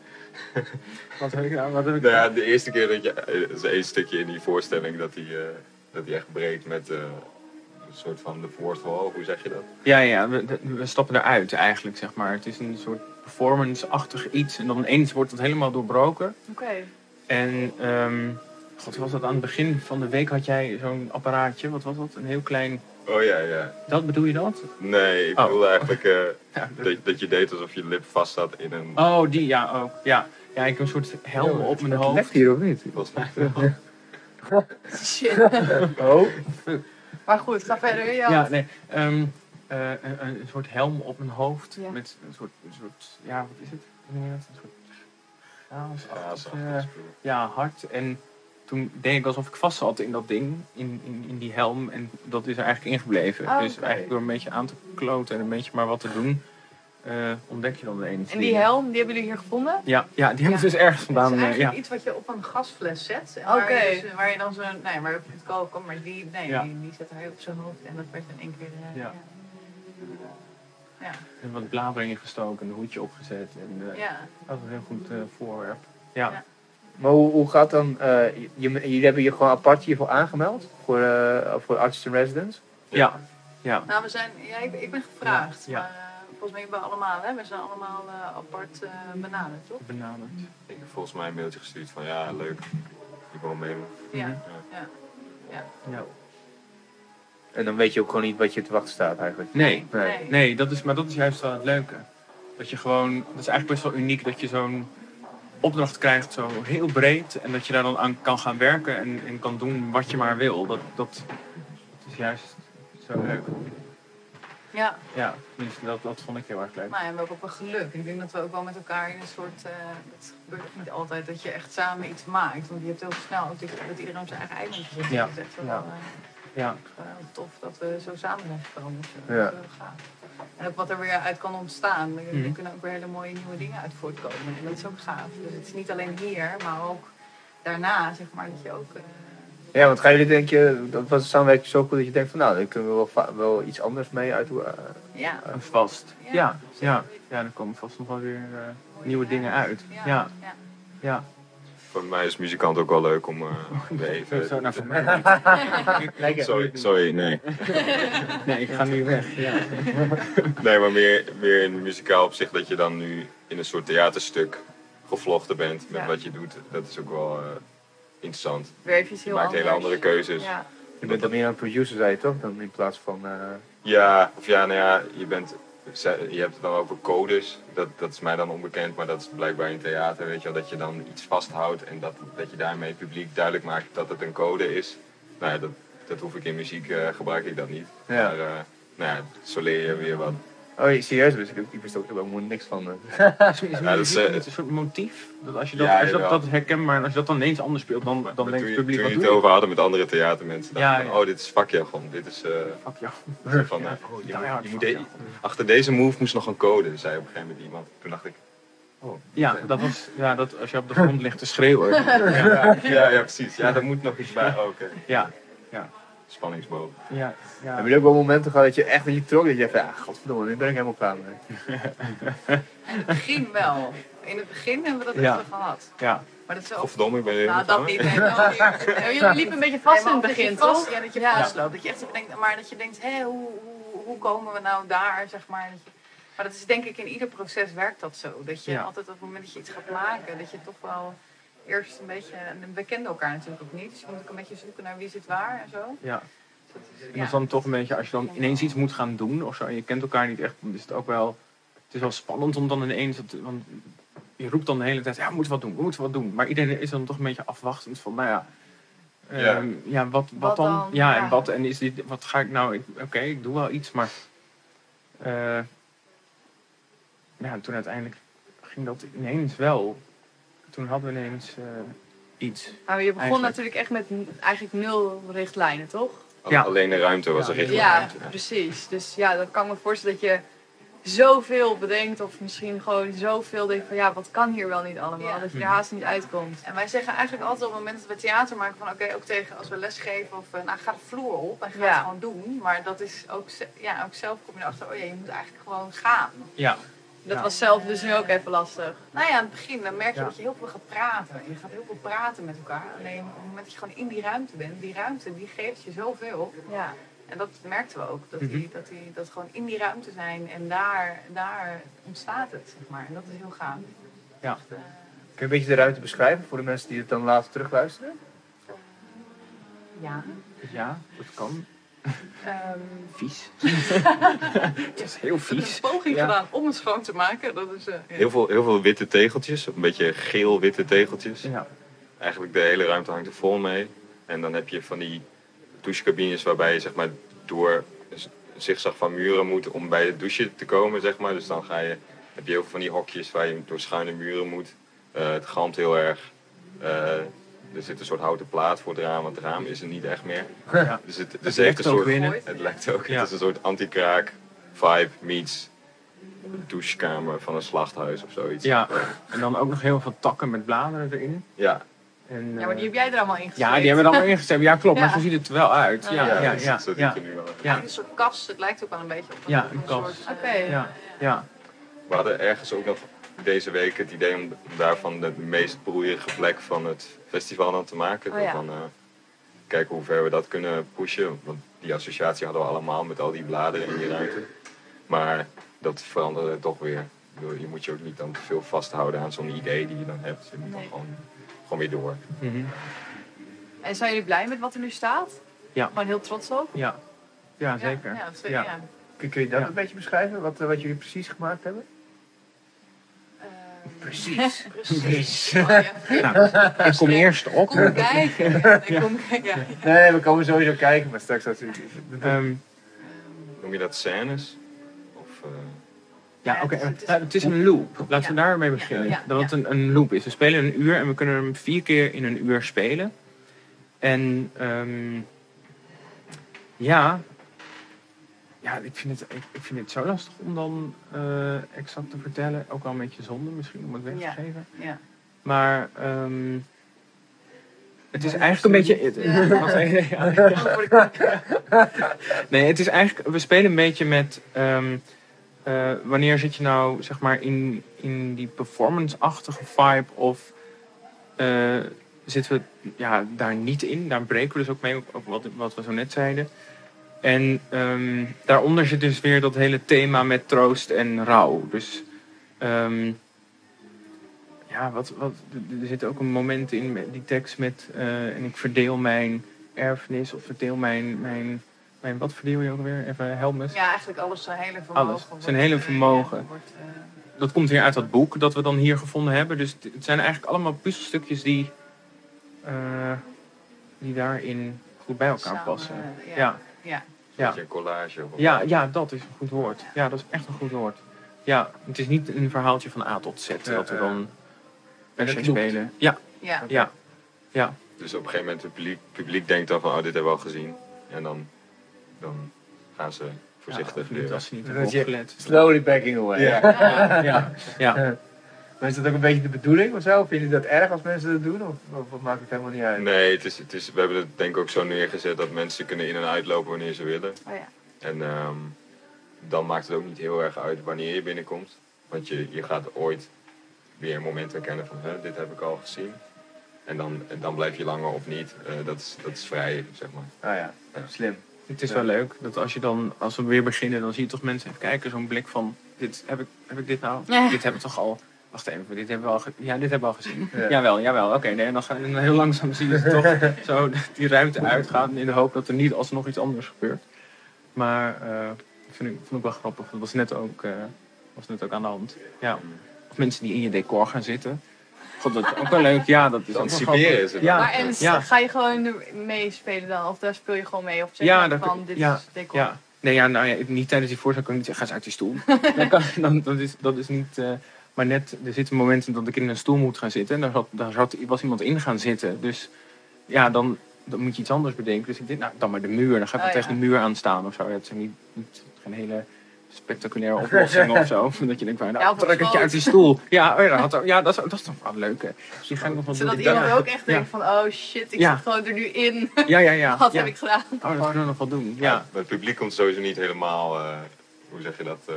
[SPEAKER 11] Wat heb ik nou? Wat heb ik
[SPEAKER 2] Nou ja, de eerste keer dat je... eh, is één stukje in die voorstelling dat hij, eh, dat hij echt breekt met... eh, een soort van de fourth wall, hoe zeg je dat?
[SPEAKER 11] Ja, ja, we, de- we stappen eruit eigenlijk, zeg maar. Het is een soort performance-achtig iets. En dan ineens wordt het helemaal doorbroken.
[SPEAKER 7] Oké.
[SPEAKER 11] En, ehm god, was dat aan het begin van de week had jij zo'n apparaatje. Wat was dat? Een heel klein...
[SPEAKER 2] Oh ja, ja.
[SPEAKER 11] Dat bedoel je dat?
[SPEAKER 2] Nee, ik
[SPEAKER 11] Oh.
[SPEAKER 2] bedoel eigenlijk eh,
[SPEAKER 11] (laughs) Ja, dat-
[SPEAKER 2] dat, dat je deed alsof je lip vast zat in een...
[SPEAKER 11] Oh, die, ja, ook. Ja, ja ik heb een soort helm op mijn
[SPEAKER 1] Het lekt
[SPEAKER 11] hoofd.
[SPEAKER 1] hier of niet?
[SPEAKER 2] Volgens mij.
[SPEAKER 1] (laughs)
[SPEAKER 7] Shit.
[SPEAKER 1] Oh,
[SPEAKER 7] Maar goed, ga verder. Ja.
[SPEAKER 11] Ja, nee. ehm, eh, een, een soort helm op mijn hoofd.
[SPEAKER 7] Ja.
[SPEAKER 11] Met een soort, een soort... Ja, wat is het? Hoe noem je dat? Een soort...
[SPEAKER 2] Ja,
[SPEAKER 11] chaosachtig,
[SPEAKER 2] zo.
[SPEAKER 11] eh, ja, hard. En toen deed ik alsof ik vast zat in dat ding, in, in, in die helm. En dat is er eigenlijk ingebleven.
[SPEAKER 7] Ah,
[SPEAKER 11] dus
[SPEAKER 7] oké.
[SPEAKER 11] eigenlijk door een beetje aan te kloten en een beetje maar wat te doen, eh, ontdek je dan de ene.
[SPEAKER 7] En die helm, die hebben jullie hier gevonden?
[SPEAKER 11] Ja, ja die hebben ze
[SPEAKER 7] Ja.
[SPEAKER 11] dus ergens vandaan.
[SPEAKER 7] het is
[SPEAKER 11] eh,
[SPEAKER 7] eigenlijk
[SPEAKER 11] ja.
[SPEAKER 7] iets wat je op een gasfles zet. en
[SPEAKER 5] Oké.
[SPEAKER 7] Waar, je dus- waar je dan zo'n... Nee, waar je op het koken komt, maar die, nee,
[SPEAKER 11] Ja.
[SPEAKER 7] die, die zet hij op zijn hoofd. En dat werd in één keer... eh,
[SPEAKER 11] Ja.
[SPEAKER 7] Ja.
[SPEAKER 11] En wat bladeren ingestoken, een hoedje opgezet. En,
[SPEAKER 7] Ja.
[SPEAKER 11] eh,
[SPEAKER 7] Ja.
[SPEAKER 11] Dat was een heel goed eh, voorwerp. Ja.
[SPEAKER 7] Ja.
[SPEAKER 1] maar hoe, hoe gaat dan? eh, je- jullie hebben je gewoon apart hiervoor aangemeld? Voor, eh, voor Artist in Residence?
[SPEAKER 11] Ja.
[SPEAKER 7] Nou, we zijn... Ja, ik, ik ben gevraagd.
[SPEAKER 11] Ja.
[SPEAKER 7] Maar eh, volgens mij hebben we allemaal, hè. We zijn allemaal eh, apart eh, benaderd, toch?
[SPEAKER 11] benaderd.
[SPEAKER 2] Ik heb volgens mij een mailtje gestuurd van ja, leuk. Ik wil meedoen.
[SPEAKER 7] Ja.
[SPEAKER 11] Ja.
[SPEAKER 1] En dan weet je ook gewoon niet wat je te wachten staat eigenlijk.
[SPEAKER 11] Nee,
[SPEAKER 1] Nee.
[SPEAKER 7] Nee.
[SPEAKER 11] nee dat is, maar dat is juist wel het leuke. Dat je gewoon, dat is eigenlijk best wel uniek dat je zo'n opdracht krijgt, zo heel breed. En dat je daar dan aan kan gaan werken en, en kan doen wat je maar wil. Dat, dat, dat is juist zo leuk.
[SPEAKER 7] Ja,
[SPEAKER 11] Ja, tenminste, dat, dat vond ik heel erg leuk.
[SPEAKER 7] maar ja, we hebben ook wel geluk. Ik denk dat we ook wel met elkaar in een soort... eh het gebeurt ook niet altijd dat je echt samen iets maakt. Want je hebt heel snel ook dat dat iedereen op zijn eigen eilandje zit.
[SPEAKER 11] Ja,
[SPEAKER 7] Dat is echt wel,
[SPEAKER 11] ja.
[SPEAKER 7] eh,
[SPEAKER 11] Ja,
[SPEAKER 7] Gewoon heel tof dat we zo samen zijn gekomen. Zo.
[SPEAKER 1] Ja.
[SPEAKER 7] Dat is heel gaaf. En ook wat er weer uit kan ontstaan. Er, er
[SPEAKER 11] Mhm.
[SPEAKER 7] kunnen ook weer hele mooie nieuwe dingen uit voortkomen. En dat is ook gaaf. Dus het is niet alleen hier, maar ook daarna, zeg maar, dat je ook... eh,
[SPEAKER 1] Ja, want gaan jullie denken, dat was de samenwerking zo cool dat je denkt van nou, daar kunnen we wel, va- wel iets anders mee uit. eh,
[SPEAKER 7] ja,
[SPEAKER 11] en vast.
[SPEAKER 7] Ja,
[SPEAKER 11] Ja, ja. Ja, er komen vast nog wel weer eh, nieuwe dingen uit. Ja, ja.
[SPEAKER 2] Voor mij is muzikant ook wel leuk om
[SPEAKER 7] (laughs)
[SPEAKER 2] eh, weer even...
[SPEAKER 11] Zo naar voor mij.
[SPEAKER 2] Sorry, sorry, nee. (laughs)
[SPEAKER 11] Nee, ik ga nu weg. Ja.
[SPEAKER 2] Nee, maar meer, meer in muzikaal opzicht dat je dan nu in een soort theaterstuk gevlochten bent met
[SPEAKER 7] Ja.
[SPEAKER 2] wat je doet. Dat is ook wel eh, interessant.
[SPEAKER 7] weer even iets
[SPEAKER 2] Je
[SPEAKER 7] heel
[SPEAKER 2] maakt hele
[SPEAKER 7] anders.
[SPEAKER 2] andere keuzes. Ja.
[SPEAKER 7] Ja,
[SPEAKER 1] Je bent dan meer een producer, zei je toch? Dan in plaats van. eh,
[SPEAKER 2] of ja, nou ja, je, bent, ze- je hebt het dan over codes. Dat, dat is mij dan onbekend, maar dat is blijkbaar in theater, weet je wel. Dat je dan iets vasthoudt en dat, dat je daarmee het publiek duidelijk maakt dat het een code is. Nou ja, dat, dat hoef ik in muziek, eh, gebruik ik dat niet.
[SPEAKER 1] Ja.
[SPEAKER 2] Maar eh, nou ja, zo leer je weer wat.
[SPEAKER 1] Oh, je- serieus? Dus ik, ik wist ook helemaal niks van. eh.
[SPEAKER 11] (laughs) Is, is
[SPEAKER 2] dat is,
[SPEAKER 11] muziek
[SPEAKER 2] eh,
[SPEAKER 11] niet een soort motief? Dat als je dat,
[SPEAKER 2] Ja,
[SPEAKER 11] als je dat,
[SPEAKER 2] jawel.
[SPEAKER 11] dat is herkenbaar en als je dat dan ineens anders speelt, dan, dan
[SPEAKER 2] Maar
[SPEAKER 11] denkt
[SPEAKER 2] toen
[SPEAKER 11] het
[SPEAKER 2] je-
[SPEAKER 11] publiek,
[SPEAKER 2] toen
[SPEAKER 11] wat
[SPEAKER 2] je
[SPEAKER 11] doe
[SPEAKER 2] het
[SPEAKER 11] je?
[SPEAKER 2] over hadden met andere theatermensen, dacht
[SPEAKER 11] Ja,
[SPEAKER 2] ik van,
[SPEAKER 11] ja.
[SPEAKER 2] oh, dit is vakjargon. Dit is, eh,
[SPEAKER 11] Fuck jou. oh,
[SPEAKER 2] zo van, eh, je
[SPEAKER 11] nou
[SPEAKER 2] moet- je moet de- achter deze move moest nog een code, zei op een gegeven moment iemand. Toen dacht ik,
[SPEAKER 11] Ja, dat was, ja, dat als je op de grond ligt te schreeuwen.
[SPEAKER 2] (laughs) ja, ja, ja, precies. Ja, daar moet nog iets bij. Oh, Oké,
[SPEAKER 11] Ja,
[SPEAKER 2] spanningsboog.
[SPEAKER 11] ja, ja.
[SPEAKER 1] Hebben jullie ook wel momenten gehad dat je echt niet trok? Dat je van, ja, godverdomme, dit ben ik helemaal klaar mee.
[SPEAKER 7] in het begin wel. In het begin hebben we dat
[SPEAKER 11] Ja.
[SPEAKER 7] echt wel gehad.
[SPEAKER 11] (laughs) Ja.
[SPEAKER 7] Maar dat is ook...
[SPEAKER 2] Of verdomme, ik ben weer
[SPEAKER 7] Nou, dat
[SPEAKER 2] begonnen.
[SPEAKER 7] niet. Nee, dat niet. (laughs)
[SPEAKER 5] Ja,
[SPEAKER 7] jullie liepen een beetje vast in het begin, toch?
[SPEAKER 5] Ja, dat je
[SPEAKER 7] ja.
[SPEAKER 5] vast-
[SPEAKER 7] vastloopt. Dat je echt zo denkt, maar dat je denkt, hé, hoe, hoe, hoe komen we nou daar, zeg maar. Dat je, maar dat is denk ik in ieder proces werkt dat zo. Dat je
[SPEAKER 11] Ja.
[SPEAKER 7] altijd op het moment dat je iets gaat maken, dat je toch wel eerst een beetje... En we kenden elkaar natuurlijk ook niet, dus je moet ook een beetje zoeken naar wie zit waar en zo.
[SPEAKER 11] Ja.
[SPEAKER 7] Dus dat is-
[SPEAKER 11] En
[SPEAKER 7] ja.
[SPEAKER 11] dat is dan toch een beetje, als je dan ineens iets moet gaan doen of zo, en je kent elkaar niet echt, dan is het ook wel, het is wel spannend om dan ineens, dat, want je roept dan de hele tijd, ja, we moeten wat doen, we moeten wat doen. Maar iedereen is dan toch een beetje afwachtend van, nou ja,
[SPEAKER 2] Ja.
[SPEAKER 11] ehm, ja wat, wat,
[SPEAKER 7] Wat
[SPEAKER 11] dan?
[SPEAKER 7] dan?
[SPEAKER 11] Ja,
[SPEAKER 7] Ja.
[SPEAKER 11] en wat, en is dit, wat ga ik nou, ik- oké, ik doe wel iets, maar, eh, ja, toen uiteindelijk ging dat ineens wel. Toen hadden we ineens eh, iets.
[SPEAKER 5] Ah,
[SPEAKER 7] Maar je begon
[SPEAKER 11] Eigenlijk.
[SPEAKER 7] natuurlijk echt met n- eigenlijk nul richtlijnen, toch?
[SPEAKER 11] Ja.
[SPEAKER 2] Alleen de ruimte was er
[SPEAKER 11] Ja.
[SPEAKER 2] richting.
[SPEAKER 7] Ja, precies. Dus ja, dan kan ik me voorstellen dat je zoveel bedenkt of misschien gewoon zoveel denkt van ja, wat kan hier wel niet allemaal,
[SPEAKER 5] Ja.
[SPEAKER 7] dat je er haast niet uitkomt. En wij zeggen eigenlijk altijd op het moment dat we theater maken van oké, ook tegen als we lesgeven of eh, nou ga de vloer op en ga
[SPEAKER 5] Ja.
[SPEAKER 7] het gewoon doen. Maar dat is ook, ze- ja, ook zelf kom je erachter, oh ja, je moet eigenlijk gewoon gaan.
[SPEAKER 11] Ja,
[SPEAKER 7] Dat
[SPEAKER 11] Ja.
[SPEAKER 7] was zelf dus nu ook even lastig. Nou ja, aan het begin dan merk je
[SPEAKER 11] Ja.
[SPEAKER 7] dat je heel veel gaat praten. Je gaat heel veel praten met elkaar. Alleen op het moment dat je gewoon in die ruimte bent, die ruimte die geeft je zoveel.
[SPEAKER 5] Ja.
[SPEAKER 7] En dat merkten we ook, dat,
[SPEAKER 11] Mhm.
[SPEAKER 7] die, dat, die, dat gewoon in die ruimte zijn en daar, daar ontstaat het, zeg maar. En dat is heel gaaf.
[SPEAKER 1] Kun je een beetje de ruimte beschrijven voor de mensen die het dan later terugluisteren?
[SPEAKER 7] Ja.
[SPEAKER 11] ja, dat kan.
[SPEAKER 7] Ehm,
[SPEAKER 11] Vies. het is heel
[SPEAKER 7] we hebben
[SPEAKER 11] vies.
[SPEAKER 7] een poging
[SPEAKER 11] Ja.
[SPEAKER 7] gedaan om het schoon te maken. Dat is, eh, ja.
[SPEAKER 2] Heel veel, heel veel witte tegeltjes, een beetje geel-witte tegeltjes.
[SPEAKER 11] Ja,
[SPEAKER 2] Eigenlijk de hele ruimte hangt er vol mee. En dan heb je van die douchecabines waarbij je zeg maar door een zigzag van muren moet om bij het douchen te komen, zeg maar. Dus dan ga je, heb je heel veel van die hokjes waar je door schuine muren moet. Eh, het galmt heel erg. Eh, er zit een soort houten plaat voor het raam, want het raam is er niet echt meer.
[SPEAKER 11] Ja.
[SPEAKER 2] Dus het, dus het heeft een
[SPEAKER 11] ook
[SPEAKER 2] soort...
[SPEAKER 11] winnen.
[SPEAKER 2] Het lijkt ook.
[SPEAKER 11] Ja.
[SPEAKER 2] Het is een soort anti-kraak vibe meets douchekamer van een slachthuis of zoiets. Eh,
[SPEAKER 11] ja, en dan ook nog heel veel takken met bladeren erin.
[SPEAKER 2] ja.
[SPEAKER 11] En,
[SPEAKER 7] ja, maar die
[SPEAKER 11] eh,
[SPEAKER 7] heb jij er allemaal in
[SPEAKER 11] ja, die hebben we dan maar ingezet. Ja, klopt, maar
[SPEAKER 7] Ja.
[SPEAKER 11] zo ziet het er wel uit. Ja, ja, ja.
[SPEAKER 2] dus
[SPEAKER 11] ja,
[SPEAKER 2] zo ziet
[SPEAKER 11] ja,
[SPEAKER 2] het er nu wel uit.
[SPEAKER 11] ja,
[SPEAKER 7] Een soort kast, het lijkt ook wel een beetje op
[SPEAKER 11] Ja, een
[SPEAKER 7] soort,
[SPEAKER 11] kast.
[SPEAKER 7] eh,
[SPEAKER 5] Oké.
[SPEAKER 11] ja, ja.
[SPEAKER 2] We hadden ergens ook nog deze week het idee om daarvan de meest broeierige plek van het festival dan te maken.
[SPEAKER 5] Oh ja.
[SPEAKER 2] Van, eh, kijken hoe ver we dat kunnen pushen. Want die associatie hadden we allemaal met al die bladeren in die ruimte. Maar dat veranderde toch weer. Ik bedoel, Je moet je ook niet dan te veel vasthouden aan zo'n idee die je dan hebt. Je moet dan
[SPEAKER 5] Nee.
[SPEAKER 2] gewoon, gewoon weer door.
[SPEAKER 11] Mhm.
[SPEAKER 7] En zijn jullie blij met wat er nu staat?
[SPEAKER 11] Ja.
[SPEAKER 7] Gewoon heel trots op?
[SPEAKER 11] ja. ja zeker.
[SPEAKER 7] Ja, dat is-
[SPEAKER 11] Ja.
[SPEAKER 7] ja.
[SPEAKER 1] Kun, kun je dat
[SPEAKER 11] Ja.
[SPEAKER 1] een beetje beschrijven, wat, eh, wat jullie precies gemaakt hebben?
[SPEAKER 7] Eh, Precies.
[SPEAKER 5] Ehm, (laughs)
[SPEAKER 1] (laughs)
[SPEAKER 5] Precies. Oh, ja.
[SPEAKER 11] Nou, Ik kom eerst op.
[SPEAKER 5] Kom kijken. Ja, ik kom kijken. ja.
[SPEAKER 1] (laughs) Nee, we komen sowieso kijken, maar straks als u-
[SPEAKER 11] Ehm,
[SPEAKER 2] Noem je dat scènes? Of, eh,
[SPEAKER 11] ja, oké.
[SPEAKER 5] Ja, Dus het is-
[SPEAKER 11] Nou, het is een loop. Laten we
[SPEAKER 5] Ja.
[SPEAKER 11] daarmee beginnen.
[SPEAKER 5] Ja, ja,
[SPEAKER 11] Dat het een, een loop is. We spelen een uur en we kunnen hem vier keer in een uur spelen. En ehm, ja, ja ik, vind het, ik, ik vind het zo lastig om dan eh, exact te vertellen. Ook wel een beetje zonde misschien om het weg te
[SPEAKER 4] Ja.
[SPEAKER 11] geven.
[SPEAKER 4] Ja.
[SPEAKER 11] Maar ehm, het is eigenlijk een beetje... het-
[SPEAKER 5] Ja.
[SPEAKER 11] wat- (laughs) ja, (laughs) ja. Nee, het is eigenlijk, we spelen een beetje met ehm, eh, wanneer zit je nou zeg maar in, in die performance-achtige vibe of eh, zitten we ja, daar niet in? Daar breken we dus ook mee op, op wat, wat we zo net zeiden. En ehm, daaronder zit dus weer dat hele thema met troost en rouw. Dus ehm, ja, wat, wat, er- er zit ook een moment in met die tekst met eh, en ik verdeel mijn erfenis of verdeel mijn, mijn, mijn wat verdeel je ook weer? Even Helmus.
[SPEAKER 5] Ja, eigenlijk alles
[SPEAKER 7] eh,
[SPEAKER 5] zijn hele vermogen.
[SPEAKER 11] Alles.
[SPEAKER 5] wordt,
[SPEAKER 11] Zijn hele
[SPEAKER 5] eh,
[SPEAKER 11] vermogen.
[SPEAKER 5] ja, wordt, eh,
[SPEAKER 11] Dat komt weer uit dat boek dat we dan hier gevonden hebben. Dus het het zijn eigenlijk allemaal puzzelstukjes die, eh, die daarin goed bij elkaar
[SPEAKER 5] samen,
[SPEAKER 11] passen.
[SPEAKER 5] eh, ja.
[SPEAKER 11] ja. Ja.
[SPEAKER 2] Een collage of wat?
[SPEAKER 11] Ja, ja, dat is een goed woord. Ja, dat is echt een goed woord. Ja, het is niet een verhaaltje van A tot Z dat we dan per se spelen. Ja,
[SPEAKER 5] Ja.
[SPEAKER 11] ja.
[SPEAKER 2] Dus op een gegeven moment het publiek, publiek denkt dan van, oh, dit hebben we al gezien. En dan, dan gaan ze voorzichtig
[SPEAKER 11] ja, of niet,
[SPEAKER 2] weer weg.
[SPEAKER 11] als ze niet hebben opgelet.
[SPEAKER 1] slowly backing away. (laughs)
[SPEAKER 11] Ja, ja, ja.
[SPEAKER 1] Maar is dat ook een beetje de bedoeling of zo? Vinden jullie dat erg als mensen dat doen? Of, of, of maakt het helemaal niet uit?
[SPEAKER 2] Nee, het is, het is, we hebben het denk ik ook zo neergezet dat mensen kunnen in en uitlopen wanneer ze willen.
[SPEAKER 4] Oh ja.
[SPEAKER 2] En ehm, dan maakt het ook niet heel erg uit wanneer je binnenkomt. Want je, je gaat ooit weer momenten herkennen van, "Huh, dit heb ik al gezien. En dan, en dan blijf je langer of niet. Eh, dat, is, dat is vrij, zeg maar.
[SPEAKER 1] Ah ja, slim.
[SPEAKER 11] Het is wel leuk dat als je dan, als we
[SPEAKER 5] (laughs)
[SPEAKER 11] weer beginnen, dan zie je toch mensen even kijken, zo'n blik van, dit, heb, ik, heb ik dit nou?
[SPEAKER 5] Ja.
[SPEAKER 11] Dit hebben we toch al? Wacht even, dit hebben we al, ge- ja, dit hebben we al gezien.
[SPEAKER 1] Ja.
[SPEAKER 11] Jawel, jawel, oké, nee, en dan gaan en dan heel langzaam zien je
[SPEAKER 2] (laughs)
[SPEAKER 11] toch zo die ruimte uitgaan in de hoop dat er niet alsnog iets anders gebeurt. Maar eh vind ik, vond ik wel grappig, dat was net ook, eh, was net ook aan de hand. Ja. Of mensen die in je decor gaan zitten. God, dat is ook wel leuk, ja, dat is
[SPEAKER 2] Het
[SPEAKER 11] ook wel
[SPEAKER 2] anticiperen
[SPEAKER 11] grappig.
[SPEAKER 2] is het
[SPEAKER 11] Ja.
[SPEAKER 2] wel.
[SPEAKER 5] Maar en
[SPEAKER 11] Ja.
[SPEAKER 5] ga je gewoon er- meespelen dan? Of daar speel je gewoon mee? Of zeg
[SPEAKER 11] Ja,
[SPEAKER 5] je
[SPEAKER 11] dat-
[SPEAKER 5] van, dit
[SPEAKER 11] ja,
[SPEAKER 5] is decor.
[SPEAKER 11] Ja. Nee, ja, nou ja, niet tijdens die voorstelling kan ik niet zeggen, ga eens uit
[SPEAKER 5] (laughs)
[SPEAKER 11] die stoel. dan kan, dan, dat, is, dat is niet... eh, maar net, er zitten momenten dat ik in een stoel moet gaan zitten. En daar, zat, daar zat, was iemand in gaan zitten. Dus ja, dan, dan moet je iets anders bedenken. Dus ik denk, nou, dan maar de muur. Dan ga ik
[SPEAKER 5] Oh,
[SPEAKER 11] wel tegen
[SPEAKER 5] ja.
[SPEAKER 11] de muur aan staan of zo. Ja, het zijn niet, niet, geen hele spectaculaire oplossingen of zo. (laughs) Dat je denkt, van, nou,
[SPEAKER 5] Ja, of een
[SPEAKER 11] trek ik je
[SPEAKER 5] groot.
[SPEAKER 11] uit die stoel. Ja, oh ja, dat, had ook- ja dat, is, dat is toch wel leuk, hè. Misschien ga ik nog wat
[SPEAKER 5] Zodat
[SPEAKER 11] doen.
[SPEAKER 5] iemand ook echt
[SPEAKER 11] Ja.
[SPEAKER 5] denkt van, oh shit, ik
[SPEAKER 11] Ja.
[SPEAKER 5] zit gewoon er nu in.
[SPEAKER 11] Ja, ja,
[SPEAKER 7] (laughs)
[SPEAKER 11] ja.
[SPEAKER 5] Wat
[SPEAKER 11] ja.
[SPEAKER 5] heb ik gedaan?
[SPEAKER 11] Oh, dat kunnen we nog wel doen.
[SPEAKER 2] Ja.
[SPEAKER 11] Ja,
[SPEAKER 2] maar Het publiek komt sowieso niet helemaal, eh, hoe zeg je dat, eh,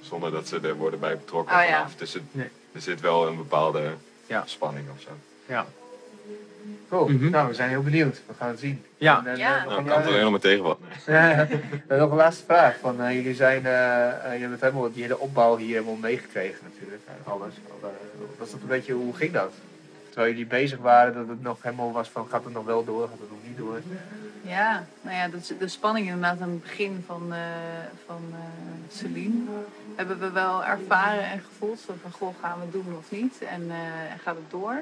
[SPEAKER 2] zonder dat ze er worden bij betrokken
[SPEAKER 5] Ah, ja.
[SPEAKER 2] vanaf. Dus het-
[SPEAKER 11] Nee.
[SPEAKER 2] er zit wel een bepaalde
[SPEAKER 11] Ja.
[SPEAKER 2] spanning of zo.
[SPEAKER 11] ja.
[SPEAKER 1] Cool.
[SPEAKER 11] Mhm.
[SPEAKER 1] Nou, we zijn heel benieuwd. We gaan het zien.
[SPEAKER 11] Ja,
[SPEAKER 1] En, eh,
[SPEAKER 5] Ja.
[SPEAKER 1] nog,
[SPEAKER 2] Nou,
[SPEAKER 1] een,
[SPEAKER 2] ik kan het alleen nog
[SPEAKER 1] (laughs)
[SPEAKER 2] maar tegen wat.
[SPEAKER 1] eh, nog een laatste vraag. Van, eh, jullie, zijn, eh, eh, jullie hebben het helemaal, die hele opbouw hier helemaal meegekregen natuurlijk. Eh, Alles. Alle- Was dat een beetje, hoe ging dat? Terwijl jullie bezig waren, dat het nog helemaal was van gaat het nog wel door, gaat het nog niet door.
[SPEAKER 5] Ja, nou ja, dat is de spanning inderdaad aan het begin van, eh, van eh, Celine. Hebben we wel ervaren en gevoeld zo van, goh, gaan we het doen of niet? En eh, gaat het door?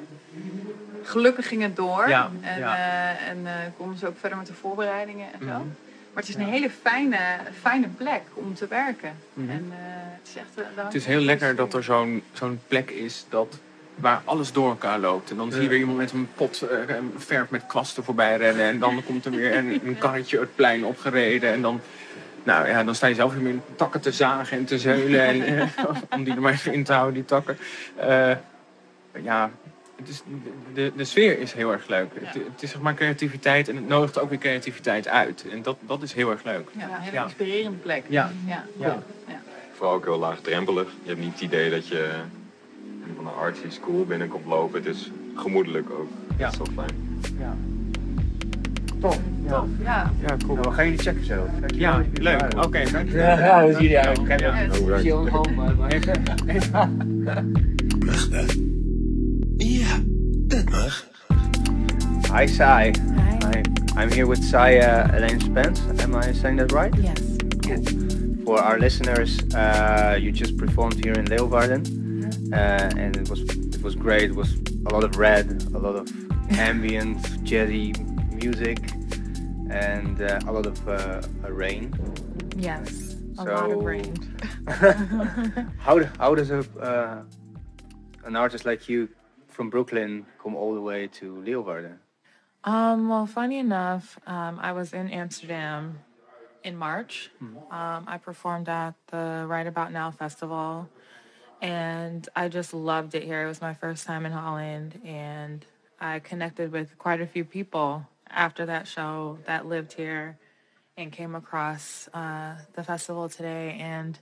[SPEAKER 5] Gelukkig ging het door.
[SPEAKER 11] Ja,
[SPEAKER 5] en
[SPEAKER 11] ja. Mhm.
[SPEAKER 5] eh, en eh, konden ze ook verder met de voorbereidingen en zo.
[SPEAKER 11] Mm-hmm.
[SPEAKER 5] Maar het is een hele fijne, fijne plek om te werken.
[SPEAKER 11] Mhm.
[SPEAKER 5] En eh, het is echt... eh, daar-
[SPEAKER 11] Het is heel lekker dat er zo'n zo'n plek is dat, waar alles door elkaar loopt. En dan zie je weer iemand met een pot eh, een verf met kwasten voorbij rennen. En dan komt er weer een, een karretje het plein opgereden. En dan, nou ja, dan sta je zelf weer met takken te zagen en te zeulen. En, eh, (laughs) om die er maar even in te houden, die takken. Eh, ja, het is, de, de sfeer is heel erg leuk. Het, het is zeg maar creativiteit en het nodigt ook weer creativiteit uit. En dat, dat is heel erg leuk.
[SPEAKER 5] Ja, een hele
[SPEAKER 11] Ja.
[SPEAKER 5] inspirerende plek.
[SPEAKER 11] Ja.
[SPEAKER 5] ja.
[SPEAKER 11] Ja,
[SPEAKER 2] Vooral ook heel laagdrempelig. Je hebt niet het idee dat je een van een artsy school binnenkomt lopen. Het is gemoedelijk ook.
[SPEAKER 11] Ja.
[SPEAKER 2] Dat is wel fijn.
[SPEAKER 1] Top. Ja.
[SPEAKER 5] Tof, ja.
[SPEAKER 11] ja cool.
[SPEAKER 1] Nou, we gaan jullie checken zo. Dankjewel
[SPEAKER 11] Ja,
[SPEAKER 1] dat jullie
[SPEAKER 11] leuk.
[SPEAKER 1] waren.
[SPEAKER 11] Oké, dank je.
[SPEAKER 1] Ja, dat is jullie eigenlijk.
[SPEAKER 11] Ja.
[SPEAKER 5] Ja.
[SPEAKER 2] Alright.
[SPEAKER 8] Prachtig. Ja, dat mag.
[SPEAKER 1] Hi Sai. Hi. I'm here with Saya Elaine Spence. Am I saying that right?
[SPEAKER 4] Yes.
[SPEAKER 1] For our listeners, uh, you just performed here in Leeuwarden.
[SPEAKER 5] Mm-hmm.
[SPEAKER 1] Uh, and it was it was great. It was a lot of red, a
[SPEAKER 5] (laughs)
[SPEAKER 1] lot of ambient jazzy music, and uh, a lot of uh, rain.
[SPEAKER 5] Yes. A
[SPEAKER 1] So-
[SPEAKER 5] lot of rain.
[SPEAKER 1] (laughs) How d- how does a uh, an artist like you from Brooklyn come all the way to Leeuwarden?
[SPEAKER 12] Um, well, funny enough, um, I was in Amsterdam in March. Um, I performed at the Right About Now Festival, and I just loved it here. It was my first time in Holland, and I connected with quite a few people after that show that lived here and came across uh, the festival today. And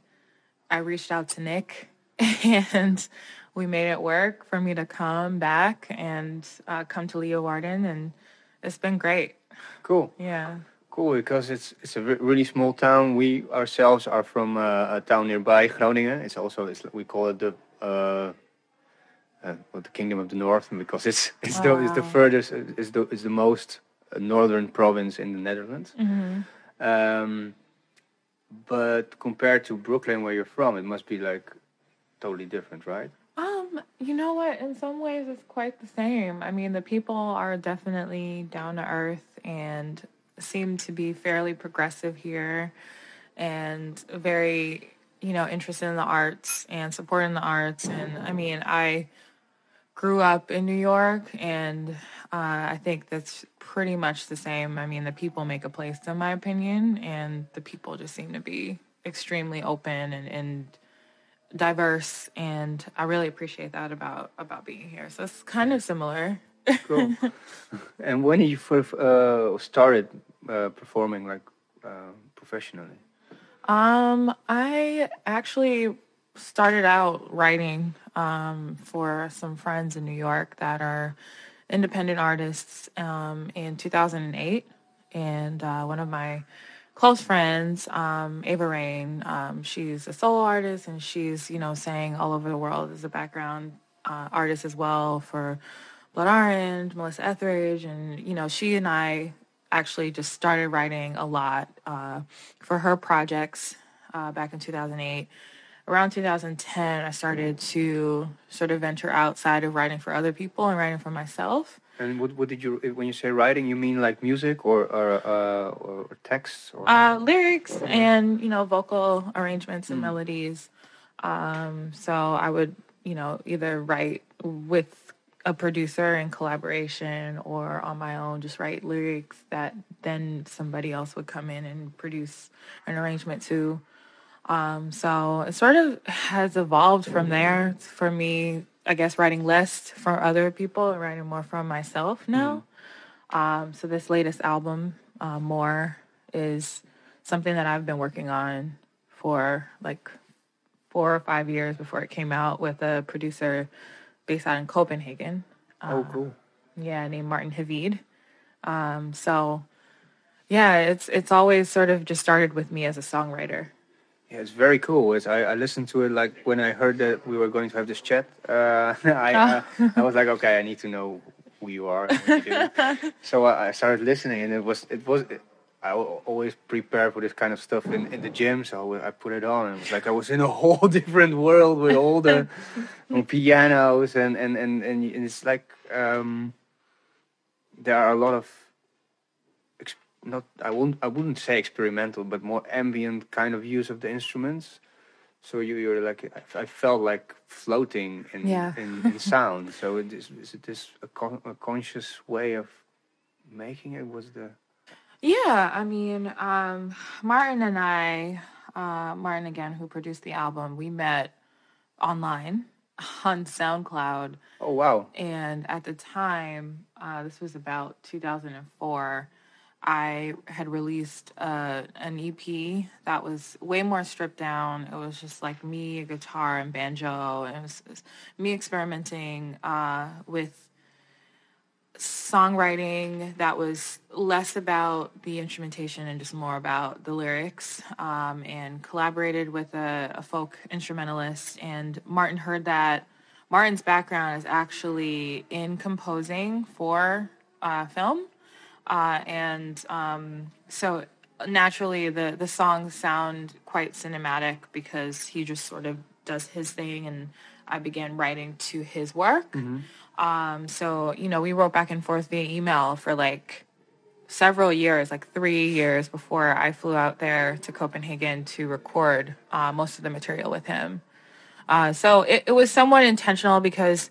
[SPEAKER 12] I reached out to Nick, (laughs) and we made it work for me to come back and uh, come to Leo Warden, and it's been great.
[SPEAKER 1] Cool.
[SPEAKER 12] Yeah.
[SPEAKER 1] Cool, because it's it's a re- really small town. We ourselves are from uh, a town nearby, Groningen. It's also it's, we call it the uh, uh, well, the Kingdom of the North because it's (laughs) it's the it's the
[SPEAKER 12] Wow.
[SPEAKER 1] furthest it's the it's the most uh, northern province in the Netherlands.
[SPEAKER 11] Mm-hmm.
[SPEAKER 1] Um, but compared to Brooklyn, where you're from, it must be like totally different, right?
[SPEAKER 12] Um, you know what? In some ways, it's quite the same. I mean, the people are definitely down to earth and seem to be fairly progressive here and very, you know, interested in the arts and supporting the arts. And I mean, I grew up in New York, and uh, I think that's pretty much the same. I mean, the people make a place, in my opinion, and the people just seem to be extremely open and, and diverse and I really appreciate that about about being here. So it's kind of similar. (laughs)
[SPEAKER 1] Cool. and when you first uh, started uh, performing like uh, professionally?
[SPEAKER 12] Um I actually started out writing um for some friends in New York that are independent artists um in 2008 and uh one of my close friends um Ava Rain um she's a solo artist and she's you know sang all over the world as a background uh, artist as well for Blood Orange, Melissa Etheridge, and you know, she and I actually just started writing a lot uh, for her projects uh, back in 2008. Around 2010, I started to sort of venture outside of writing for other people and writing for myself.
[SPEAKER 1] And what, what did you when you say writing? You mean like music or or uh, or, or texts or Hmm.
[SPEAKER 12] Uh, lyrics and you know, vocal arrangements and melodies. Um, so I would, you know, either write with a producer in collaboration or on my own just write lyrics that then somebody else would come in and produce an arrangement to um so it sort of has evolved from there for me i guess writing less for other people and writing more from myself now um so this latest album uh, more is something that i've been working on for like four or five years before it came out with a producer based out in Copenhagen. Um,
[SPEAKER 1] oh cool
[SPEAKER 12] Yeah, named Martin Havid. Um, so yeah, it's it's always sort of just started with me as a songwriter.
[SPEAKER 1] yeah it's very cool it's, I, I listened to it like when I heard that we were going to have this chat uh, (laughs) I uh, I was like okay I need to know who you are and what you do so I, I started listening and it was it was I al- always prepare for this kind of stuff in, in the gym so I put it on and it was like I was in a (laughs) whole different world with all the pianos and and and and it's like um, there are a lot of ex- not I won't I wouldn't say experimental, but more ambient kind of use of the instruments. So you you're like I, I felt like floating in
[SPEAKER 12] Yeah.
[SPEAKER 1] in, in sound. So it is is it this a, con- a conscious way of making it? Was the
[SPEAKER 12] Yeah, I mean, um, Martin and I, uh, Martin again, who produced the album, we met online (laughs) on SoundCloud.
[SPEAKER 1] oh wow
[SPEAKER 12] And at the time, uh, this was about 2004, I had released uh, an EP that was way more stripped down. It was just like me, a guitar, and banjo. And it was, it was me experimenting uh, with songwriting that was less about the instrumentation and just more about the lyrics um, and collaborated with a, a folk instrumentalist and martin heard that martin's background is actually in composing for uh, film uh, and um, so naturally the the songs sound quite cinematic because he just sort of does his thing and I began writing to his work. Um, so, you know, we wrote back and forth via email for like several years, like three years before I flew out there to Copenhagen to record uh, most of the material with him. Uh, so it, it was somewhat intentional because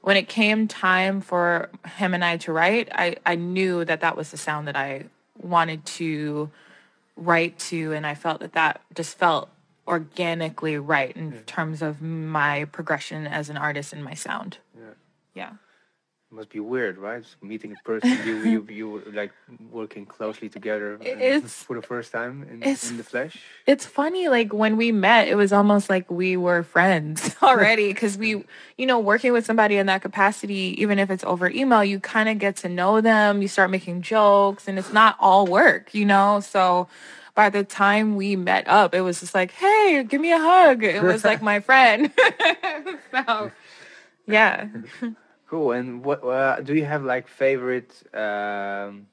[SPEAKER 12] when it came time for him and I to write, I, I knew that that was the sound that I wanted to right to and i felt that that just felt organically right in terms of my progression as an artist and my sound
[SPEAKER 1] Yeah.
[SPEAKER 12] yeah
[SPEAKER 1] must be weird, right? Meeting a person
[SPEAKER 12] (laughs)
[SPEAKER 1] you you you were, like working closely together
[SPEAKER 12] It-
[SPEAKER 1] uh,
[SPEAKER 12] it's-
[SPEAKER 1] for the first time in,
[SPEAKER 12] it's-
[SPEAKER 1] in the flesh.
[SPEAKER 12] it's funny like when we met it was almost like we were friends (laughs) already because we you know working with somebody in that capacity even if it's over email you kind of get to know them you start making jokes and it's not all work you know so by the time we met up it was just like hey give me a hug it was like my friend (laughs) so yeah (laughs)
[SPEAKER 1] Cool. And what uh, do you have like favorite um,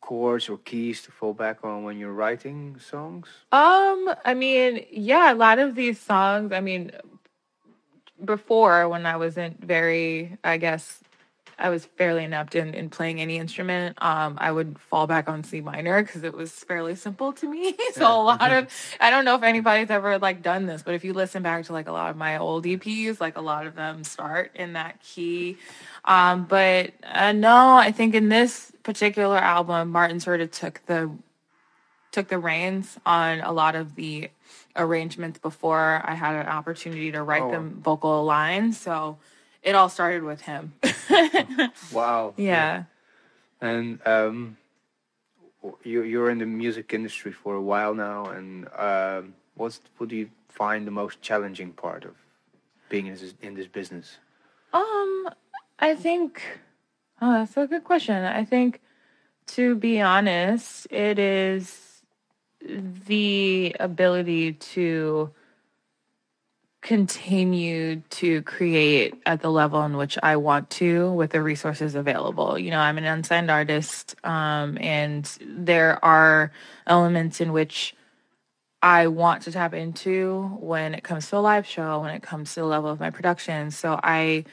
[SPEAKER 1] chords or keys to fall back on when you're writing songs?
[SPEAKER 12] Um, I mean, yeah, a lot of these songs, I mean, before when I wasn't very, I guess I was fairly inept in, in playing any instrument, um, I would fall back on C minor because it was fairly simple to me. (laughs) so a lot of, I don't know if anybody's ever like done this, but if you listen back to like a lot of my old EPs, like a lot of them start in that key. Um, but uh, no, I think in this particular album, Martin sort of took the took the reins on a lot of the arrangements before I had an opportunity to write
[SPEAKER 1] Oh, wow.
[SPEAKER 12] them vocal lines. So it all started with him.
[SPEAKER 1] Wow.
[SPEAKER 12] yeah.
[SPEAKER 1] And um, w- you you're in the music industry for a while now, and um, what's what do you find the most challenging part of being in this, in this business?
[SPEAKER 12] Um, I think. Oh, that's a good question. I think, to be honest, it is the ability to continue to create at the level in which I want to with the resources available. You know, I'm an unsigned artist, um, and there are elements in which I want to tap into when it comes to a live show, when it comes to the level of my production. So I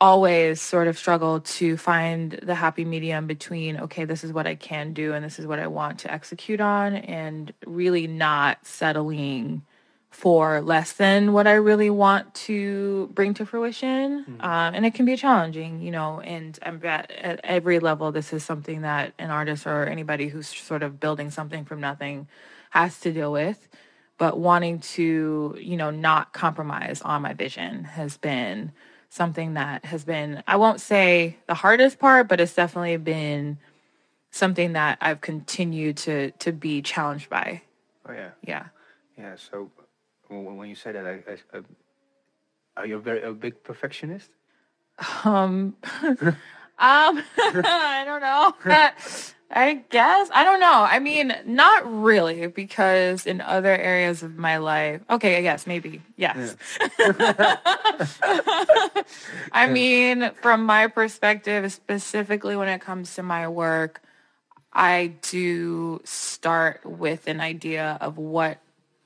[SPEAKER 12] always sort of struggle to find the happy medium between, okay, this is what I can do and this is what I want to execute on, and really not settling for less than what I really want to bring to fruition. Um, and it can be challenging, you know, and I'm at, at every level, this is something that an artist or anybody who's sort of building something from nothing has to deal with. But wanting to, you know, not compromise on my vision has been something that has been, I won't say the hardest part, but it's definitely been something that I've continued to to be challenged by.
[SPEAKER 1] Oh yeah.
[SPEAKER 12] Yeah.
[SPEAKER 1] Yeah. So w- when you say that, I, I, I, are you a very a big
[SPEAKER 12] (laughs)
[SPEAKER 1] perfectionist?
[SPEAKER 12] Um, (laughs) um, I don't know. (laughs) I guess I don't know. I mean, not really, because in other areas of my life, okay, I guess maybe yes. (laughs) I mean, from my perspective, specifically when it comes to my work, I do start with an idea of what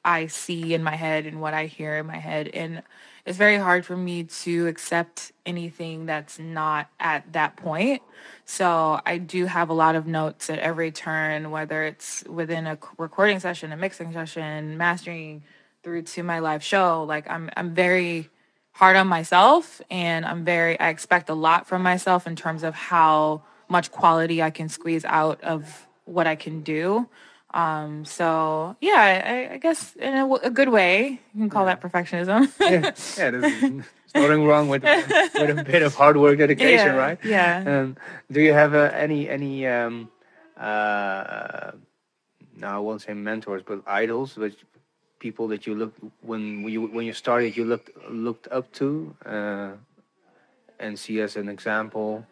[SPEAKER 12] I see in my head and what I hear in my head. And it's very hard for me to accept anything that's not at that point. So I do have a lot of notes at every turn, whether it's within a c- recording session, a mixing session, mastering through to my live show. Like I'm, I'm very hard on myself and I'm very I expect a lot from myself in terms of how much quality I can squeeze out of what I can do. Um, so yeah, I, I guess in a, w- a good way, you can call that perfectionism.
[SPEAKER 1] yeah,
[SPEAKER 12] (laughs)
[SPEAKER 1] yeah, there's, (laughs) there's nothing wrong with with a bit of hard work, dedication,
[SPEAKER 12] Yeah,
[SPEAKER 1] right?
[SPEAKER 12] yeah.
[SPEAKER 1] Um, do you have uh, any any um, uh, no, I won't say mentors, but idols, but people that you look when you when you started, you looked looked up to, uh, and see as an example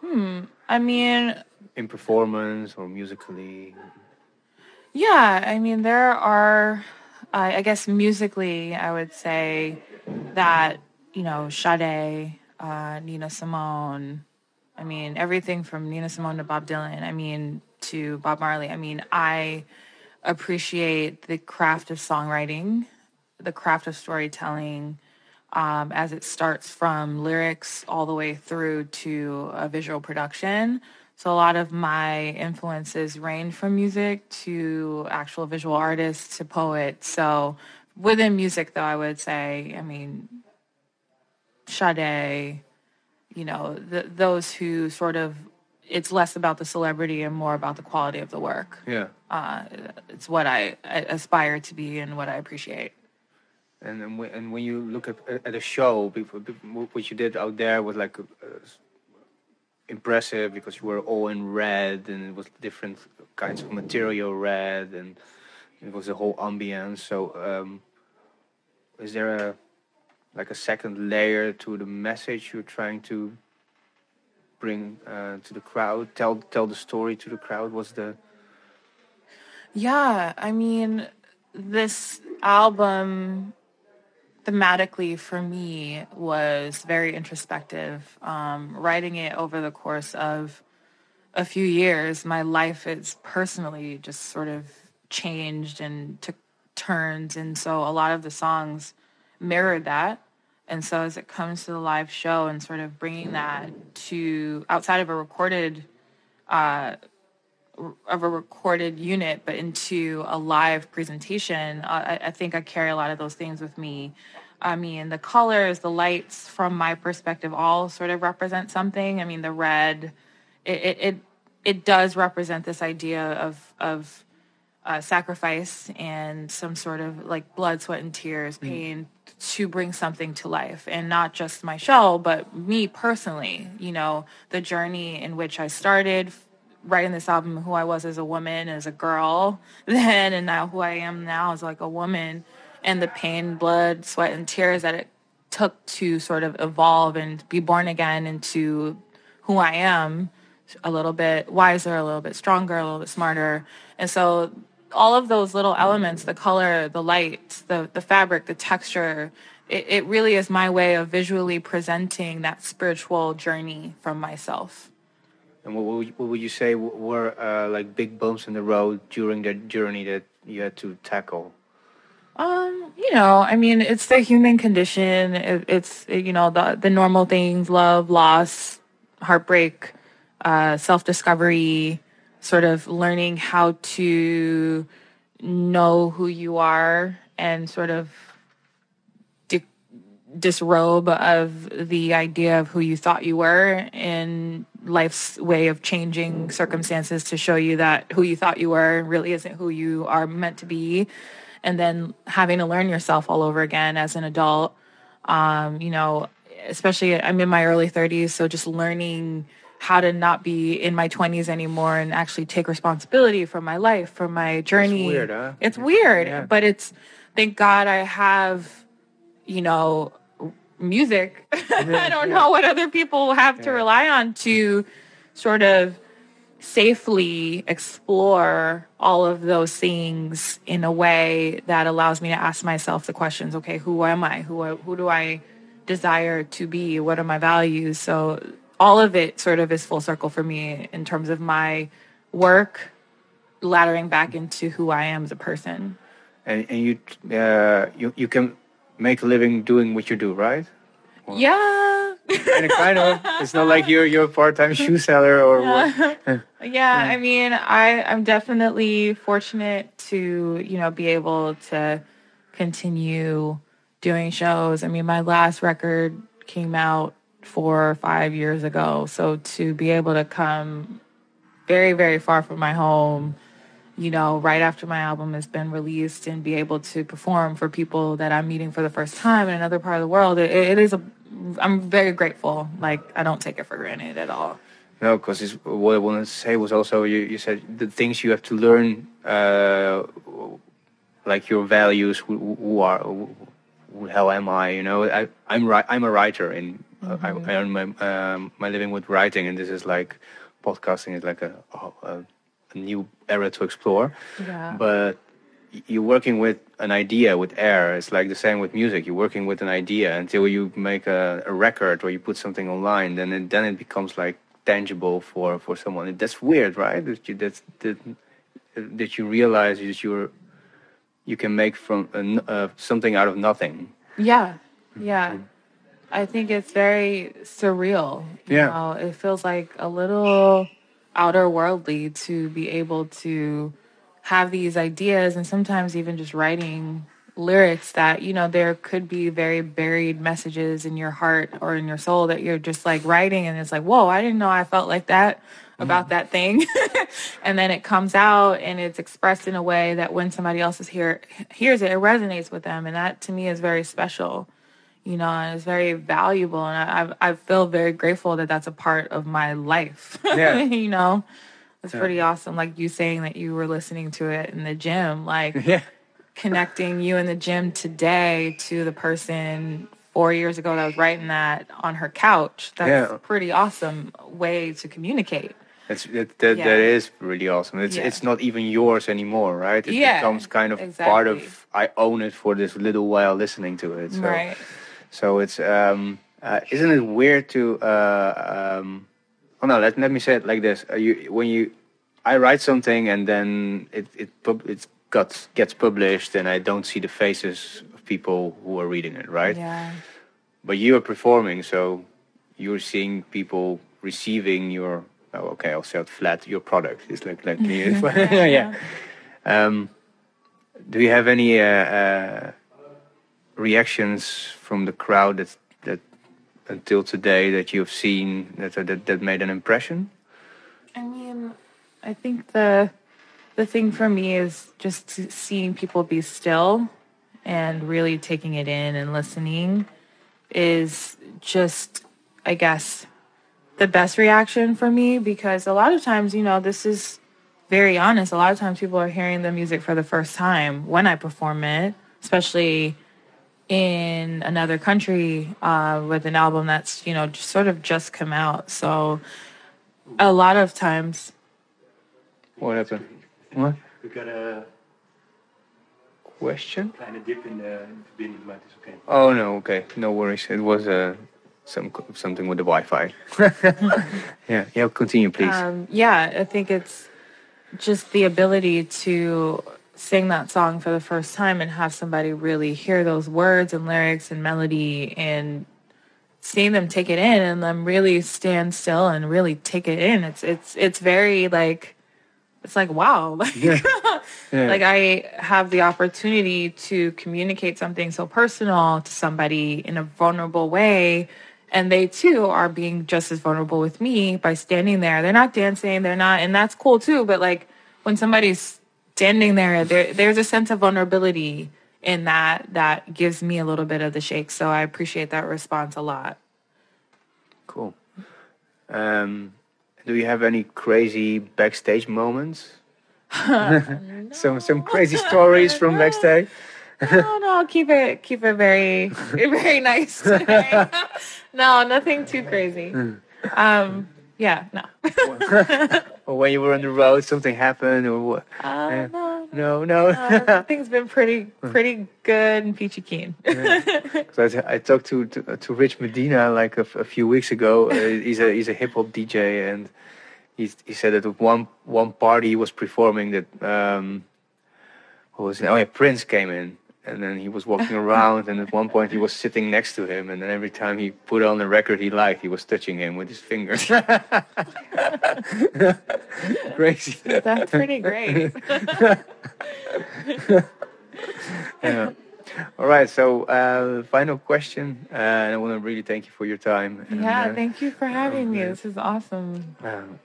[SPEAKER 12] Hmm. I mean,
[SPEAKER 1] in performance or musically.
[SPEAKER 12] Yeah, I mean, there are, I I guess, musically, I would say that, you know, Sade, uh, Nina Simone, I mean, everything from Nina Simone to Bob Dylan, I mean, to Bob Marley. I mean, I appreciate the craft of songwriting, the craft of storytelling, um, as it starts from lyrics all the way through to a visual production. So a lot of my influences range from music to actual visual artists to poets. So within music, though, I would say, I mean, Sade, you know, th- those who sort of, it's less about the celebrity and more about the quality of the work.
[SPEAKER 1] Ja.
[SPEAKER 12] Uh, it's what I I aspire to be and what I appreciate.
[SPEAKER 1] And and when, and when you look at at a show, before, before, what you did out there was like uh, impressive because you were all in red and it was different kinds of material red and it was a whole ambience. So um, is there a like a second layer to the message you're trying to bring uh, to the crowd? Tell tell the story to the crowd. Was the
[SPEAKER 12] Yeah, I mean, this album thematically for me was very introspective. Um, writing it over the course of a few years, my life is personally just sort of changed and took turns. And so a lot of the songs mirrored that. And so as it comes to the live show and sort of bringing that to outside of a recorded, uh, of a recorded unit, but into a live presentation, uh, I, I think I carry a lot of those things with me. I mean, the colors, the lights, from my perspective, all sort of represent something. I mean, the red, it it it, it does represent this idea of of uh, sacrifice and some sort of like blood, sweat, and tears, pain to bring something to life, and not just my show, but me personally. You know, the journey in which I started writing this album who I was as a woman, as a girl (laughs) then, and now who I am now as like a woman, and the pain, blood, sweat, and tears that it took to sort of evolve and be born again into who I am a little bit wiser, a little bit stronger, a little bit smarter. And so all of those little elements, the color, the light, the, the fabric, the texture, it, it really is my way of visually presenting that spiritual journey from myself.
[SPEAKER 1] and what would you, what would you say w- were uh, like big bumps in the road during that journey that you had to tackle?
[SPEAKER 12] Um, you know, I mean, it's the human condition. It, it's you know the the normal things: love, loss, heartbreak, uh, self discovery, sort of learning how to know who you are and sort of di- disrobe of the idea of who you thought you were and life's way of changing circumstances to show you that who you thought you were really isn't who you are meant to be and then having to learn yourself all over again as an adult um, you know especially i'm in my early 30s so just learning how to not be in my 20s anymore and actually take responsibility for my life for my journey
[SPEAKER 1] weird, huh?
[SPEAKER 12] it's weird
[SPEAKER 1] Yeah.
[SPEAKER 12] but it's thank god i have you know music (laughs) i don't know what other people have to rely on to sort of safely explore all of those things in a way that allows me to ask myself the questions okay who am i who who do i desire to be what are my values so all of it sort of is full circle for me in terms of my work laddering back into who i am as a person
[SPEAKER 1] And and you uh, you you can make a living doing what you do, right?
[SPEAKER 12] yeah
[SPEAKER 1] kind of, kind of. It's not like you're you're a part-time shoe seller or what.
[SPEAKER 12] yeah, Yeah, I mean, I I'm definitely fortunate to you know be able to continue doing shows. I mean, my last record came out four or five years ago, so to be able to come very very far from my home, you know, right after my album has been released and be able to perform for people that I'm meeting for the first time in another part of the world, it, it is a I'm very grateful. Like I don't take it for granted at all.
[SPEAKER 1] (laughs) No, because what I wanted to say was also you, you said the things you have to learn, uh, like your values, who, who are, who, who the hell am I? You know, I, I'm ri- I'm a writer, and
[SPEAKER 11] Eh,
[SPEAKER 1] I,
[SPEAKER 11] Mm-hmm.
[SPEAKER 1] I earn my um, my living with writing, and this is like podcasting is like a a, a new era to explore.
[SPEAKER 12] Yeah.
[SPEAKER 1] But you're working with an idea with air. It's like the same with music. You're working with an idea until you make a, a record or you put something online. Then it, then it becomes like tangible for for someone. And that's weird, right? That you that's, that that you realize that you're you can make from uh, n- uh, something out of nothing.
[SPEAKER 12] Yeah. Yeah. I think it's very surreal. You
[SPEAKER 1] Yeah.
[SPEAKER 12] know, it feels like a little outer worldly to be able to have these ideas and sometimes even just writing lyrics that, you know, there could be very buried messages in your heart or in your soul that you're just like writing and it's like, whoa, I didn't know I felt like that
[SPEAKER 1] Mm-hmm.
[SPEAKER 12] about that thing. (laughs) and then it comes out and it's expressed in a way that when somebody else is here hears it, it resonates with them. And that to me is very special you know, and it's very valuable. And I, I, I feel very grateful that that's a part of my life.
[SPEAKER 1] Yeah.
[SPEAKER 12] (laughs) you know, it's
[SPEAKER 1] Yeah.
[SPEAKER 12] pretty awesome. Like you saying that you were listening to it in the gym, like
[SPEAKER 1] (laughs) Yeah.
[SPEAKER 12] connecting you in the gym today to the person four years ago that was writing that on her couch. That's
[SPEAKER 1] Yeah.
[SPEAKER 12] a pretty awesome way to communicate.
[SPEAKER 1] That's that, that,
[SPEAKER 12] Yeah.
[SPEAKER 1] that is really awesome. It's
[SPEAKER 12] Yeah.
[SPEAKER 1] it's not even yours anymore, right? It
[SPEAKER 12] Yeah,
[SPEAKER 1] becomes kind of part of
[SPEAKER 12] exactly.
[SPEAKER 1] I own it for this little while listening to it. So
[SPEAKER 12] Right.
[SPEAKER 1] so it's um uh, isn't it weird to uh um oh no let let me say it like this uh, you when you I write something and then it it pub, it got gets published and I don't see the faces of people who are reading it right
[SPEAKER 12] Yeah.
[SPEAKER 1] but you are performing, so you're seeing people receiving your. Oh, okay, I'll say it flat. Your product It's like like you- (laughs) yeah. Um, do you have any uh, uh, reactions from the crowd that that until today that you've seen that that that made an impression?
[SPEAKER 12] I mean, I think the the thing for me is just to- seeing people be still and really taking it in and listening is just I guess the best reaction for me because a lot of times, you know, this is very honest. A lot of times people are hearing the music for the first time when I perform it, especially in another country uh, with an album that's, you know, just sort of just come out. So a lot of times
[SPEAKER 1] What happened? What
[SPEAKER 13] We got a
[SPEAKER 1] question?
[SPEAKER 13] kleine dip in de in de verbinding, maar het is oké.
[SPEAKER 1] Oh no, okay, no worries. It was uh, some co- something with the Wi-Fi. (laughs) yeah, yeah. Continue, please.
[SPEAKER 12] Um, yeah, I think it's just the ability to sing that song for the first time and have somebody really hear those words and lyrics and melody and seeing them take it in and them really stand still and really take it in. It's it's it's very like it's like wow. (laughs) Like
[SPEAKER 1] Yeah.
[SPEAKER 12] like I have the opportunity to communicate something so personal to somebody in a vulnerable way. And they too are being just as vulnerable with me by standing there. They're not dancing, they're not, and that's cool too. But like when somebody's standing there, there there's a sense of vulnerability in that that gives me a little bit of the shake. So I appreciate that response a lot. (laughs)
[SPEAKER 1] Cool. Um, do you have any crazy backstage moments? Some some crazy stories
[SPEAKER 12] (laughs)
[SPEAKER 1] from backstage.
[SPEAKER 12] no, no, keep it keep it very (laughs) very
[SPEAKER 1] (laughs)
[SPEAKER 12] nice today. no, nothing too crazy. Um, yeah, no.
[SPEAKER 1] Or when you were on the road, something happened, or what?
[SPEAKER 12] Uh, no, Uh,
[SPEAKER 1] No, no.
[SPEAKER 12] no, everything's been pretty pretty good and peachy keen.
[SPEAKER 1] (laughs) So I, I talked to, to uh, to Rich Medina like a, f- a few weeks ago. Uh, he's a he's a hip hop DJ, and he he said that at one one party he was performing that um, what was it? Oh yeah, Prince came in, and then he was
[SPEAKER 12] (laughs)
[SPEAKER 1] walking around, and at one point he was sitting next to him, and then every time he put on the record he liked, he was touching him with his
[SPEAKER 12] (laughs)
[SPEAKER 1] fingers. (laughs) Crazy.
[SPEAKER 12] That's pretty
[SPEAKER 1] (laughs)
[SPEAKER 12] great.
[SPEAKER 1] (laughs) Yeah. All right. So uh, final question, uh, and I want to really thank you for your time. and,
[SPEAKER 12] yeah,
[SPEAKER 1] uh,
[SPEAKER 12] thank you for having me. This is awesome.
[SPEAKER 1] Um,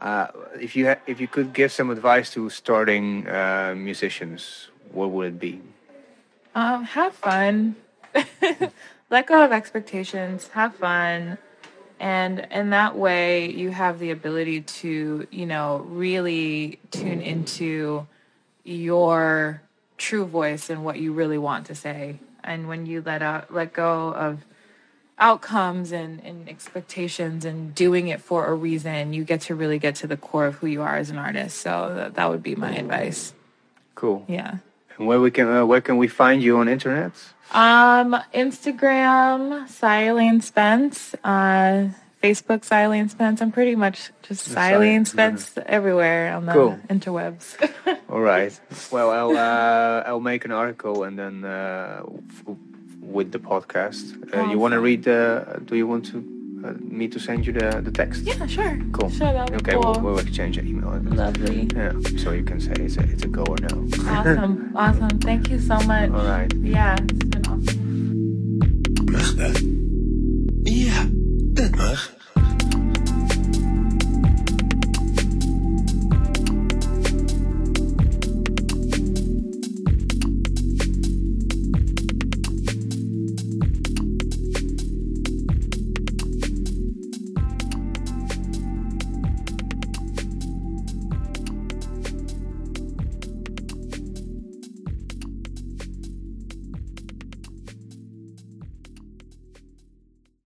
[SPEAKER 1] uh, if you ha- if you could give some advice to starting uh, musicians, what would it be?
[SPEAKER 12] Um, have fun. (laughs) Let go of expectations. Have fun. And in that way, you have the ability to, you know, really tune into your true voice and what you really want to say. And when you let out, let go of outcomes and, and expectations and doing it for a reason, you get to really get to the core of who you are as an artist. So that, that would be my advice.
[SPEAKER 1] Cool.
[SPEAKER 12] Yeah.
[SPEAKER 1] And where we can uh, where can we find you on internet?
[SPEAKER 12] Um, Instagram, Silene Spence. Uh, Facebook, Silene Spence. I'm pretty much just Silene Spence everywhere on the
[SPEAKER 1] Cool.
[SPEAKER 12] interwebs.
[SPEAKER 1] (laughs) All right. Well, I'll uh, I'll make an article and then uh, f- with the podcast. Uh,
[SPEAKER 12] Oh,
[SPEAKER 1] you want to
[SPEAKER 12] fine.
[SPEAKER 1] read? Uh, do you want to uh, me to send you the, the text?
[SPEAKER 12] Yeah, sure.
[SPEAKER 1] Cool.
[SPEAKER 12] Sure, that'd be
[SPEAKER 1] okay,
[SPEAKER 12] cool.
[SPEAKER 1] we'll, we'll exchange the email. address.
[SPEAKER 12] Lovely.
[SPEAKER 1] Yeah, so you can say it's a, it's a go or no. (laughs)
[SPEAKER 12] Awesome. awesome. Thank you so much.
[SPEAKER 1] All right.
[SPEAKER 12] Yeah, it's been awesome.
[SPEAKER 8] Magda.